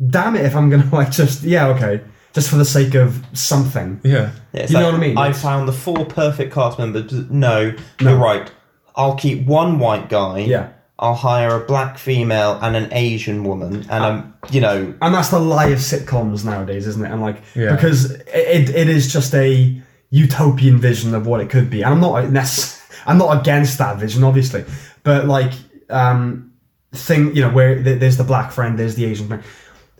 Speaker 1: Damn it! If I'm gonna like just yeah okay, just for the sake of something.
Speaker 2: Yeah.
Speaker 3: Yeah,
Speaker 1: You know what I mean?
Speaker 3: I
Speaker 1: It's-
Speaker 3: found the four perfect cast members. No, you're right. I'll keep one white guy.
Speaker 1: Yeah.
Speaker 3: I'll hire a black female and an Asian woman,
Speaker 1: Uh,
Speaker 3: and um, you know,
Speaker 1: and that's the lie of sitcoms nowadays, isn't it? And like,
Speaker 2: Yeah.
Speaker 1: because it, it, it is just a utopian vision of what it could be. And I'm not nec- I'm not against that vision, obviously, but like, um, thing you know where th- there's the black friend, there's the Asian friend.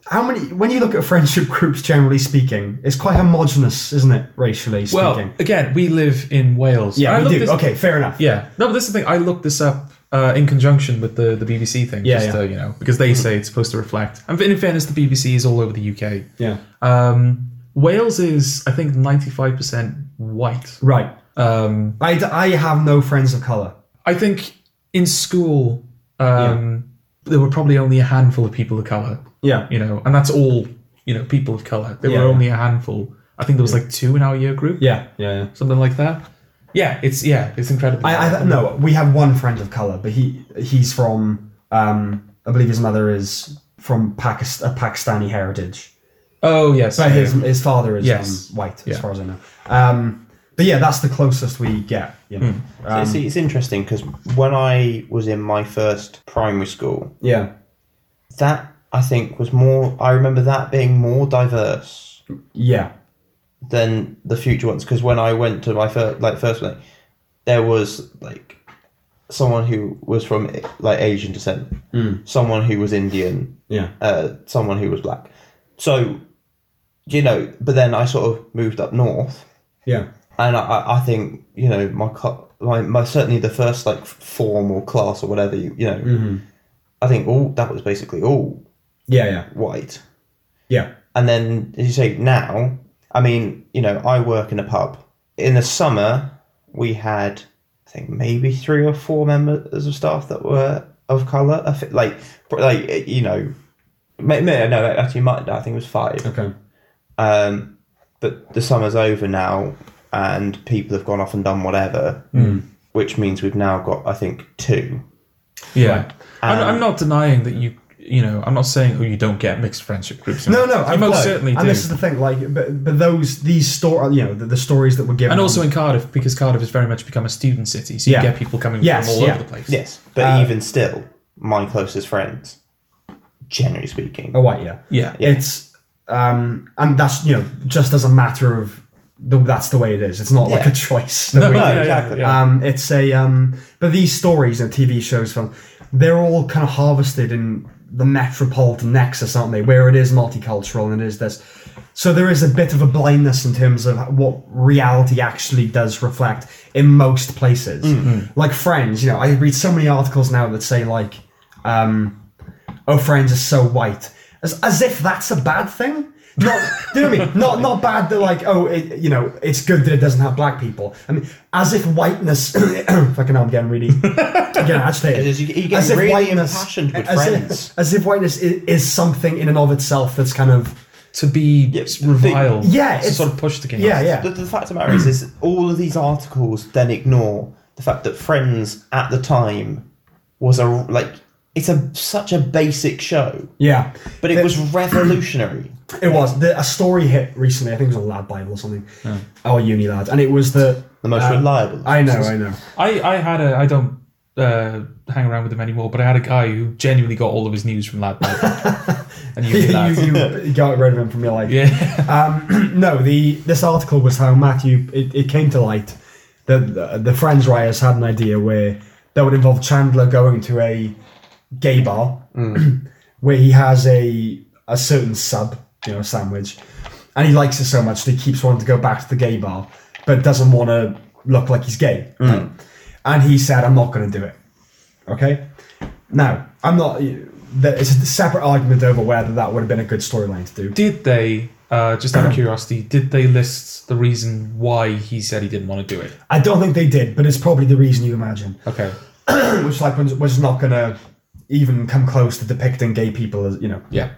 Speaker 1: How many? When you look at friendship groups, generally speaking, it's quite homogenous, isn't it? Racially speaking.
Speaker 2: Well, again, we live in Wales. I
Speaker 1: yeah, we
Speaker 2: looked
Speaker 1: do.
Speaker 2: this-
Speaker 1: okay, fair enough.
Speaker 2: Yeah. No, but that's the thing. I looked this up uh, in conjunction with the, the BBC thing.
Speaker 1: Yeah,
Speaker 2: just
Speaker 1: yeah.
Speaker 2: To, you know, because they say it's supposed to reflect. And in fairness, the BBC is all over the UK.
Speaker 1: yeah.
Speaker 2: Um, Wales is, I think, ninety five percent white.
Speaker 1: Right.
Speaker 2: Um,
Speaker 1: I, d- I have no friends of color.
Speaker 2: I think in school um, there were probably only a handful of people of color.
Speaker 1: Yeah.
Speaker 2: You know, and that's all. You know, people of color. There
Speaker 1: Yeah.
Speaker 2: were only a handful. I think there was like two in our year group,
Speaker 1: Yeah. Yeah. yeah.
Speaker 2: something like that. Yeah, it's yeah, it's incredible.
Speaker 1: I, I no, we have one friend of color, but he he's from um, I believe his mother is from Pakistan, a Pakistani heritage,
Speaker 2: oh yes,
Speaker 1: but
Speaker 2: yeah.
Speaker 1: his his father is
Speaker 2: Yes.
Speaker 1: um, white, as
Speaker 2: Yeah.
Speaker 1: far as I know. Um, but yeah, that's the closest we get. You know. Um,
Speaker 3: it's, it's interesting because when I was in my first primary school,
Speaker 1: yeah,
Speaker 3: that I think was more. I remember that being more diverse
Speaker 1: yeah,
Speaker 3: than the future ones because when I went to my first like first one, there was like someone who was from like Asian descent,
Speaker 1: Hmm.
Speaker 3: someone who was Indian,
Speaker 4: Yeah.
Speaker 3: uh, someone who was black. So, you know, but then I sort of moved up north,
Speaker 1: Yeah.
Speaker 3: and I- I, I think you know my co- my, my certainly the first like form or class or whatever you you know, I think all that was basically all
Speaker 1: Yeah. Yeah.
Speaker 3: white.
Speaker 1: Yeah.
Speaker 3: And then, as you say, now, I mean, you know, I work in a pub. In the summer, we had, I think, maybe three or four members of staff that were of colour. I thi- Like, pr- like eh, you know, may- may- no, actually, might I think it was five.
Speaker 1: Okay.
Speaker 3: Um, but the summer's over now, and people have gone off and done whatever, which means we've now got, I think, two.
Speaker 2: Yeah, I'm, I'm not denying that you. You know, I'm not saying oh you don't get mixed friendship groups.
Speaker 1: No, no,
Speaker 2: You
Speaker 1: I'm
Speaker 2: most
Speaker 1: glad.
Speaker 2: certainly
Speaker 1: And
Speaker 2: do.
Speaker 1: this is the thing, like, but, but those these story, you know, the, the stories that were given,
Speaker 2: and also in Cardiff because Cardiff has very much become a student city, so
Speaker 1: Yeah.
Speaker 2: you get people coming
Speaker 1: Yes,
Speaker 2: from all
Speaker 1: yeah.
Speaker 2: over the place.
Speaker 3: Yes. But even still, my closest friends, generally speaking,
Speaker 1: oh, white, yeah,
Speaker 2: Yeah.
Speaker 1: It's um, and that's you know just as a matter of the, that's the way it is. It's not like
Speaker 3: Yeah.
Speaker 1: a choice. that we-
Speaker 3: no, exactly.
Speaker 1: Um, it's a um, but these stories and TV shows from they're all kind of harvested in the metropolitan nexus, aren't they? Where it is multicultural and it is this. So there is a bit of a blindness in terms of what reality actually does reflect in most places.
Speaker 3: Mm-hmm.
Speaker 1: Like Friends, you know, I read so many articles now that say like, um, "Oh, Friends is so white," as, as if that's a bad thing. Not, do you know what I mean? Not not bad that like, oh, it, you know, it's good that it doesn't have black people. I mean, as if whiteness. fucking, hell, I'm getting really, I'm getting agitated.
Speaker 3: As you- you get really impassioned with
Speaker 1: as
Speaker 3: friends.
Speaker 1: If, as if whiteness is, is something in and of itself that's kind of
Speaker 2: to be
Speaker 3: but-
Speaker 2: reviled.
Speaker 1: Yeah,
Speaker 2: it's
Speaker 1: it's-
Speaker 2: sort of pushed against.
Speaker 1: yeah, yeah.
Speaker 3: The, the fact of the matter is, is all of these articles then ignore the fact that Friends at the time was a like it's a such a basic show,
Speaker 1: Yeah,
Speaker 3: but it was revolutionary.
Speaker 1: it was the, a story hit recently. I think it was a lad bible or something, oh, uni lads, and it was the
Speaker 3: The most
Speaker 1: uh,
Speaker 3: reliable.
Speaker 1: I know, I know.
Speaker 2: I, I had a I don't uh, hang around with him anymore, but I had a guy who genuinely got all of his news from Lad Bible. and you, did that.
Speaker 1: you, you got rid of him from your life.
Speaker 2: yeah,
Speaker 1: No, the this article was how Matthew. It, it came to light that the, the Friends riots had an idea where that would involve Chandler going to a gay bar where he has a a certain sub, you know, sandwich, and he likes it so much that he keeps wanting to go back to the gay bar, but doesn't want to look like he's gay. right? And he said, "I'm not going to do it." Okay. Now, I'm not. there- It's a separate argument over whether that would have been a good storyline to do.
Speaker 2: did they? Uh, just out of curiosity, did they list the reason why he said he didn't want to do it?
Speaker 1: I don't think they did, but it's probably the reason you imagine.
Speaker 2: Okay,
Speaker 1: which like was was not gonna even come close to depicting gay people as you know.
Speaker 2: yeah,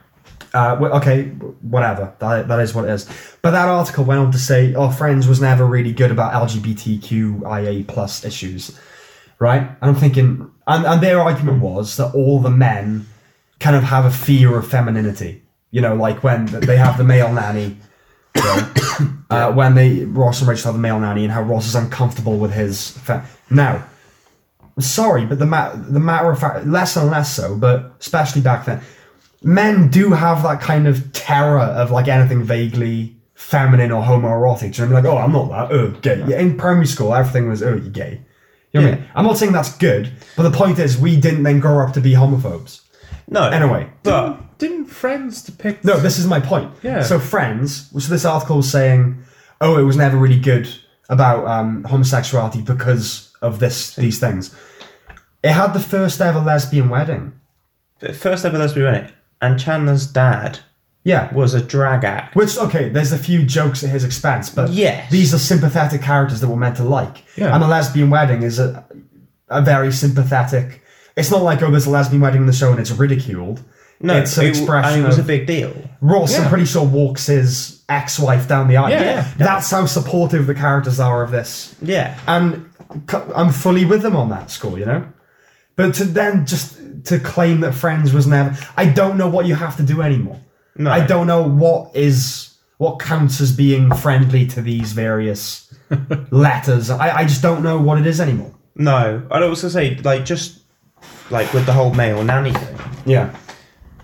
Speaker 1: Uh, well, okay, whatever. That that is what it is. But that article went on to say, "Our friends was never really good about LGBTQIA plus issues, right?" And I'm thinking, and and their argument was that all the men kind of have a fear of femininity. You know, like when they have the male nanny. you know, uh, when they Ross and Rachel have the male nanny and how Ross is uncomfortable with his fa- now sorry, but the ma- the matter of fact, less and less so, but especially back then, men do have that kind of terror of like anything vaguely feminine or homoerotic. Do you know what I mean? Like, oh, I'm not that. Oh, gay. Yeah, in primary school, everything was, oh, you're gay. You know what I mean? I'm not saying that's good, but the point is, we didn't then grow up to be homophobes.
Speaker 3: no,
Speaker 1: Anyway,
Speaker 3: but
Speaker 2: didn't Friends depict?
Speaker 1: no, this is my point.
Speaker 2: Yeah.
Speaker 1: So Friends, which this article was saying, oh, it was never really good about um, homosexuality because of this these things. It had the first ever lesbian wedding.
Speaker 3: the first ever lesbian wedding, and Chandler's dad
Speaker 1: Yeah.
Speaker 3: was a drag act.
Speaker 1: Which okay, there's a few jokes at his expense, but
Speaker 3: Yes.
Speaker 1: these are sympathetic characters that we're meant to like.
Speaker 2: Yeah.
Speaker 1: And a lesbian wedding is a, a very sympathetic. It's not like oh, there's a lesbian wedding in the show and it's ridiculed.
Speaker 3: No,
Speaker 1: it's an
Speaker 3: it,
Speaker 1: expression.
Speaker 3: and it was
Speaker 1: of,
Speaker 3: a big deal.
Speaker 1: Ross, I'm
Speaker 2: Yeah.
Speaker 1: pretty sure, walks his ex-wife down the aisle.
Speaker 2: Yeah, yeah.
Speaker 1: That's how supportive the characters are of this.
Speaker 3: Yeah,
Speaker 1: And c- I'm fully with them on that score, you know? But to then just to claim that Friends was never... I don't know what you have to do anymore.
Speaker 3: No.
Speaker 1: I don't know what is... What counts as being friendly to these various letters. I, I just don't know what it is anymore.
Speaker 3: no. I'd also say like just like with the whole male nanny thing.
Speaker 1: Yeah.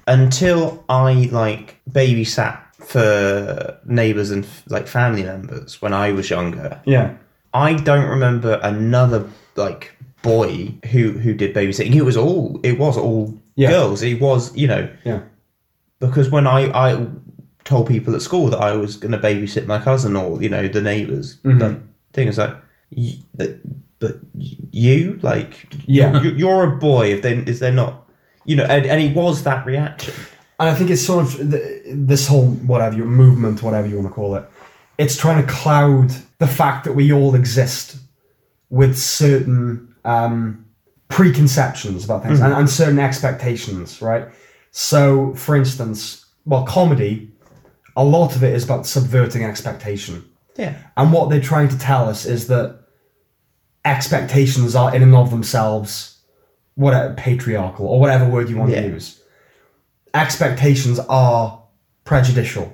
Speaker 3: until I like babysat for neighbours and like family members when I was younger,
Speaker 1: Yeah.
Speaker 3: I don't remember another like boy who who did babysitting. It was all it was all
Speaker 1: Yeah.
Speaker 3: girls. It was you know
Speaker 1: Yeah.
Speaker 3: because when I I told people at school that I was going to babysit my cousin or you know the neighbors,
Speaker 1: Mm-hmm.
Speaker 3: the thing is like, y- but- but you like
Speaker 1: Yeah.
Speaker 3: you- you're a boy. If then is there not you know and, and he was that reaction.
Speaker 1: And I think it's sort of th- this whole whatever you movement, whatever you want to call it. It's trying to cloud the fact that we all exist with certain um, preconceptions about things and, and certain expectations, right? So, for instance, well, comedy, a lot of it is about subverting expectation.
Speaker 3: Yeah.
Speaker 1: And what they're trying to tell us is that expectations are in and of themselves whatever patriarchal or whatever word you want
Speaker 3: Yeah.
Speaker 1: to use. Expectations are prejudicial.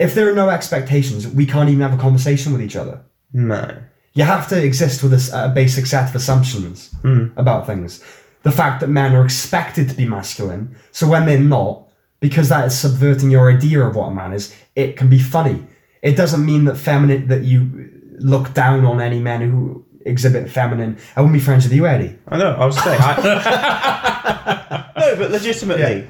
Speaker 1: If there are no expectations, we can't even have a conversation with each other.
Speaker 3: No.
Speaker 1: You have to exist with a s- a basic set of assumptions about things. The fact that men are expected to be masculine, so when they're not, because that is subverting your idea of what a man is, it can be funny. It doesn't mean that feminine that you look down on any men who exhibit feminine. I wouldn't be friends with you, Eddie.
Speaker 3: I know. I was saying. I, no, but legitimately,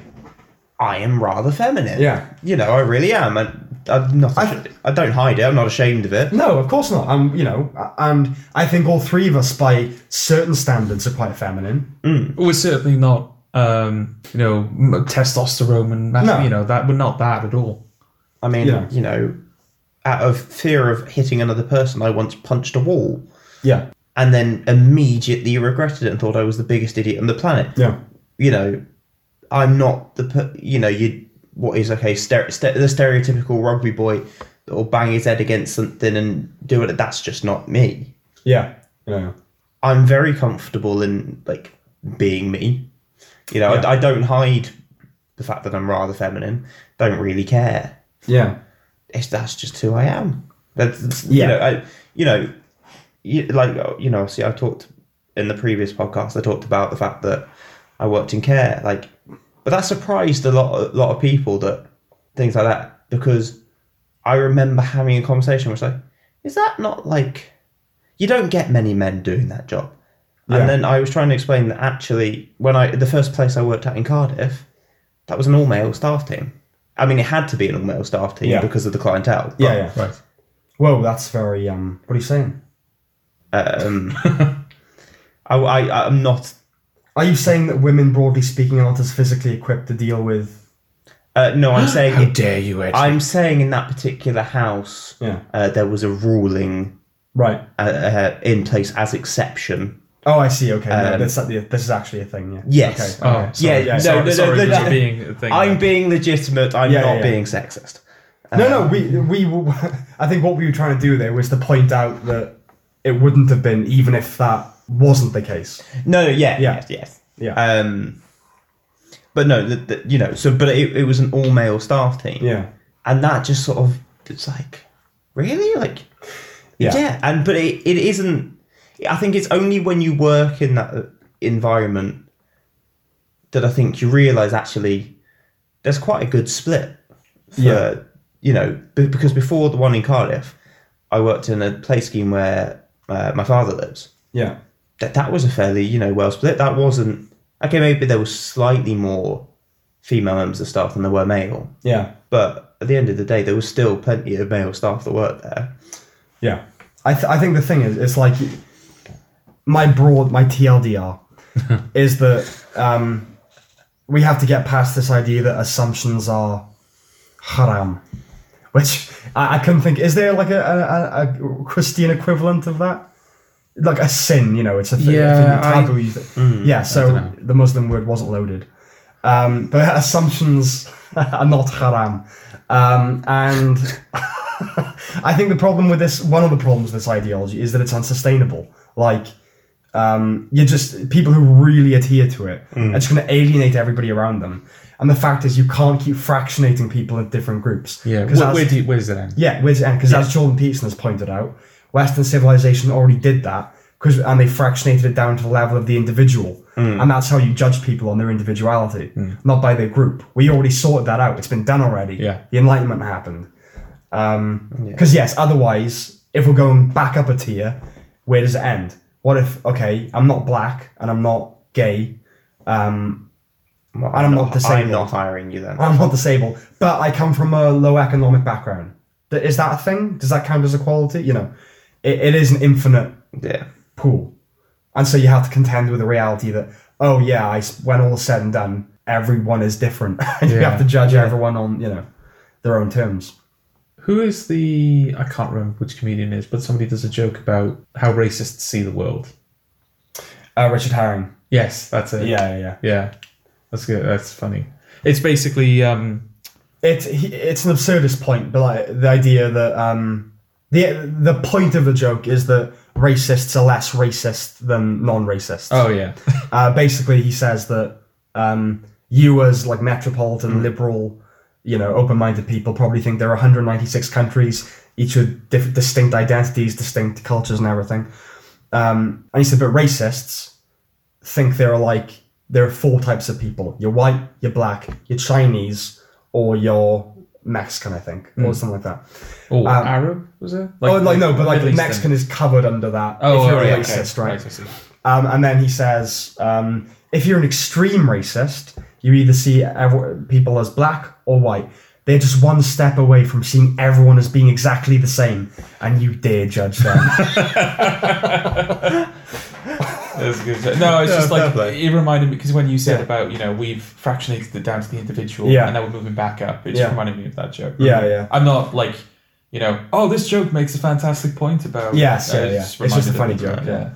Speaker 3: I am rather feminine.
Speaker 1: Yeah.
Speaker 3: You know, I really am, and I'm not. I, I don't hide it. I'm not ashamed of it.
Speaker 1: No, of course not. Um, you know, a- and I think all three of us, by certain standards, are quite feminine.
Speaker 2: We're certainly not, um, you know, m- testosterone and mas-
Speaker 1: No.
Speaker 2: you know that we're not that at all.
Speaker 3: I mean,
Speaker 1: Yeah.
Speaker 3: you know, out of fear of hitting another person, I once punched a wall
Speaker 1: Yeah,
Speaker 3: and then immediately regretted it and thought I was the biggest idiot on the planet.
Speaker 1: yeah,
Speaker 3: You know, I'm not the per- you know you what is okay stere- ste- the stereotypical rugby boy that will bang his head against something and do it. That's just not me.
Speaker 1: yeah, yeah.
Speaker 3: I'm very comfortable in like being me. You know, I, I don't hide the fact that I'm rather feminine. Don't really care.
Speaker 1: yeah.
Speaker 3: It's that's just who I am. That's
Speaker 1: Yeah.
Speaker 3: you know, I, you know, you, like you know. See, I talked in the previous podcast. I talked about the fact that I worked in care. Like, but that surprised a lot, a lot of people that things like that because I remember having a conversation. Which like, is that not like you don't get many men doing that job?
Speaker 1: Yeah.
Speaker 3: And then I was trying to explain that actually, when I the first place I worked at in Cardiff, that was an all male staff team. I mean, it had to be an all male staff team
Speaker 1: Yeah.
Speaker 3: because of the clientele. but-
Speaker 1: Yeah, yeah.
Speaker 2: Right.
Speaker 1: Well, that's very. Um, what are you saying?
Speaker 3: Um, I, I, I'm not.
Speaker 1: Are you saying that women, broadly speaking, aren't as physically equipped to deal with?
Speaker 3: Uh, no, I'm saying.
Speaker 2: How dare you, Ed?
Speaker 3: I'm saying in that particular house,
Speaker 1: Yeah.
Speaker 3: uh, there was a ruling
Speaker 1: Right.
Speaker 3: uh, uh, in place as exception.
Speaker 1: Oh, I see. Okay, no, that's that- this is actually a thing. Yeah.
Speaker 3: Yes.
Speaker 1: Okay.
Speaker 2: oh,
Speaker 1: okay.
Speaker 2: sorry.
Speaker 3: yeah, no,
Speaker 2: sorry,
Speaker 3: no, no,
Speaker 2: sorry
Speaker 3: no,
Speaker 2: for
Speaker 3: no.
Speaker 2: being a thing.
Speaker 3: I'm being legitimate. I'm
Speaker 1: Yeah,
Speaker 3: not
Speaker 1: yeah, yeah.
Speaker 3: being sexist.
Speaker 1: no, no. We we. w- I think what we were trying to do there was to point out that it wouldn't have been even if that wasn't the case.
Speaker 3: No, yeah,
Speaker 1: Yeah.
Speaker 3: yes, yes.
Speaker 1: Yeah.
Speaker 3: Um, but no, the, the, you know, so but it, it was an all male staff team.
Speaker 1: Yeah.
Speaker 3: and that just sort of it's like really like yeah, and but it, it isn't. I think it's only when you work in that environment that I think you realise actually there's quite a good split. For,
Speaker 1: Yeah.
Speaker 3: you know, b- because before the one in Cardiff, I worked in a play scheme where uh, my father lives
Speaker 1: Yeah.
Speaker 3: that that was a fairly you know well split. That wasn't okay. Maybe there was slightly more female members of staff than there were male,
Speaker 1: Yeah.
Speaker 3: but at the end of the day, there was still plenty of male staff that worked there.
Speaker 1: Yeah, I, th- I think the thing is, it's like my broad my TLDR is that um, we have to get past this idea that assumptions are haram, which I, I couldn't think. Is there like a, a, a- a Christian equivalent of that? Like a sin, you know, it's a thi- a thing,
Speaker 2: Yeah, I-
Speaker 1: taboo. you th- yeah, so
Speaker 2: dunno.
Speaker 1: the Muslim word wasn't loaded. Um, but assumptions are not haram. Um, and I think the problem with this, one of the problems with this ideology is that it's unsustainable. Like, um, you're just, people who really adhere to it are just going to alienate everybody around them. And the fact is, you can't keep fractionating people into different groups.
Speaker 2: yeah.
Speaker 1: Because
Speaker 2: Where,
Speaker 1: that's-
Speaker 2: where, do you, where does it end?
Speaker 1: yeah, because as Jordan Peterson has pointed out, Western civilization already did that, 'cause- and they fractionated it down to the level of the individual, and that's how you judge people on their individuality, not by their group. We already sorted that out; it's been done already.
Speaker 2: Yeah.
Speaker 1: the Enlightenment happened. Because Um, yes, otherwise if we're going back up a tier, where does it end? What if okay, I'm not black and I'm not gay, um,
Speaker 3: Well,
Speaker 1: And I'm not disabled.
Speaker 3: I'm not hiring you then.
Speaker 1: I'm not disabled, but I come from a low economic background. Th- Is that a thing? Does that count as equality? You know, it, it is an infinite
Speaker 3: Yeah.
Speaker 1: pool, and so you have to contend with the reality that oh yeah, I s when all is said and done, everyone is different, and you
Speaker 2: Yeah.
Speaker 1: have to judge everyone on you know their own terms.
Speaker 2: Who is the I can't remember which comedian it is, but somebody does a joke about how racists see the world.
Speaker 1: Uh, Richard Herring.
Speaker 2: Yes, that's it.
Speaker 1: Yeah, yeah, yeah.
Speaker 2: Yeah. That's good. That's funny. It's basically um
Speaker 1: It's he- it's an absurdist point, but like the idea that um the the point of the joke is that racists are less racist than non-racists.
Speaker 2: oh yeah.
Speaker 1: Uh, basically, he says that um, you, as like metropolitan
Speaker 2: Mm.
Speaker 1: liberal, you know, open-minded people, probably think there are 196 countries, each with diff- distinct identities, distinct cultures, and everything. Um, and he said, but racists think there are like there are four types of people: you're white, you're black, you're Chinese, or you're Mexican, I think,
Speaker 2: Mm.
Speaker 1: or something like that.
Speaker 2: Or
Speaker 1: Um,
Speaker 2: Arab, was it?
Speaker 1: oh, like no, but like
Speaker 2: Middle Eastern.
Speaker 1: Mexican is covered under that.
Speaker 2: Oh,
Speaker 1: if you're
Speaker 2: right,
Speaker 1: a
Speaker 2: okay.
Speaker 1: racist, right?
Speaker 2: I see.
Speaker 1: Um, and then he says, um, if you're an extreme racist, you either see ev- people as black or white. They're just one step away from seeing everyone as being exactly the same, and you dare judge them.
Speaker 2: That's good. No, it's
Speaker 3: Yeah,
Speaker 2: just
Speaker 3: fair
Speaker 2: like
Speaker 3: play.
Speaker 2: it reminded me because when you said
Speaker 1: Yeah.
Speaker 2: about you know we've fractionated it down to the individual,
Speaker 1: Yeah.
Speaker 2: and now we're moving back up. It just
Speaker 1: Yeah.
Speaker 2: reminded me of that joke.
Speaker 1: Yeah, yeah.
Speaker 2: I'm not like you know. Oh, this joke makes a fantastic point about.
Speaker 1: Yes, yeah,
Speaker 2: it
Speaker 1: yeah. It's just a
Speaker 2: reminded
Speaker 1: funny
Speaker 2: me of
Speaker 1: joke,
Speaker 2: that,
Speaker 1: yeah.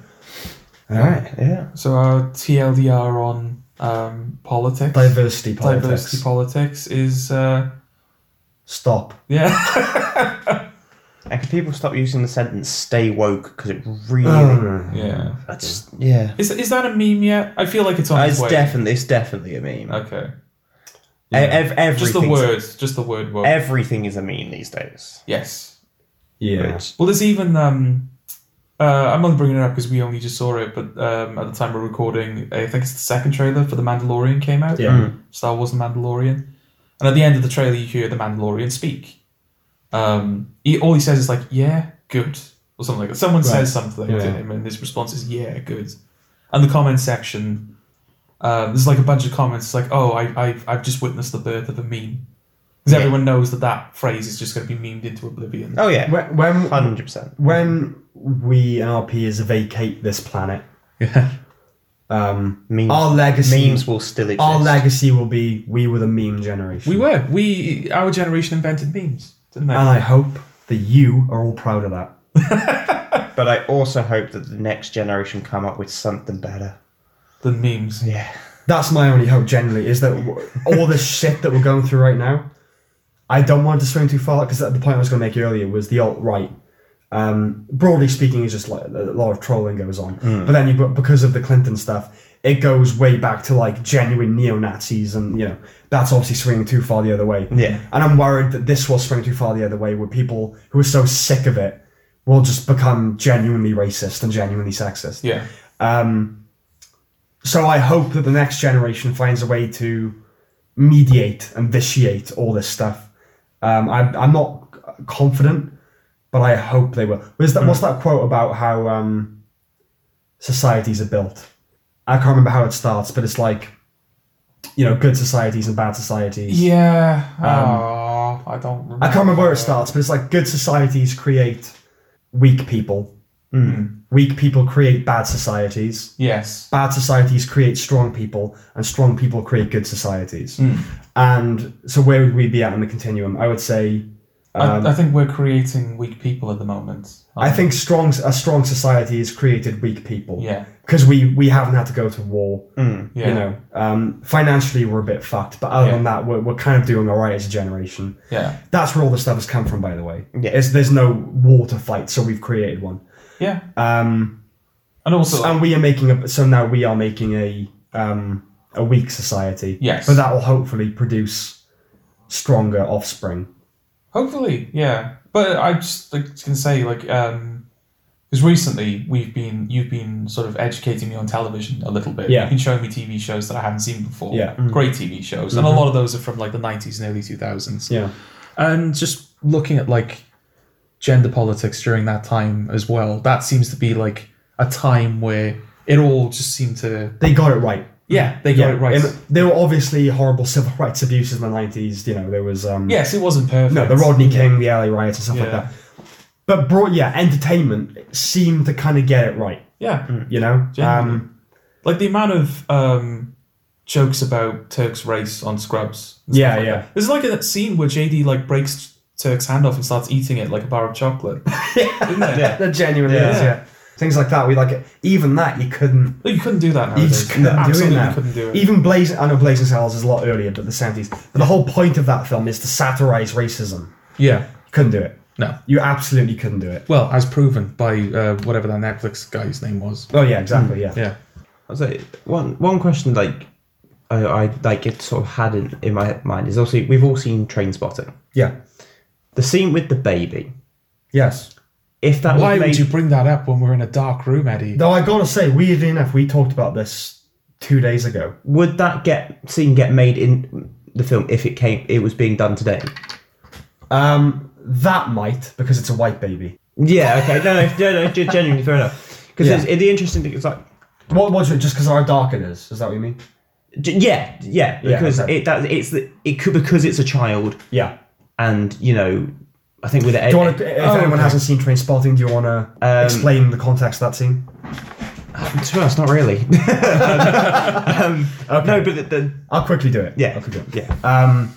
Speaker 3: All right. Yeah.
Speaker 2: So our TLDR on um, politics,
Speaker 1: Diversity politics.
Speaker 2: diversity politics is uh,
Speaker 1: Stop.
Speaker 2: yeah.
Speaker 3: And can people stop using the sentence "stay woke" because it really?
Speaker 1: Oh.
Speaker 2: Yeah.
Speaker 3: I just yeah.
Speaker 2: Is, is that a meme yet? I feel like it's
Speaker 1: Uh,
Speaker 2: on its
Speaker 3: It's
Speaker 2: way.
Speaker 3: definitely it's definitely a meme.
Speaker 2: okay.
Speaker 3: E- ev-
Speaker 2: Uh, Just the
Speaker 3: everything's-
Speaker 2: words. Just the word. woke.
Speaker 3: Everything is a meme these days.
Speaker 2: yes.
Speaker 1: Yeah.
Speaker 3: Which-
Speaker 2: Well, there's even. Um, uh, I'm only bringing it up because we only just saw it, but um, at the time we're recording, I think it's the second trailer for The Mandalorian came out.
Speaker 1: Yeah. Mm.
Speaker 2: Star Wars The Mandalorian. And at the end of the trailer, you hear The Mandalorian speak. Um, he, all he says is, like, yeah, good, or something like that. Someone says something
Speaker 1: Yeah.
Speaker 2: to him, and his response is, yeah, good. And the comment section, uh, there's like a bunch of comments, like, oh, I, I've, I've just witnessed the birth of a meme. Because
Speaker 3: Yeah.
Speaker 2: everyone knows that that phrase is just going to be memed into oblivion.
Speaker 3: Oh yeah.
Speaker 1: When, when
Speaker 3: Hundred percent.
Speaker 1: when we and our peers vacate this planet,
Speaker 2: Yeah.
Speaker 1: um,
Speaker 3: Memes.
Speaker 1: our legacy,
Speaker 3: Hmm. Memes will still exist.
Speaker 1: our legacy will be we were the meme generation.
Speaker 2: We were. We our generation invented memes, didn't they?
Speaker 1: and I hope that you are all proud of that.
Speaker 3: but I also hope that the next generation come up with something better.
Speaker 2: the memes.
Speaker 3: Yeah.
Speaker 1: That's my only hope, generally, is that w- all this shit that we're going through right now, I don't want to swing too far because the point I was going to make earlier was the alt right. Um, broadly speaking, is just like a lot of trolling goes on, but then you but because of the Clinton stuff, it goes way back to like genuine neo Nazis, and you know that's obviously swinging too far the other way.
Speaker 3: Yeah.
Speaker 1: and I'm worried that this will swing too far the other way, where people who are so sick of it will just become genuinely racist and genuinely sexist.
Speaker 2: Yeah.
Speaker 1: So I hope that the next generation finds a way to mediate and vitiate all this stuff. Um, I'm, I'm not confident, but I hope they will. Where's that, What's that quote about how um, societies are built? I can't remember how it starts, but it's like, you know, good societies and bad societies.
Speaker 2: Yeah. oh, I don't. Remember.
Speaker 1: Um, I can't remember where it starts, but it's like good societies create weak people. Weak people create bad societies
Speaker 2: Yes.
Speaker 1: bad societies create strong people, and strong people create good societies.
Speaker 2: Hmm.
Speaker 1: And so, where would we be at on the continuum? I would say,
Speaker 2: I, I think we're creating weak people at the moment.
Speaker 1: Um, I think strong a strong society has created weak people.
Speaker 2: Yeah.
Speaker 1: because we we haven't had to go to war.
Speaker 3: Mm.
Speaker 2: Yeah.
Speaker 1: You know, um, financially we're a bit fucked, but other
Speaker 2: Yeah.
Speaker 1: than that, we're, we're kind of doing all right as a generation.
Speaker 2: Yeah.
Speaker 1: That's where all this stuff has come from, by the way.
Speaker 3: Yeah.
Speaker 1: It's, there's no war to fight, so we've created one.
Speaker 2: Yeah.
Speaker 1: Um,
Speaker 2: And also,
Speaker 1: and we are making a so now we are making a um, a weak society.
Speaker 2: Yes.
Speaker 1: but that will hopefully produce stronger offspring.
Speaker 2: hopefully, yeah. But I just like just gonna say like um. Because recently we've been you've been sort of educating me on television a little bit.
Speaker 1: Yeah.
Speaker 2: You've been showing me TV shows that I haven't seen before.
Speaker 1: Yeah. Mm. Mm-hmm.
Speaker 2: Great TV shows, and a lot of those are from like the '90s and early 2000s.
Speaker 1: Yeah,
Speaker 2: and just looking at like gender politics during that time as well. That seems to be like a time where it all just seemed to
Speaker 1: They got it right.
Speaker 2: yeah they got it right.
Speaker 1: And there were obviously horrible civil rights abuses in the nineties. You know, there was um,
Speaker 2: yes, it wasn't perfect.
Speaker 1: no, the Rodney King, the alley riots, and stuff like
Speaker 2: Yeah.
Speaker 1: that. But brought yeah, entertainment seemed to kind of get it right.
Speaker 2: Yeah,
Speaker 1: You know, Um,
Speaker 2: Genuinely. like the amount of um, jokes about Turk's race on Scrubs. and stuff
Speaker 1: Yeah,
Speaker 2: like
Speaker 1: yeah.
Speaker 2: that. There's like a scene where JD like breaks Turk's hand off and starts eating it like a bar of chocolate. Isn't there?
Speaker 3: Yeah.
Speaker 1: that genuinely
Speaker 3: Yeah.
Speaker 1: is. Yeah, things like that. We like it. even that you couldn't.
Speaker 2: Like, you couldn't do that
Speaker 1: You
Speaker 2: nowadays.
Speaker 1: just couldn't do it
Speaker 2: Absolutely
Speaker 1: now.
Speaker 2: couldn't do it.
Speaker 1: Even Blazing, I know Blazing Saddles is a lot earlier, but the seventies. But the whole point of that film is to satirize racism.
Speaker 2: yeah,
Speaker 1: Couldn't do it.
Speaker 2: no.
Speaker 1: You absolutely couldn't do it.
Speaker 2: Well, as proven by uh, whatever that Netflix guy's name was.
Speaker 1: Oh yeah,
Speaker 3: Hmm.
Speaker 1: exactly. Yeah.
Speaker 2: Yeah.
Speaker 3: I was like one one question like I, I like it sort of had in, in my mind is obviously we've all seen Train Spotting.
Speaker 1: yeah.
Speaker 3: The scene with the baby.
Speaker 1: Yes.
Speaker 3: If that
Speaker 2: Why
Speaker 3: was made,
Speaker 2: would you bring that up when we're in a dark room, Eddie?
Speaker 1: Though I gotta say, weirdly enough, we talked about this two days ago.
Speaker 3: would that get scene get made in the film if it came it was being done today?
Speaker 1: Um, that might because it's a white baby.
Speaker 3: Yeah. Okay. No. No. No. no gen- genuinely fair enough. Because
Speaker 1: Yeah.
Speaker 3: it's it, the interesting thing is like.
Speaker 1: What was it? Just because how dark it is? Is that what you mean?
Speaker 3: j- Yeah, yeah,
Speaker 1: Yeah,
Speaker 3: because
Speaker 1: okay.
Speaker 3: it that it's the, it could because it's a child,
Speaker 1: Yeah.
Speaker 3: and you know, I think with it,
Speaker 1: Do you want to, if anyone
Speaker 2: okay.
Speaker 1: hasn't seen Train Spotting, do you want to
Speaker 3: Oh, Um,
Speaker 1: explain the context of that scene?
Speaker 3: to be honest, not really. um,
Speaker 1: Okay.
Speaker 3: No, but the, the
Speaker 1: I'll quickly do it.
Speaker 3: yeah,
Speaker 1: I'll quickly do it.
Speaker 3: yeah,
Speaker 1: Um,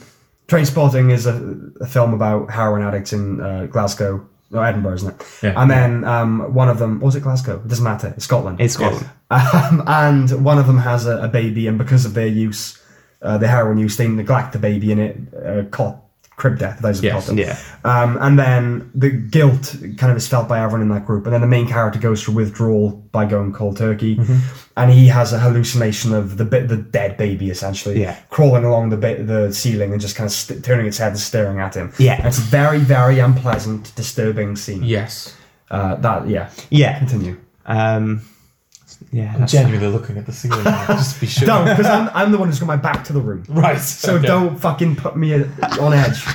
Speaker 1: Train Spotting is a, a film about heroin addicts in uh, Glasgow, or Edinburgh, isn't it?
Speaker 2: Yeah.
Speaker 1: And then um, one of them, was it Glasgow? It doesn't matter. It's Scotland.
Speaker 3: it's Scotland.
Speaker 1: Um, and one of them has a, a baby, and because of their use, uh, the heroin use, they neglect the baby, and it uh, caught crib death. Those
Speaker 2: Yes,
Speaker 1: are
Speaker 3: yeah.
Speaker 1: Um, and then the guilt kind of is felt by everyone in that group, and then the main character goes through withdrawal by going cold turkey,
Speaker 3: Mm-hmm.
Speaker 1: and he has a hallucination of the bit the dead baby essentially
Speaker 3: Yeah.
Speaker 1: crawling along the ba- the ceiling and just kind of st- turning its head and staring at him.
Speaker 3: Yeah.
Speaker 1: And it's a very very unpleasant, disturbing scene.
Speaker 2: yes.
Speaker 1: Uh, that yeah.
Speaker 3: Yeah.
Speaker 1: Continue.
Speaker 3: Um, yeah. that's-
Speaker 2: Genuinely looking at the ceiling now, just to be sure.
Speaker 1: No, because Oh, I'm, I'm the one who's got my back to the room.
Speaker 2: Right.
Speaker 1: So don't fucking put me uh, on edge.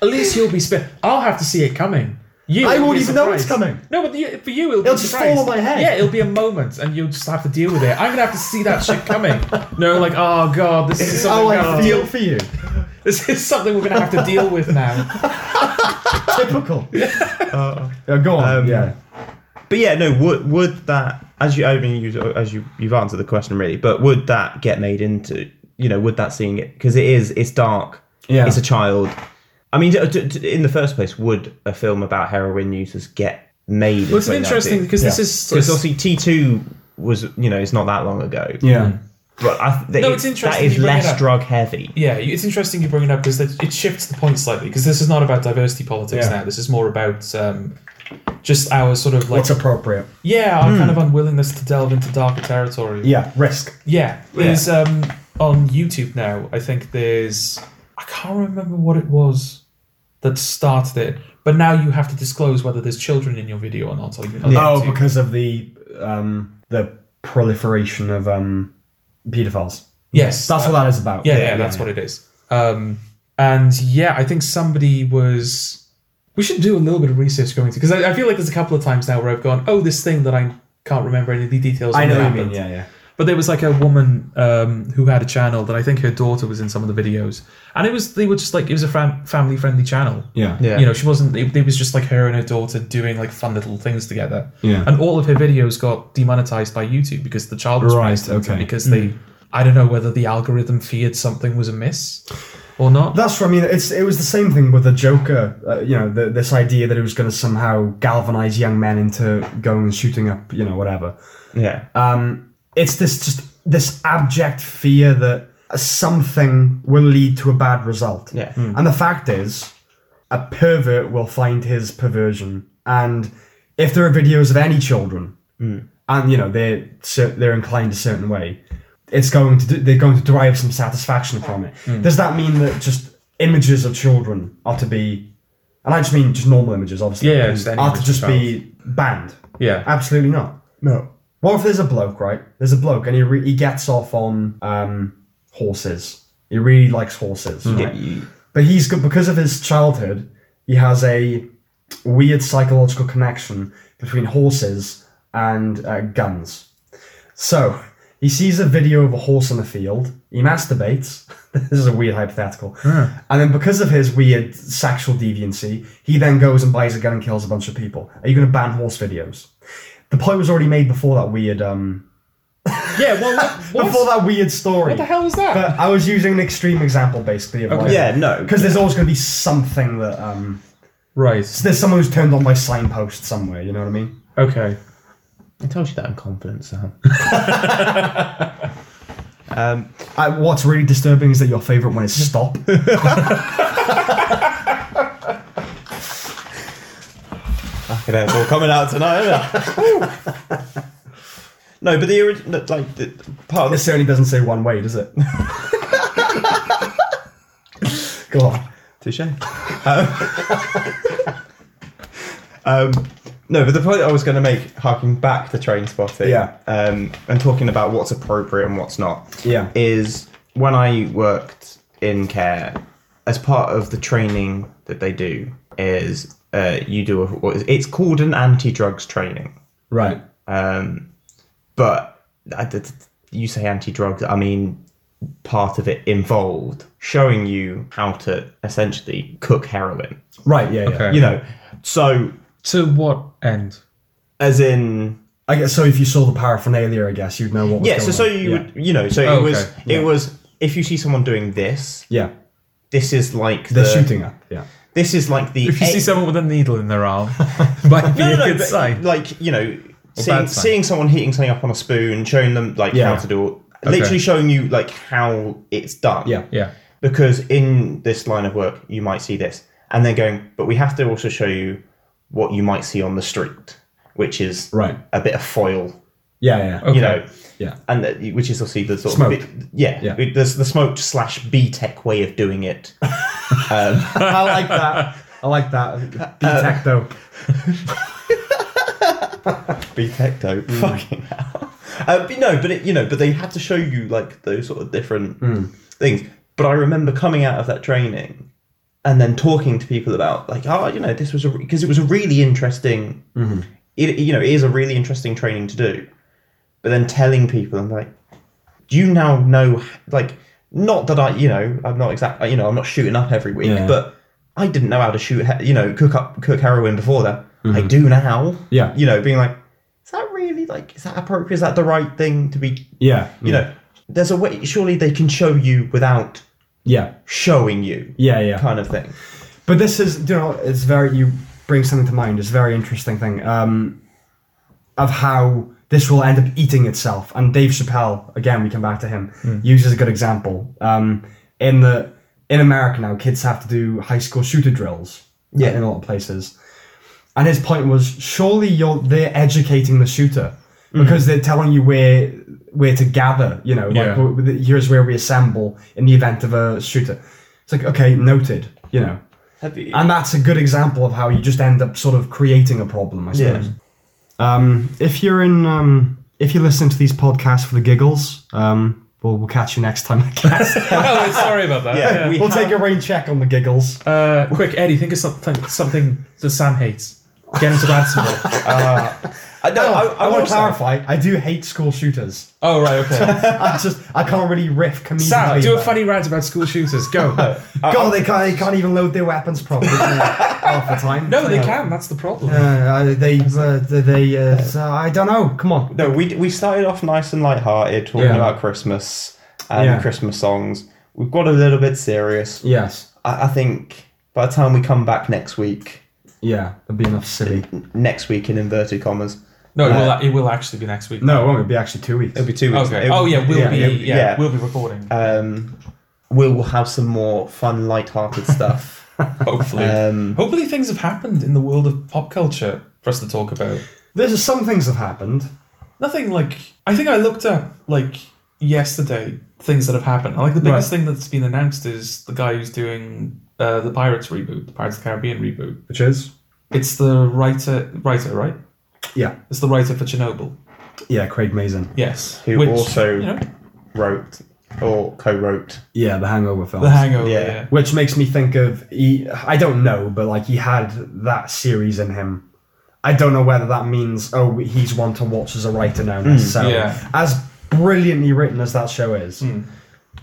Speaker 2: At least you'll be spit. I'll have to see it coming. You,
Speaker 1: I
Speaker 2: will
Speaker 1: won't
Speaker 2: be
Speaker 1: even know it's
Speaker 2: surprised.
Speaker 1: coming.
Speaker 2: No, but you, for you, it'll,
Speaker 1: It'll
Speaker 2: be
Speaker 1: just
Speaker 2: surprised.
Speaker 1: fall on my head.
Speaker 2: Yeah, it'll be a moment, and you'll just have to deal with it. I'm gonna have to see that shit coming. No, like, oh god, this is something.
Speaker 1: Oh,
Speaker 2: we're gonna
Speaker 1: I
Speaker 2: have to
Speaker 1: feel
Speaker 2: deal-
Speaker 1: for you.
Speaker 2: This is something we're gonna have to deal with now.
Speaker 1: Typical. Yeah, go on.
Speaker 3: Um,
Speaker 1: yeah.
Speaker 3: But yeah, no. Would would that as you I mean you as you you've answered the question really, but would that get made into you know would that seeing it because it is it's dark.
Speaker 1: Yeah.
Speaker 3: It's a child. I mean, d- d- d- in the first place, would a film about heroin users get made?
Speaker 2: Well, it's interesting because this
Speaker 1: Yeah.
Speaker 2: is
Speaker 3: Because obviously T two was you know it's not that long ago.
Speaker 1: Yeah.
Speaker 3: But I, th-
Speaker 2: No,
Speaker 3: it-
Speaker 2: it's interesting
Speaker 3: That
Speaker 2: you
Speaker 3: is
Speaker 2: bring it up.
Speaker 3: less drug heavy.
Speaker 2: Yeah, it's interesting you bring it up because that- it shifts the point slightly because this is not about diversity politics
Speaker 1: Yeah.
Speaker 2: now. This is more about um, just our sort of like
Speaker 1: What's appropriate?
Speaker 2: yeah, our kind of unwillingness to delve into darker territory.
Speaker 1: Hmm. Yeah. Risk.
Speaker 2: Yeah, there's um on YouTube now. I think there's I can't remember what it was that started it, but now you have to disclose whether there's children in your video or not. On, on
Speaker 1: Oh,
Speaker 2: YouTube.
Speaker 1: because of the um, the proliferation of um, pedophiles.
Speaker 2: yes,
Speaker 1: That's what that is about.
Speaker 2: yeah, yeah, that's what it is. Um, and yeah, I think somebody was. We should do a little bit of research going to because I, I feel like there's a couple of times now where I've gone, oh, this thing that I can't remember any of the details.
Speaker 1: I
Speaker 2: on
Speaker 1: know
Speaker 2: that
Speaker 1: what you mean.
Speaker 2: happened."
Speaker 1: Yeah, yeah.
Speaker 2: But there was like a woman um, who had a channel that I think her daughter was in some of the videos, and it was they were just like it was a fam- family friendly channel.
Speaker 1: Yeah.
Speaker 3: Yeah.
Speaker 2: You know, she wasn't. It, it was just like her and her daughter doing like fun little things together.
Speaker 1: Yeah.
Speaker 2: And all of her videos got demonetized by YouTube because the child was
Speaker 1: Right,
Speaker 2: raised in it,
Speaker 1: okay.
Speaker 2: Because they, I don't know whether the algorithm feared something was amiss or not.
Speaker 1: That's what I mean. It's it was the same thing with the Joker. Uh, you know, the, this idea that it was going to somehow galvanize young men into going and shooting up, you know, whatever.
Speaker 3: Yeah.
Speaker 1: um, it's this just this abject fear that something will lead to a bad result. Hmm.
Speaker 3: Yeah.
Speaker 2: Hmm.
Speaker 1: And the fact is, a pervert will find his perversion, and if there are videos of any children,
Speaker 2: Hmm.
Speaker 1: and you know they're cer- they're inclined a certain way, it's going to do, they're going to derive some satisfaction from it.
Speaker 2: Hmm.
Speaker 1: Does that mean that just images of children are to be, and I just mean just normal images, obviously,
Speaker 2: Yeah, yeah, just any
Speaker 1: are
Speaker 2: image
Speaker 1: to
Speaker 2: of
Speaker 1: just
Speaker 2: child.
Speaker 1: be banned?
Speaker 2: yeah.
Speaker 1: Absolutely not. No. What if there's a bloke, right? There's a bloke, and he re- he gets off on um, horses. He
Speaker 3: Hmm.
Speaker 1: really likes horses, right?
Speaker 3: You-
Speaker 1: But he's got because of his childhood, he has a weird psychological connection between horses and uh, guns. So he sees a video of a horse in the field. He masturbates. this is a weird hypothetical. And then, because of his weird sexual deviancy, he then goes and buys a gun and kills a bunch of people. Are you going to ban horse videos? The point was already made before that weird um
Speaker 2: Yeah, well, what,
Speaker 1: before that weird story.
Speaker 2: what the hell was that?
Speaker 1: But I was using an extreme example basically of like,
Speaker 3: Yeah, no.
Speaker 1: because there's always going to be something that um
Speaker 2: right.
Speaker 1: there's someone who's turned on by signpost somewhere. You know what I mean?
Speaker 2: Okay.
Speaker 3: I told you that in confidence, Sam. um,
Speaker 1: I, what's really disturbing is that your favorite one is stop.
Speaker 3: fucking hell, it's all coming out tonight, isn't it? no, but the original, like, the, part of
Speaker 1: it
Speaker 3: this.
Speaker 1: certainly doesn't say one way, does it? Go on.
Speaker 3: Touche. Um, um, no, but the point I was going to make, harking back to train spotting,
Speaker 1: Yeah.
Speaker 3: um, and talking about what's appropriate and what's not,
Speaker 1: Yeah.
Speaker 3: is when I worked in care, as part of the training that they do, is uh, you do a what is, it's called an anti-drugs training,
Speaker 1: Right.
Speaker 3: um, but I did- you say anti-drugs, I mean part of it involved showing you how to essentially cook heroin.
Speaker 1: Right. Yeah. Yeah.
Speaker 2: Okay.
Speaker 3: You know, so
Speaker 2: To what end?
Speaker 3: as in
Speaker 1: I guess so. If you saw the paraphernalia, I guess you'd know what. Was
Speaker 3: yeah,
Speaker 1: Going
Speaker 3: so so
Speaker 1: on.
Speaker 3: you
Speaker 1: yeah.
Speaker 3: would you know, so
Speaker 2: Oh,
Speaker 3: it was
Speaker 2: okay.
Speaker 1: Yeah.
Speaker 3: it was if you see someone doing this,
Speaker 1: Yeah.
Speaker 3: this is like the
Speaker 1: They're shooting up. Yeah.
Speaker 3: This is like the
Speaker 2: If you
Speaker 3: a-
Speaker 2: see someone with a needle in their arm, might be
Speaker 3: no, no,
Speaker 2: a
Speaker 3: no,
Speaker 2: good
Speaker 3: but,
Speaker 2: sign.
Speaker 3: Like you know, seeing,
Speaker 2: bad sign.
Speaker 3: seeing someone heating something up on a spoon, showing them like
Speaker 1: Yeah.
Speaker 3: how to do, it, literally showing you like how it's done.
Speaker 1: Yeah.
Speaker 2: yeah.
Speaker 3: because in this line of work you might see this and then going but we have to also show you what you might see on the street which is
Speaker 1: Right.
Speaker 3: a bit of foil
Speaker 1: Yeah. Yeah.
Speaker 2: Okay.
Speaker 3: you know
Speaker 1: Yeah.
Speaker 3: and that, which is obviously the sort
Speaker 1: Smoked.
Speaker 3: of bit, yeah,
Speaker 1: Yeah.
Speaker 3: it- there's the smoked slash b tech way of doing it um,
Speaker 1: I like that. I like
Speaker 3: Uh,
Speaker 1: that. Be tech though.
Speaker 3: Be tech dope.
Speaker 1: Mm.
Speaker 3: Fucking hell. Uh, but no, but it, you know, but they had to show you like those sort of different
Speaker 1: Mm.
Speaker 3: things. But I remember coming out of that training and then talking to people about like, oh, you know, this was a because it was a really interesting.
Speaker 1: Mm-hmm.
Speaker 3: It, you know, it is a really interesting training to do. But then telling people, I'm like, do you now know like not that I, you know, I'm not exact, you know, I'm not shooting up every week,
Speaker 1: Yeah.
Speaker 3: but I didn't know how to shoot, he- you know, cook up cook heroin before that. I do now.
Speaker 1: Mm-hmm. Yeah.
Speaker 3: You know, being like, is that really like, is that appropriate? Is that the right thing to be?
Speaker 1: Yeah.
Speaker 3: You know, there's a way. Surely they can show you without
Speaker 1: Yeah.
Speaker 3: showing you.
Speaker 1: Yeah. Yeah.
Speaker 3: Kind of thing.
Speaker 1: But this is, you know, it's very, you bring something to mind. It's a very interesting thing um, of how this will end up eating itself. And Dave Chappelle, again, we come back to him, uses a good example. Um, in the in America now, kids have to do high school shooter drills.
Speaker 3: Yeah.
Speaker 1: in a lot of places. And his point was, surely you're they're educating the shooter because they're telling you where where to gather. You know, like
Speaker 2: Yeah.
Speaker 1: w- w- here's where we assemble in the event of a shooter. It's like okay, noted. You know.
Speaker 3: Have you?
Speaker 1: And that's a good example of how you just end up sort of creating a problem, I
Speaker 3: Yeah.
Speaker 1: suppose. Um, if you're in, um, if you listen to these podcasts for the giggles, um, we'll, we'll catch you next time. I guess.
Speaker 2: oh, sorry about that.
Speaker 3: Yeah, we-
Speaker 1: we'll take a rain check on the giggles.
Speaker 2: Uh, quick, Eddie, think of something something that Sam hates. Get him to bad some Uh,
Speaker 3: I, no, I,
Speaker 1: oh, I, want to
Speaker 3: also-
Speaker 1: clarify. I do hate school shooters.
Speaker 2: Oh, right, okay.
Speaker 1: I just I can't really riff comedically.
Speaker 2: Sam, do a
Speaker 1: about it.
Speaker 2: funny rant about school shooters. Go.
Speaker 1: God, they can't, they can't even load their weapons properly half the time.
Speaker 2: No, they can. That's the problem.
Speaker 1: Uh, they, uh, they, uh, so I don't know. Come on.
Speaker 3: No, we we started off nice and light-hearted talking
Speaker 1: Yeah.
Speaker 3: about Christmas and
Speaker 1: Yeah.
Speaker 3: Christmas songs. We've got a little bit serious.
Speaker 1: Yes.
Speaker 3: I, I think by the time we come back next week,
Speaker 1: Yeah. There'll be enough silly.
Speaker 3: n- next week in inverted commas,
Speaker 2: No, it will, it will actually be next week.
Speaker 1: No, it won't. It'll be actually two weeks.
Speaker 3: it'll be two weeks.
Speaker 2: Okay.
Speaker 3: It'll-
Speaker 2: oh yeah, we'll be yeah,
Speaker 3: it'll- yeah.
Speaker 2: we'll be recording.
Speaker 3: um, we'll have some more fun, light-hearted stuff.
Speaker 2: Hopefully,
Speaker 3: um,
Speaker 2: hopefully things have happened in the world of pop culture for us to talk about.
Speaker 1: There's some things have happened.
Speaker 2: Nothing like I think I looked up like yesterday things that have happened. And, Like the biggest thing that's been announced is the guy who's doing uh, the Pirates reboot, the Pirates of the Caribbean reboot.
Speaker 1: Which is?
Speaker 2: It's the writer, writer, right?
Speaker 1: Yeah.
Speaker 2: It's the writer for Chernobyl.
Speaker 1: Yeah, Craig Mazin.
Speaker 2: Yes.
Speaker 3: Who also-
Speaker 2: you know,
Speaker 3: wrote or co-wrote.
Speaker 1: Yeah, the Hangover films.
Speaker 2: The Hangover.
Speaker 3: Yeah.
Speaker 2: yeah.
Speaker 1: Which makes me think of he. I don't know, but like he had that series in him. I don't know whether that means oh he's one to watch as a writer now necessarily.
Speaker 2: Hmm, yeah. Hmm.
Speaker 1: As brilliantly written as that show is,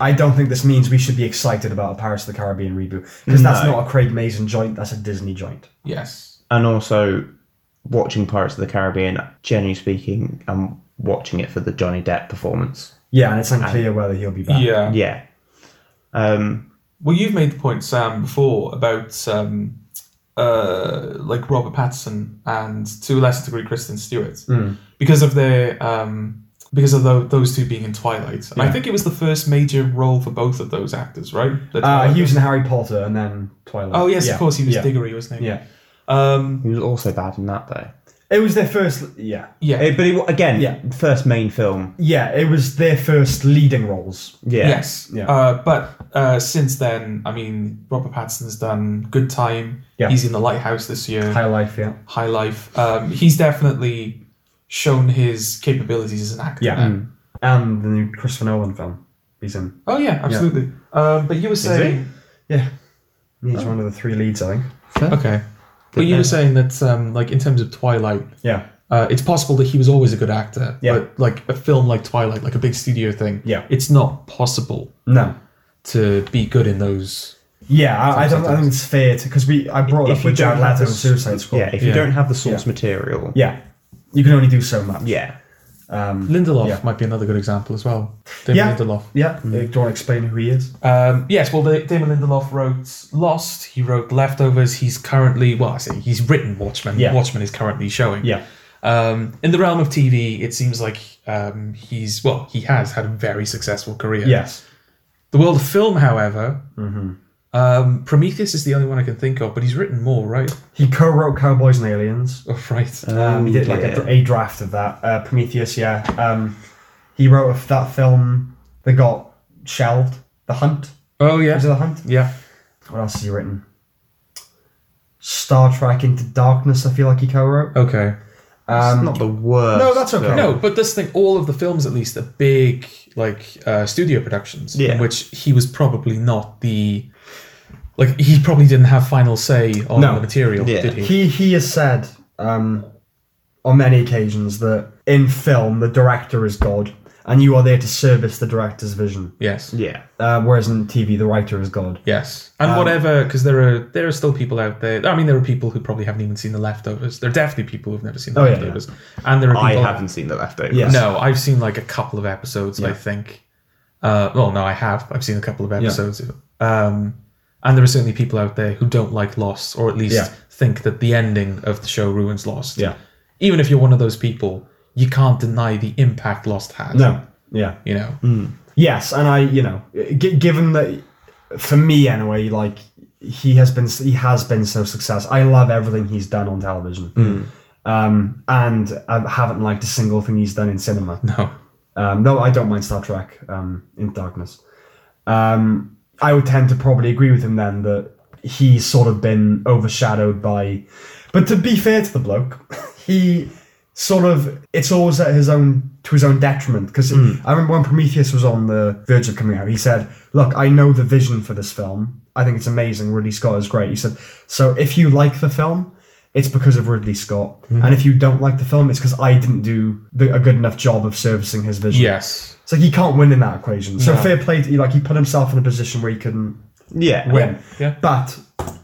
Speaker 1: I don't think this means we should be excited about a Pirates of the Caribbean reboot because that's
Speaker 3: No.
Speaker 1: not a Craig Mazin joint. That's a Disney joint.
Speaker 2: Yes.
Speaker 3: and also watching Pirates of the Caribbean. Generally speaking, I'm watching it for the Johnny Depp performance.
Speaker 1: Yeah, and it's unclear whether he'll be back.
Speaker 2: Yeah.
Speaker 3: Yeah, um,
Speaker 2: Well, you've made the point, Sam, before about um, uh, like Robert Pattinson and to a lesser degree Kristen Stewart
Speaker 1: Hmm.
Speaker 2: because of their um, because of tho- those two being in Twilight. And I think it was the first major role for both of those actors, right? The
Speaker 1: Uh,
Speaker 2: Twilight-
Speaker 1: he was in Harry Potter and then Twilight.
Speaker 2: oh yes,
Speaker 1: Yeah,
Speaker 2: of course he was
Speaker 1: yeah.
Speaker 2: Diggory, wasn't he?
Speaker 1: Yeah,
Speaker 2: Um,
Speaker 3: he was also bad in that though.
Speaker 1: it was their first. Yeah,
Speaker 2: yeah.
Speaker 3: Eh, but it, wa- again,
Speaker 1: Yeah.
Speaker 3: first main film.
Speaker 1: yeah, it was their first leading roles.
Speaker 3: Yeah,
Speaker 2: Yes.
Speaker 1: Yeah.
Speaker 2: Uh, but uh, since then, I mean, Robert Pattinson's done Good Time.
Speaker 1: Yeah.
Speaker 2: He's in The Lighthouse this year.
Speaker 1: High life, yeah.
Speaker 2: High Life. Um, he's definitely shown his capabilities as an actor.
Speaker 1: Yeah.
Speaker 2: now.
Speaker 3: Hmm.
Speaker 1: And the new Christopher Nolan film he's in.
Speaker 2: Oh yeah, absolutely. Um, but you were saying
Speaker 1: Yeah. He's one of the three leads, I think.
Speaker 2: okay. But you were saying that, um, like, in terms of Twilight,
Speaker 1: Yeah.
Speaker 2: uh, it's possible that he was always a good actor.
Speaker 1: Yeah.
Speaker 2: But like a film like Twilight, like a big studio thing,
Speaker 1: Yeah.
Speaker 2: it's not possible
Speaker 1: No.
Speaker 2: to be good in those.
Speaker 1: Yeah, I, I don't. I think it's fair to because we. I brought
Speaker 3: If
Speaker 1: up
Speaker 3: you
Speaker 1: with Jared
Speaker 3: don't have
Speaker 1: Leto
Speaker 3: the
Speaker 1: and
Speaker 3: s-
Speaker 1: Suicide Squad.
Speaker 3: yeah. If you
Speaker 2: Yeah.
Speaker 3: don't have the source material,
Speaker 1: Yeah. You can only do so much.
Speaker 3: yeah,
Speaker 1: Um,
Speaker 2: Lindelof
Speaker 1: Yeah.
Speaker 2: might be another good example as well. David
Speaker 1: Yeah.
Speaker 2: Lindelof.
Speaker 1: yeah. Uh, Do you want to explain who he is?
Speaker 2: Um, yes, well, Da- Damon Lindelof wrote Lost. He wrote Leftovers. He's currently, well, I say he's written Watchmen.
Speaker 1: Yeah.
Speaker 2: Watchmen is currently showing.
Speaker 1: Yeah.
Speaker 2: Um, in the realm of TV, it seems like um, he's well, he has had a very successful career.
Speaker 1: Yes.
Speaker 2: The world of film, however, um, Prometheus is the only one I can think of, but he's written more, right?
Speaker 1: He co-wrote Cowboys and Aliens.
Speaker 2: Oh, right.
Speaker 3: Uh,
Speaker 1: Um, he did like
Speaker 3: yeah.
Speaker 1: a, a draft of that uh, Prometheus. Yeah. Um, he wrote a- that film that got shelved. The Hunt.
Speaker 2: oh
Speaker 1: Is
Speaker 2: yeah,
Speaker 1: it The Hunt?
Speaker 2: yeah.
Speaker 1: What else has he written? Star Trek Into Darkness, I feel like he co wrote.
Speaker 2: Okay.
Speaker 1: Um,
Speaker 3: it's not the worst.
Speaker 1: no, that's okay.
Speaker 3: film.
Speaker 2: No, but this thing, all of the films, at least, are big like uh, studio productions, in
Speaker 3: Yeah.
Speaker 2: which he was probably not the like he probably didn't have final say on
Speaker 1: No.
Speaker 2: the material,
Speaker 3: Yeah.
Speaker 2: did he?
Speaker 1: he, he has said um, on many occasions that in film, the director is God, and you are there to service the director's vision.
Speaker 2: Yes.
Speaker 3: Yeah,
Speaker 1: Uh, whereas in TV, the writer is God.
Speaker 2: Yes, and
Speaker 1: Um,
Speaker 2: whatever, because there are there are still people out there. I mean, there are people who probably haven't even seen the leftovers. There are definitely people who've never seen the
Speaker 1: Oh, yeah, yeah.
Speaker 2: leftovers, and there are
Speaker 3: I
Speaker 2: people.
Speaker 3: haven't seen the leftovers.
Speaker 1: Yes.
Speaker 2: No, I've seen like a couple of episodes. I think. Uh, well, no, I have. I've seen a couple of episodes. Um, and there are certainly people out there who don't like Lost, or at least
Speaker 1: Yeah.
Speaker 2: think that the ending of the show ruins Lost.
Speaker 1: Yeah.
Speaker 2: Even if you're one of those people, you can't deny the impact Lost had.
Speaker 1: No. Mm. Yeah.
Speaker 2: You know.
Speaker 1: Yes, and I, you know, g- given that, for me anyway, like he has been, he has been so successful. I love everything he's done on television, um, and I haven't liked a single thing he's done in cinema.
Speaker 2: No.
Speaker 1: Um, though I don't mind Star Trek um, in Darkness. Um, I would tend to probably agree with him then that he's sort of been overshadowed by. But to be fair to the bloke, he sort of it's always at his own to his own detriment because I remember when Prometheus was on the verge of coming out, he said, "Look, I know the vision for this film. I think it's amazing. Ridley Scott is great." He said, "So if you like the film." It's because of Ridley Scott, and if you don't like the film, it's because I didn't do the, a good enough job of servicing his vision.
Speaker 2: Yes.
Speaker 1: It's like he can't win in that equation. So
Speaker 2: No.
Speaker 1: fair play, to, like he put himself in a position where he couldn't
Speaker 3: yeah,
Speaker 1: win.
Speaker 2: Yeah.
Speaker 1: But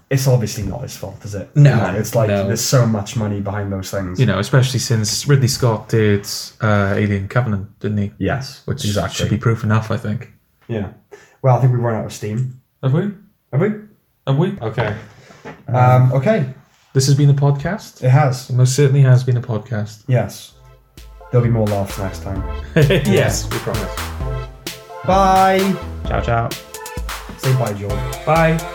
Speaker 1: it's obviously not his fault, is it?
Speaker 2: No.
Speaker 1: it's like
Speaker 2: No.
Speaker 1: there's so much money behind those things.
Speaker 2: You know, especially since Ridley Scott did uh, Alien Covenant, didn't he?
Speaker 1: Yes,
Speaker 2: Which should be proof enough, I think.
Speaker 1: yeah. Well, I think we've run out of steam.
Speaker 2: Have we?
Speaker 1: Have we?
Speaker 2: Have we? Okay.
Speaker 1: Um, okay,
Speaker 2: This has been a podcast.
Speaker 1: it has.
Speaker 2: It most certainly has been a podcast.
Speaker 1: Yes, there'll be more laughs next time.
Speaker 2: yes, we promise.
Speaker 1: Bye.
Speaker 3: Ciao, ciao.
Speaker 1: Say bye, George.
Speaker 2: Bye.